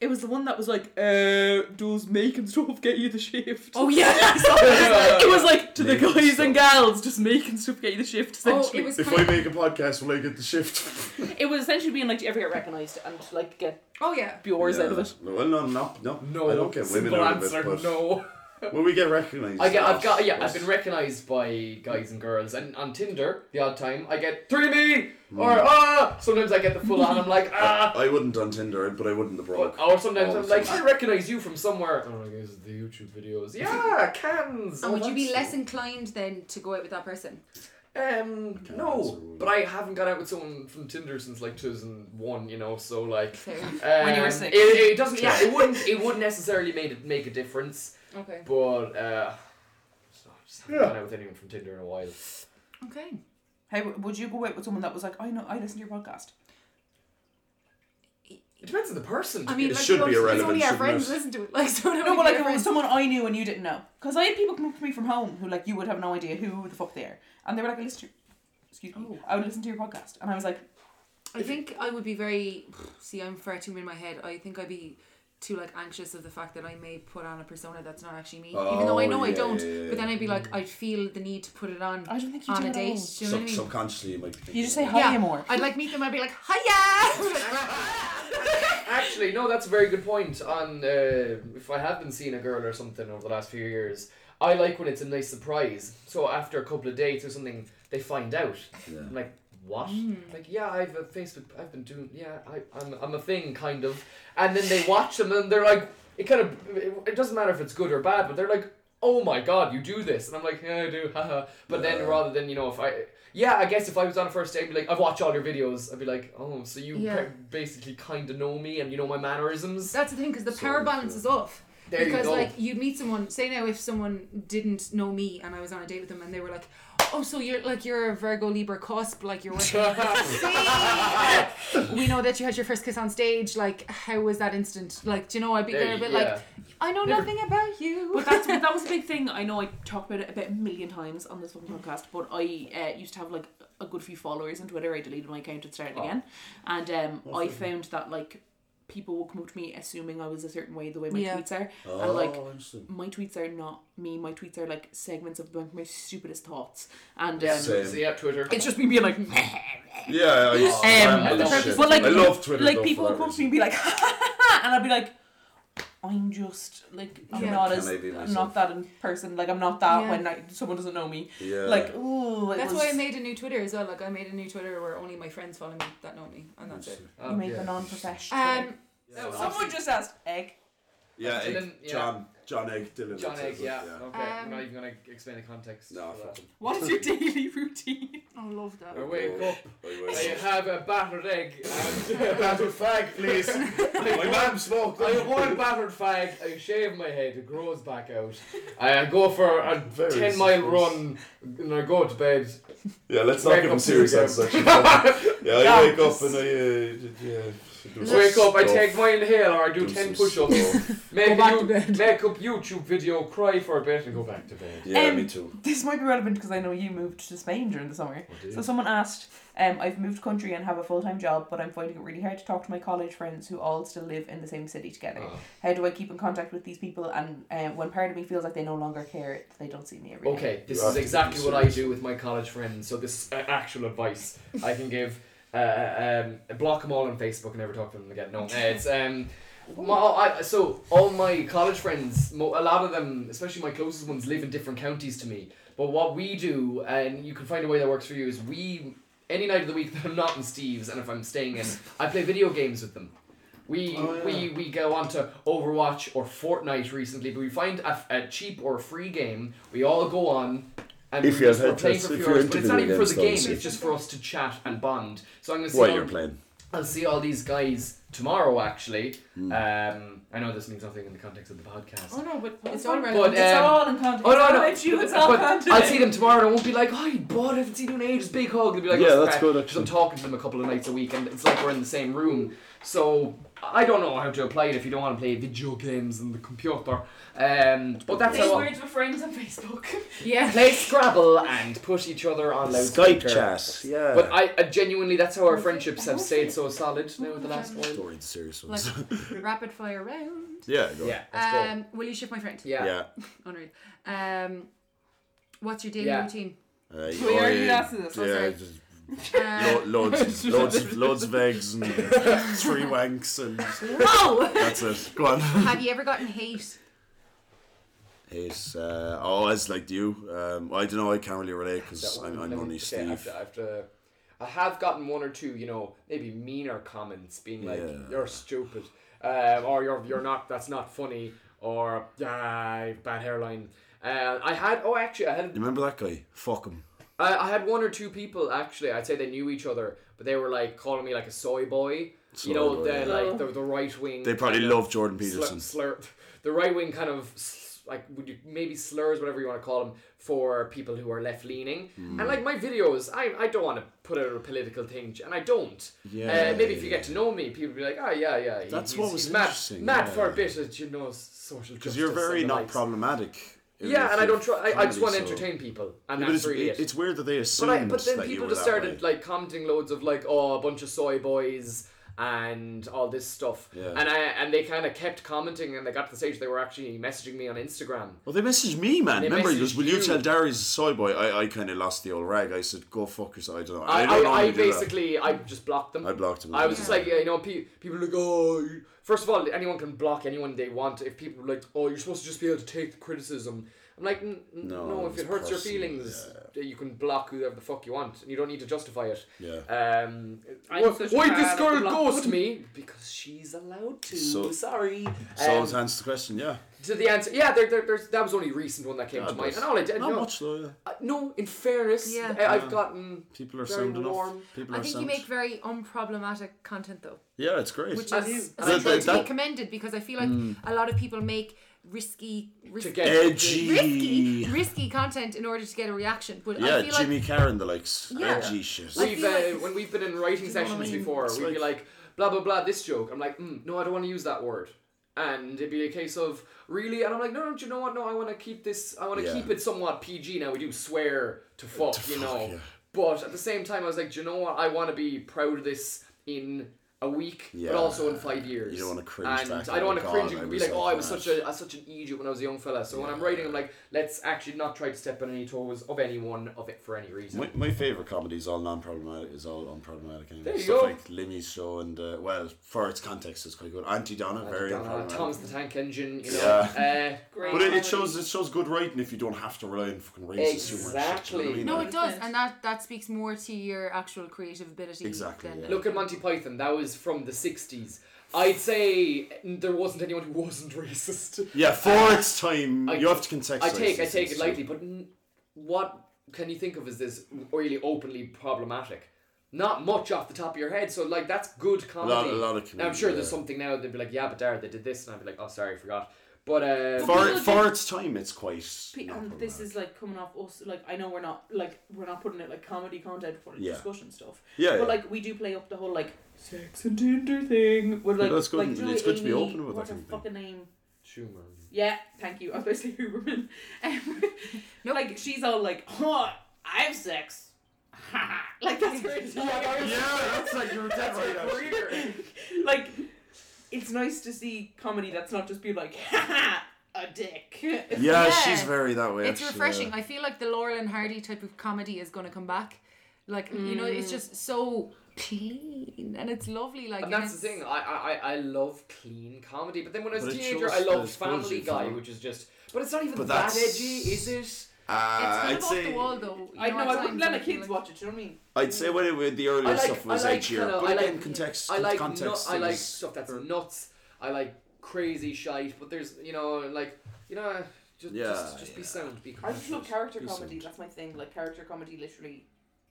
S2: It was the one that was like, uh, does making stuff get you the shift?
S1: Oh yeah.
S2: it was like to the
S4: Making
S2: guys
S4: stuff.
S2: and gals, just making stuff get you the shift.
S1: oh,
S2: Essentially,
S1: it was.
S4: If
S1: kind
S4: I
S1: of-
S4: make a podcast, will I get the shift?
S2: It was essentially being like, do you ever get recognised and like get
S1: oh yeah.
S2: yours out of it?
S4: No, well, no, not, no,
S3: No.
S4: I don't get women
S3: Simple
S4: out of
S3: answer,
S4: it, but
S3: no.
S4: when we get recognised,
S3: I get, I've
S4: that's-
S3: got, yeah, I've
S4: that's-
S3: been recognised by guys and girls, and on Tinder, the odd time, I get three me
S4: Hmm.
S3: or ah. Sometimes I get the full on. I'm like ah.
S4: I wouldn't on Tinder, but I wouldn't the broke.
S3: Or sometimes
S4: Oh,
S3: I'm like,
S4: so-
S3: I recognise you from somewhere. Oh, I guess it's the YouTube videos. Yeah, cans.
S1: And
S3: Oh,
S1: would you be
S3: that's-
S1: less inclined then to go out with that person?
S3: Um,
S4: Okay, that's a
S3: no,
S4: rule.
S3: but I haven't got out with someone from Tinder since like 2001, you know, so like.
S1: Fair.
S2: When you were
S3: um,
S2: six.
S3: It, it doesn't, yeah, it wouldn't, it wouldn't necessarily made it make a difference,
S1: Okay.
S3: but, uh. so I just haven't
S4: Yeah.
S3: gone out with anyone from Tinder in a while.
S1: Okay.
S2: Hey, would you go out with someone that was like, I know, I listen to your podcast?
S3: It depends on the person. to
S1: I mean,
S4: It
S1: like,
S4: should be
S1: it's
S4: irrelevant,
S1: only our
S4: shouldn't
S1: friends
S4: it?
S1: listen to it. Like, so don't
S2: No,
S1: we
S2: but like
S1: get
S2: if it was
S1: friends-
S2: someone I knew and you didn't know, because I had people come up to me from home who like you would have no idea who the fuck they are, and they were like, I listen to, your, excuse me, I would listen to your podcast, and I was like,
S1: I think I would be very. See, I'm far too in my head. I think I'd be too like anxious of the fact that I may put on a persona that's not actually me, even though I
S4: Oh,
S1: know I
S4: yeah,
S1: don't.
S4: yeah, yeah,
S1: But then I'd be like, I'd feel the need to put it on
S2: I don't think you
S1: on
S2: do
S1: a
S2: at
S1: date.
S2: all.
S1: Do you know what I mean?
S4: subconsciously, you might be thinking
S2: you just say
S4: that.
S2: hi more.
S1: I'd like meet them. I'd be like, hiya.
S3: Actually, no, that's a very good point. On uh, if I have been seeing a girl or something over the last few years, I like when it's a nice surprise. So after a couple of dates or something, they find out. I'm like, what? Like, yeah, I've a Facebook. I've been doing. Yeah, I, I'm. I'm a thing, kind of. And then they watch them, and they're like, it kind of. It, it doesn't matter if it's good or bad, but they're like. Oh my god, you do this. And I'm like, yeah, I do, haha. But then
S4: Yeah.
S3: rather than, you know, if I. Yeah, I guess if I was on a first date, I'd be like, I've watched all your videos. I'd be like, oh, so you
S1: Yeah.
S3: pre- basically kind of know me and you know my mannerisms.
S1: That's the thing, because the power
S4: Sorry,
S1: balance
S4: yeah.
S1: is off.
S3: There you
S1: because
S3: go.
S1: like you'd meet someone, say now if someone didn't know me and I was on a date with them and they were like, oh, so you're like you're a Virgo Libra cusp, like you're working. we know that you had your first kiss on stage. Like, how was that instant? Like, do you know? I'd be
S3: There
S1: there,
S3: you-
S1: but
S3: yeah.
S1: like, I know
S3: Never-
S1: nothing about you.
S2: But that's, but that was a big thing. I know I talked about it about a million times on this fucking podcast, but I uh, used to have like a good few followers on Twitter. I deleted my account and started again. And um, I found that like people would come up to me assuming I was a certain way the way my
S1: Yeah.
S2: tweets are.
S4: Oh,
S2: and like
S4: interesting.
S2: my tweets are not me. My tweets are like segments of like, my stupidest thoughts. And um,
S4: Same.
S3: So yeah, Twitter.
S2: it's just me being like,
S4: Yeah, I,
S2: Um,
S4: just, I,
S3: I love
S4: love
S3: Twitter.
S4: shit.
S2: but like,
S4: I love Twitter.
S2: Like
S4: though,
S2: people would
S4: for that
S2: come up to me and
S4: reason.
S2: be like, and I'd be like, I'm just like I'm
S1: Yeah.
S2: not
S4: Can
S2: as
S4: I be
S2: I'm
S4: myself?
S2: not that in person. Like I'm not that
S1: Yeah.
S2: when I, someone doesn't know me.
S4: Yeah.
S2: Like ooh, it
S1: That's
S2: was,
S1: why I made a new Twitter as well. Like, I made a new Twitter where only my friends follow me that know me, and that's it.
S3: Oh,
S2: you make
S3: yeah.
S2: a non-professional.
S1: Um,
S2: someone just asked egg.
S4: yeah,
S3: And
S4: Egg-
S3: then- yeah.
S4: John, John Egg, Dylan.
S3: John
S4: that's
S3: Egg,
S4: it,
S3: yeah. Okay, I'm
S1: Um,
S3: not even gonna explain the context.
S4: No,
S3: for
S4: fuck
S3: that.
S4: him.
S2: What is your daily routine?
S1: I oh, love that.
S4: I
S3: wake
S4: will-
S3: up.
S4: I will-
S3: I have a battered egg and
S4: Battle fag, please. My mum smoked.
S3: I have one battered fag, I shave my head, it grows back out. I go for a
S4: Very
S3: 10 mile
S4: suspicious.
S3: run and I go to bed.
S4: Yeah, let's not
S3: Wake
S4: give
S3: up
S4: him serious
S3: to the
S4: answers. actually. Yeah, I wake up
S2: just-
S4: and I, uh, d- yeah. do some
S3: Wake up, I
S4: stuff.
S3: take my inhaler, I do,
S4: Do
S3: 10
S4: some
S3: push ups,
S4: stuff.
S3: make, a
S1: back to
S3: you-
S1: bed.
S3: make up YouTube video, cry for a bit, and go back to bed.
S4: Yeah,
S2: Um,
S4: me too.
S2: This might be relevant because I know you moved to Spain during the summer.
S3: Oh, dear.
S2: So someone asked, um, I've moved country and have a full time job, but I'm finding it really hard to talk to my college friends who all still live in the same city together.
S3: Oh.
S2: How do I keep in contact with these people? And um, when part of me feels like they no longer care, they don't see me every day.
S3: Okay, this
S4: You have
S3: is
S4: to be
S3: exactly what I
S4: serious.
S3: do with my college friends. So this uh, actual advice I can give: uh, um, block them all on Facebook and never talk to them again. No, uh, it's um, my, I, so all my college friends, mo- a lot of them, especially my closest ones, live in different counties to me. But what we do, and you can find a way that works for you, is we any night of the week that I'm not in Steve's and if I'm staying in, I play video games with them. We,
S4: Oh, yeah.
S3: we we go on to Overwatch or Fortnite recently, but we find a, a cheap or a free game. We all go on. And
S4: If
S3: we
S4: you have
S3: just- we're
S4: had
S3: playing
S4: tests,
S3: for a
S4: if
S3: few
S4: you're
S3: hours,
S4: into
S3: but it's not
S4: video
S3: even for the
S4: games,
S3: game.
S4: don't you?
S3: It's just for us to chat and bond. So I'm gonna see
S4: While
S3: all-
S4: you're playing.
S3: I'll see all these guys tomorrow. Actually,
S4: Hmm.
S3: um, I know this means nothing in the context of the podcast.
S2: Oh no, but
S7: It's all
S3: But,
S7: relevant.
S2: it's
S3: um,
S2: all in context.
S3: Oh no, no!
S2: It's all about you, it's
S3: But
S2: all context.
S3: I'll see them tomorrow, and I won't be like, "Hi, bud, I haven't seen you in ages." Big hug. They'll be like,
S4: Yeah,
S3: "What's the
S4: that's
S3: crack?"
S4: good,
S3: 'Cause I'm
S4: actually.
S3: talking to them a couple of nights a week, and it's like we're in the same room. So I don't know how to apply it if you don't want to play video games on the computer. Um, but that's
S5: These
S3: how
S5: words were friends on Facebook.
S7: Yeah.
S3: play Scrabble and put each other on
S4: Skype
S3: loudspeaker.
S4: chat. Yeah.
S3: But I, I genuinely, that's how our friendships have stayed so solid now with the last one.
S4: Don't read the serious ones.
S7: Rapid fire round.
S4: yeah, go.
S3: Yeah, let's go.
S7: Um, will you shift my friend?
S3: yeah.
S4: Yeah.
S7: Unreal. Um, what's your daily
S3: Yeah.
S7: routine?
S4: Uh, you
S2: We already
S4: already-
S2: asked this,
S4: Yeah,
S7: I'm sorry.
S4: just
S7: Uh,
S4: lo- loads, loads, loads of eggs and three wanks and
S7: no.
S4: that's it. Go on.
S7: Have you ever gotten hate?
S4: It's uh, oh, it's like you. Um, I don't know. I can't really relate because I'm, I'm only
S3: I have,
S4: Steve.
S3: to, I, have to- I have gotten one or two, you know, maybe meaner comments being like,
S4: Yeah.
S3: you're stupid, um, or you're, you're not, that's not funny, or ah, bad hairline. Uh, I had, oh, actually, I had
S4: You remember that guy? Fuck him.
S3: I, I had one or two people actually. I'd say they knew each other, but they were like calling me like a soy boy. you
S4: Soy
S3: know,
S4: boy,
S3: the
S4: yeah.
S3: like the, the right wing.
S4: They probably
S3: kind of
S4: love Jordan Peterson.
S3: Slur, slur, the right wing kind of s- like would you maybe slurs whatever you want to call them for people who are left leaning.
S4: Hmm.
S3: And like my videos, I, I don't want to put out a political thing, and I don't.
S4: Yeah,
S3: Uh, maybe if you
S4: yeah.
S3: get to know me, people be like, oh yeah, yeah. he-
S4: That's
S3: he's,
S4: what was
S3: he's mad,
S4: interesting,
S3: mad
S4: yeah.
S3: for a bit of you know s- social justice.
S4: Because you're very
S3: and the
S4: not
S3: likes.
S4: problematic.
S3: Yeah, and I don't try. I, I just want to
S4: Comedy, so-
S3: entertain people, and
S4: Yeah, but
S3: that's
S4: it's,
S3: really
S4: it- it's weird that they assumed
S3: but, I, but then
S4: that you
S3: people
S4: were
S3: just
S4: that
S3: started
S4: way.
S3: like commenting loads of like, oh, a bunch of soy boys and all this stuff,
S4: Yeah.
S3: and I and they kind of kept commenting, and they got to the stage they were actually messaging me on Instagram.
S4: Well, they messaged me, man.
S3: They
S4: Remember, he
S3: messaged
S4: goes, "Will you,
S3: you."
S4: tell Darius a soy boy?" I, I kind of lost the old rag. I said, "Go fuck yourself." I don't know.
S3: I,
S4: don't know
S3: I,
S4: how
S3: I
S4: you do that.
S3: basically I just blocked them.
S4: I blocked him.
S3: I was just like, yeah, you know, pe- people are like, oh, you- first of all, anyone can block anyone they want. If people are like, oh, you're supposed to just be able to take the criticism. I'm like, N- n-
S4: No,
S3: no, if
S4: it's
S3: it hurts your
S4: personal,
S3: feelings, you can block whoever the fuck you want, and you don't need to justify it.
S4: Yeah.
S3: Um,
S2: I'm
S3: why
S2: such a
S3: why
S2: fan
S3: this
S2: of
S3: girl
S2: block
S3: ghost me? Because she's allowed to.
S4: So-
S3: Sorry.
S4: so
S3: Um,
S4: to answer the question, yeah,
S3: to the answer, yeah, there, there, there's, that was only a recent one that came
S4: Yeah,
S3: to
S4: it
S3: mind.
S4: was.
S3: And all I did,
S4: not
S3: no,
S4: much though. Yeah.
S3: uh, no, in fairness,
S7: Yeah.
S3: I, I've
S4: Yeah.
S3: gotten.
S4: People are
S3: Very
S4: sound enough.
S3: warm.
S4: People
S7: I
S4: are
S7: think you
S4: sound.
S7: make very unproblematic content though,
S4: Yeah, it's great.
S7: which
S3: I
S7: is
S3: do.
S4: I
S7: essentially
S4: think
S7: to be
S4: that- Mm.
S7: commended because I feel like a lot of people make risky, risky,
S3: get-
S4: Edgy.
S7: risky, risky content in order to get a reaction. But
S4: Yeah,
S7: I feel
S4: Jimmy
S7: like
S4: Karen, the likes.
S7: Yeah.
S4: Edgy shit.
S7: I
S3: We've,
S7: feel
S3: uh,
S7: like-
S3: when we've been in writing
S4: know what I
S3: sessions
S4: mean?
S3: before,
S4: It's
S3: we'd be
S4: like-
S3: like, blah blah blah, this joke. I'm like, mm, no, I don't want to use that word. And it'd be a case of really, and I'm like, no, no, do you know what? No, I want to keep this. I want to
S4: Yeah.
S3: keep it somewhat PG. Now we do swear to fuck, you know.
S4: yeah.
S3: But at the same time, I was like, do you know what? I want to be proud of this in a week,
S4: Yeah.
S3: but also in five years.
S4: You don't wanna cringe
S3: And
S4: back,
S3: I don't
S4: oh
S3: want to
S4: God,
S3: cringe
S4: I
S3: and be
S4: was
S3: like,
S4: like
S3: oh, I was
S4: that."
S3: such a I was such an idiot when I was a young fella. So when I'm writing, I'm like, let's actually not try to step on any toes of anyone of it for any reason.
S4: My, my favorite comedy is all non-problematic. Is all unproblematic. Anyway.
S3: There you
S4: Stuff
S3: go.
S4: like Limmy's show and uh, well, for its context, it's quite good. Auntie Donna, very
S3: Donna,
S4: unproblematic.
S3: Thomas the Tank Engine, you know. Uh,
S5: Great.
S4: but it,
S5: comedy.
S4: it shows it shows good writing if you don't have to rely on fucking racist humor. and shit, you know what I
S3: Exactly.
S4: mean?
S7: no,
S4: Like,
S7: it does,
S5: Content.
S7: and that that speaks more to your actual creative ability.
S4: Exactly,
S7: Than
S4: yeah.
S3: look at Monty Python. That was from the '60s. I'd say there wasn't anyone who wasn't racist.
S4: Yeah, for its time,
S3: uh, I-
S4: you have to contextualize.
S3: I take I
S4: these
S3: take
S4: things,
S3: it lightly, but n- what can you think of as this really openly problematic? Not much off the top of your head, so like that's good comedy.
S4: lot- a lot of
S3: Now, I'm sure
S4: comedy,
S3: there's
S4: yeah.
S3: something now they'd be like, yeah, but Dara, they did this, and I'd be like, oh, sorry, I forgot. But uh,
S4: For
S5: People
S4: for
S5: do-
S4: its time, it's quite.
S2: Pe-
S4: not
S2: and this
S4: problematic.
S2: is like coming off us like i know we're not like we're not putting it like comedy content for like,
S4: Yeah.
S2: discussion stuff
S4: Yeah,
S2: but
S4: yeah.
S2: like we do play up the whole like sex and tinder thing we're like,
S4: that's good
S2: like
S4: and
S2: Julie
S4: it's good to be
S2: Amy-
S4: open about that
S2: what's her
S4: kind of thing.
S2: fucking name
S3: Schumer.
S2: yeah thank you i was basically huberman um, like she's all like huh i have sex like that's where it's
S3: Yeah,
S4: that's like you're dead right. actually.
S2: like it's nice to see comedy that's not just be like ha a dick.
S4: Yeah,
S1: Yeah.
S4: she's very that way.
S1: It's
S4: actually,
S1: refreshing.
S4: yeah.
S1: I feel like the Laurel and Hardy type of comedy is going to come back. Like you know, it's just so clean and it's lovely. Like
S3: And
S1: and
S3: that's the
S1: it's-
S3: thing. I, I I- I love clean comedy, but then when I was
S4: But
S3: a
S4: it
S3: teenager, I
S4: shows
S3: loved
S4: the exposure
S3: Family
S4: for
S3: Guy,
S4: them.
S3: which is just. But it's not even
S4: But
S3: that
S4: that's-
S3: edgy, is it?
S4: Uh,
S1: It's kind
S4: I'd
S1: of off
S4: say
S1: the wall though. You
S2: I know I
S1: at
S2: wouldn't
S1: times
S2: let my
S1: I feel
S2: kids
S1: like-
S2: watch it. Do you know what I mean?
S4: I'd say when it, when the earlier
S3: I like-
S4: stuff was
S3: I like
S4: edgier,
S3: kinda-
S4: but
S3: I
S4: again,
S3: like-
S4: context,
S3: I like
S4: context.
S3: nut- I
S4: is-
S3: like stuff that's nuts. I like crazy shite, but there's you know like you know just
S4: Yeah,
S3: just, just be
S4: yeah.
S3: sound, be
S2: I just love
S3: conscious.
S2: character
S4: Decent.
S2: comedy. That's my thing. Like character comedy literally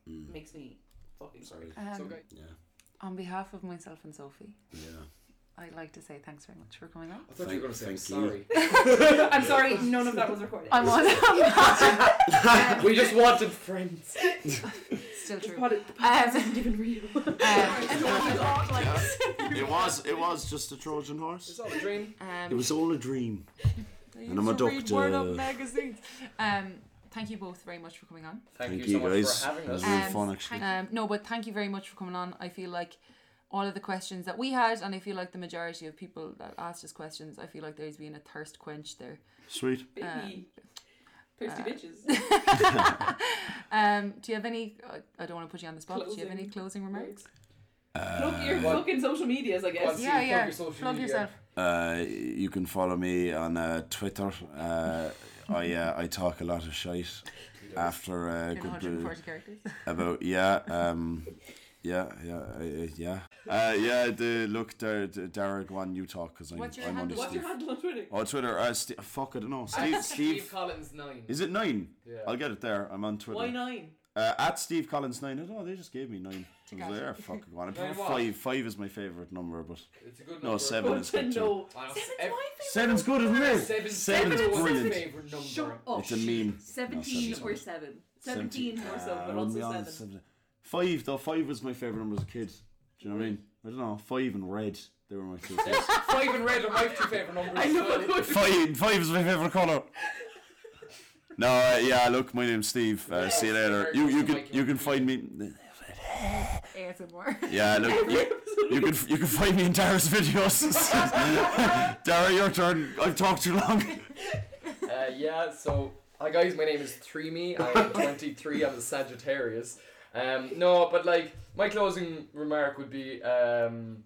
S2: makes me fucking sorry.
S3: So
S1: Um,
S3: great.
S4: Yeah,
S1: on behalf of myself and Sophie,
S4: yeah.
S1: I'd like to say thanks very much for coming on.
S3: I thought you were going to say I'm
S4: Thank you.
S3: sorry.
S2: I'm sorry, none of that was recorded.
S1: I'm on.
S3: we just wanted friends.
S1: Still
S2: This
S1: true.
S2: pod- the podcast isn't even real.
S1: Um,
S4: It was it was just a Trojan horse.
S3: It's all a dream.
S4: It
S1: um,
S4: was all a dream.
S1: I
S4: And I'm a
S1: used to read
S4: doctor.
S1: Word Up magazines. Um, thank you both very much for coming on.
S3: Thank,
S4: Thank
S3: you so
S4: you,
S3: much
S4: guys.
S3: for having
S4: That
S3: us.
S4: was really fun actually.
S1: Um, no, but thank you very much for coming on. I feel like all of the questions that we had, and I feel like the majority of people that asked us questions, I feel like there's been a thirst quenched there.
S4: Sweet.
S2: Baby. Thirsty bitches.
S1: Um, do you have any? I- I don't want to put you on the spot. but Do you have
S2: Closing
S1: any closing remarks?
S2: Plug your fucking social medias, I guess.
S3: Well,
S1: Yeah,
S3: plug
S1: yeah.
S3: your social
S1: Plug
S3: media.
S1: yourself.
S4: Uh, you can follow me on uh, Twitter. Uh, I uh, I talk a lot of shite after uh,
S1: In
S4: good brew-
S1: 140 characters.
S4: about yeah um yeah yeah uh, uh, yeah uh, yeah the look there the Derek one you talk because I'm,
S1: What's your
S4: I'm on
S1: handle?
S4: the
S2: What's your
S4: Steve
S2: handle on Twitter?
S4: oh Twitter uh, Steve, fuck I don't know
S3: At
S4: Steve
S3: Steve
S4: Steve
S3: Collins nine.
S4: is it nine
S3: Yeah.
S4: I'll get it there I'm on Twitter
S2: Why nine?
S4: Uh, at Steve Collins nine I don't know they just gave me nine I was like
S1: Gotcha.
S4: "Ah, fuck go on." I
S3: Nine
S4: prefer
S3: what?
S4: five five is my favourite number but
S3: It's a good
S4: no
S3: number.
S4: seven
S2: But
S4: is good too
S2: no.
S3: I know,
S2: Seven's
S3: ev-
S2: my favorite.
S4: seven's good isn't it
S3: Seven,
S4: seven's
S3: seven is my
S4: brilliant
S3: favorite number.
S4: it's a
S5: Seventeen
S4: meme No, seven's
S5: or
S4: good.
S5: seven.
S4: Seventeen.
S5: Seventeen or so,
S4: Uh,
S5: but
S4: I'll be
S5: also
S4: honest,
S5: seven.
S4: seven- Five though, five was my favourite number as a kid. Do you know what I mean? I don't know, five and red. They were my two favourites.
S3: Five and red are my two favorite numbers. I know.
S4: five, five is my favourite colour. No, uh, yeah. Look, my name's Steve. Uh, see you later. You you can you can find me.
S1: ASMR.
S4: Yeah, look, you, you can you can find me in Dara's videos. Dara, your turn. I've talked too long.
S3: Uh, yeah. So hi guys, my name is Three Me. I'm 23. I'm a Sagittarius. Um, no, but like my closing remark would be um,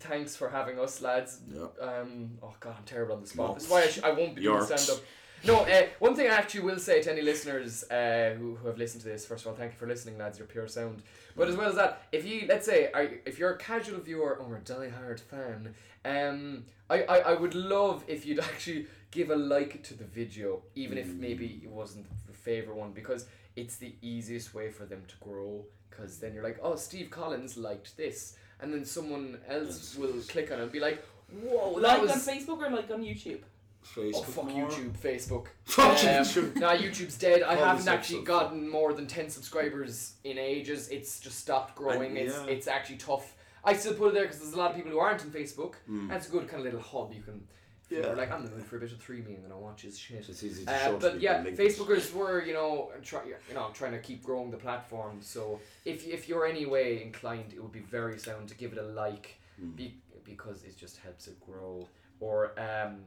S3: thanks for having us, lads.
S4: Yeah.
S3: Um, oh god, I'm terrible on the spot. This is
S4: Yorks.
S3: why I, sh- I won't be doing
S4: Yorks.
S3: stand up. No, uh, one thing I actually will say to any listeners uh, who, who have listened to this, first of all, thank you for listening, lads. You're pure sound. But as well as that, if you let's say are, you- if you're a casual viewer or a diehard fan, um, I, I I would love if you'd actually give a like to the video, even if maybe it wasn't the favorite one, because it's the easiest way for them to grow. Because then you're like, oh, Steve Collins liked this, and then someone else will click on it and be like, whoa, that
S2: Like
S3: was
S2: on Facebook or like on YouTube?
S3: Oh fuck YouTube, Facebook.
S4: Fuck
S3: Um,
S4: YouTube.
S3: Nah, YouTube's dead. I
S4: Probably
S3: haven't
S4: so,
S3: actually
S4: so.
S3: gotten more than ten subscribers in ages. It's just stopped growing.
S4: And-
S3: it's
S4: yeah.
S3: it's actually tough. I still put it there because there's a lot of people who aren't on Facebook. That's a good kind of little hub you can.
S4: Hmm.
S3: if
S4: Yeah.
S3: You're like I'm in the mood for a bit of three me and then I watch his shit.
S4: It's easy to
S3: Uh,
S4: show
S3: but
S4: people
S3: yeah,
S4: links.
S3: Facebookers were you know try, you know trying to keep growing the platform. So if if you're any way inclined, it would be very sound to give it a like,
S4: Hmm.
S3: be, because it just helps it grow. Or um,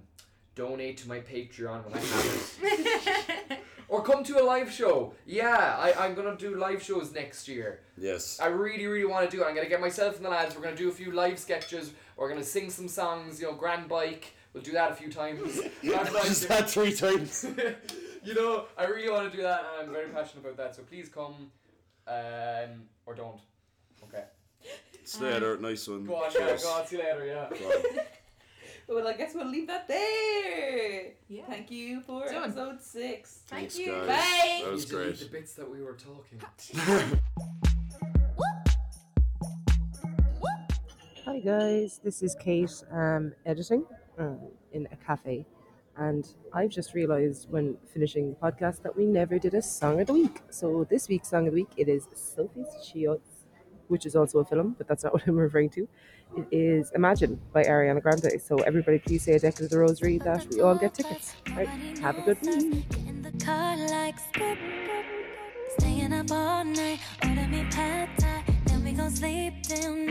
S3: donate to my Patreon when I have it. or come to a live show. Yeah, I, I'm gonna do live shows next year.
S4: Yes.
S3: I really, really want to do it. I'm gonna get myself and the lads. We're gonna do a few live sketches. We're gonna sing some songs. You know, Grand Bike. We'll do that a few times. Grand
S4: Just
S3: Bike.
S4: that three times.
S3: you know, I really want to do that, and I'm very passionate about that. So please come, um, or don't. Okay.
S4: See you later. Nice one.
S3: Go on, yeah. Go on. See you later. Yeah.
S2: Well, I guess we'll leave that there.
S1: Yeah.
S2: Thank you for
S1: Done.
S2: episode six.
S4: Thanks,
S1: you.
S4: guys.
S2: Bye.
S4: That was
S3: You delete
S4: great.
S3: The bits that we were talking.
S9: Hi guys, this is Kate um, editing um, in a cafe, and I've just realised when finishing the podcast that we never did a song of the week. So this week's song of the week it is Sophie's Chiots, which is also a film, but that's not what I'm referring to. It is Imagine by Ariana Grande. So everybody, please say a deck of the rosary that we all get tickets. Right, have a good week.
S10: In the car like skip, skip, skip. Staying up up all night, order me pad thai, then we gon' sleep till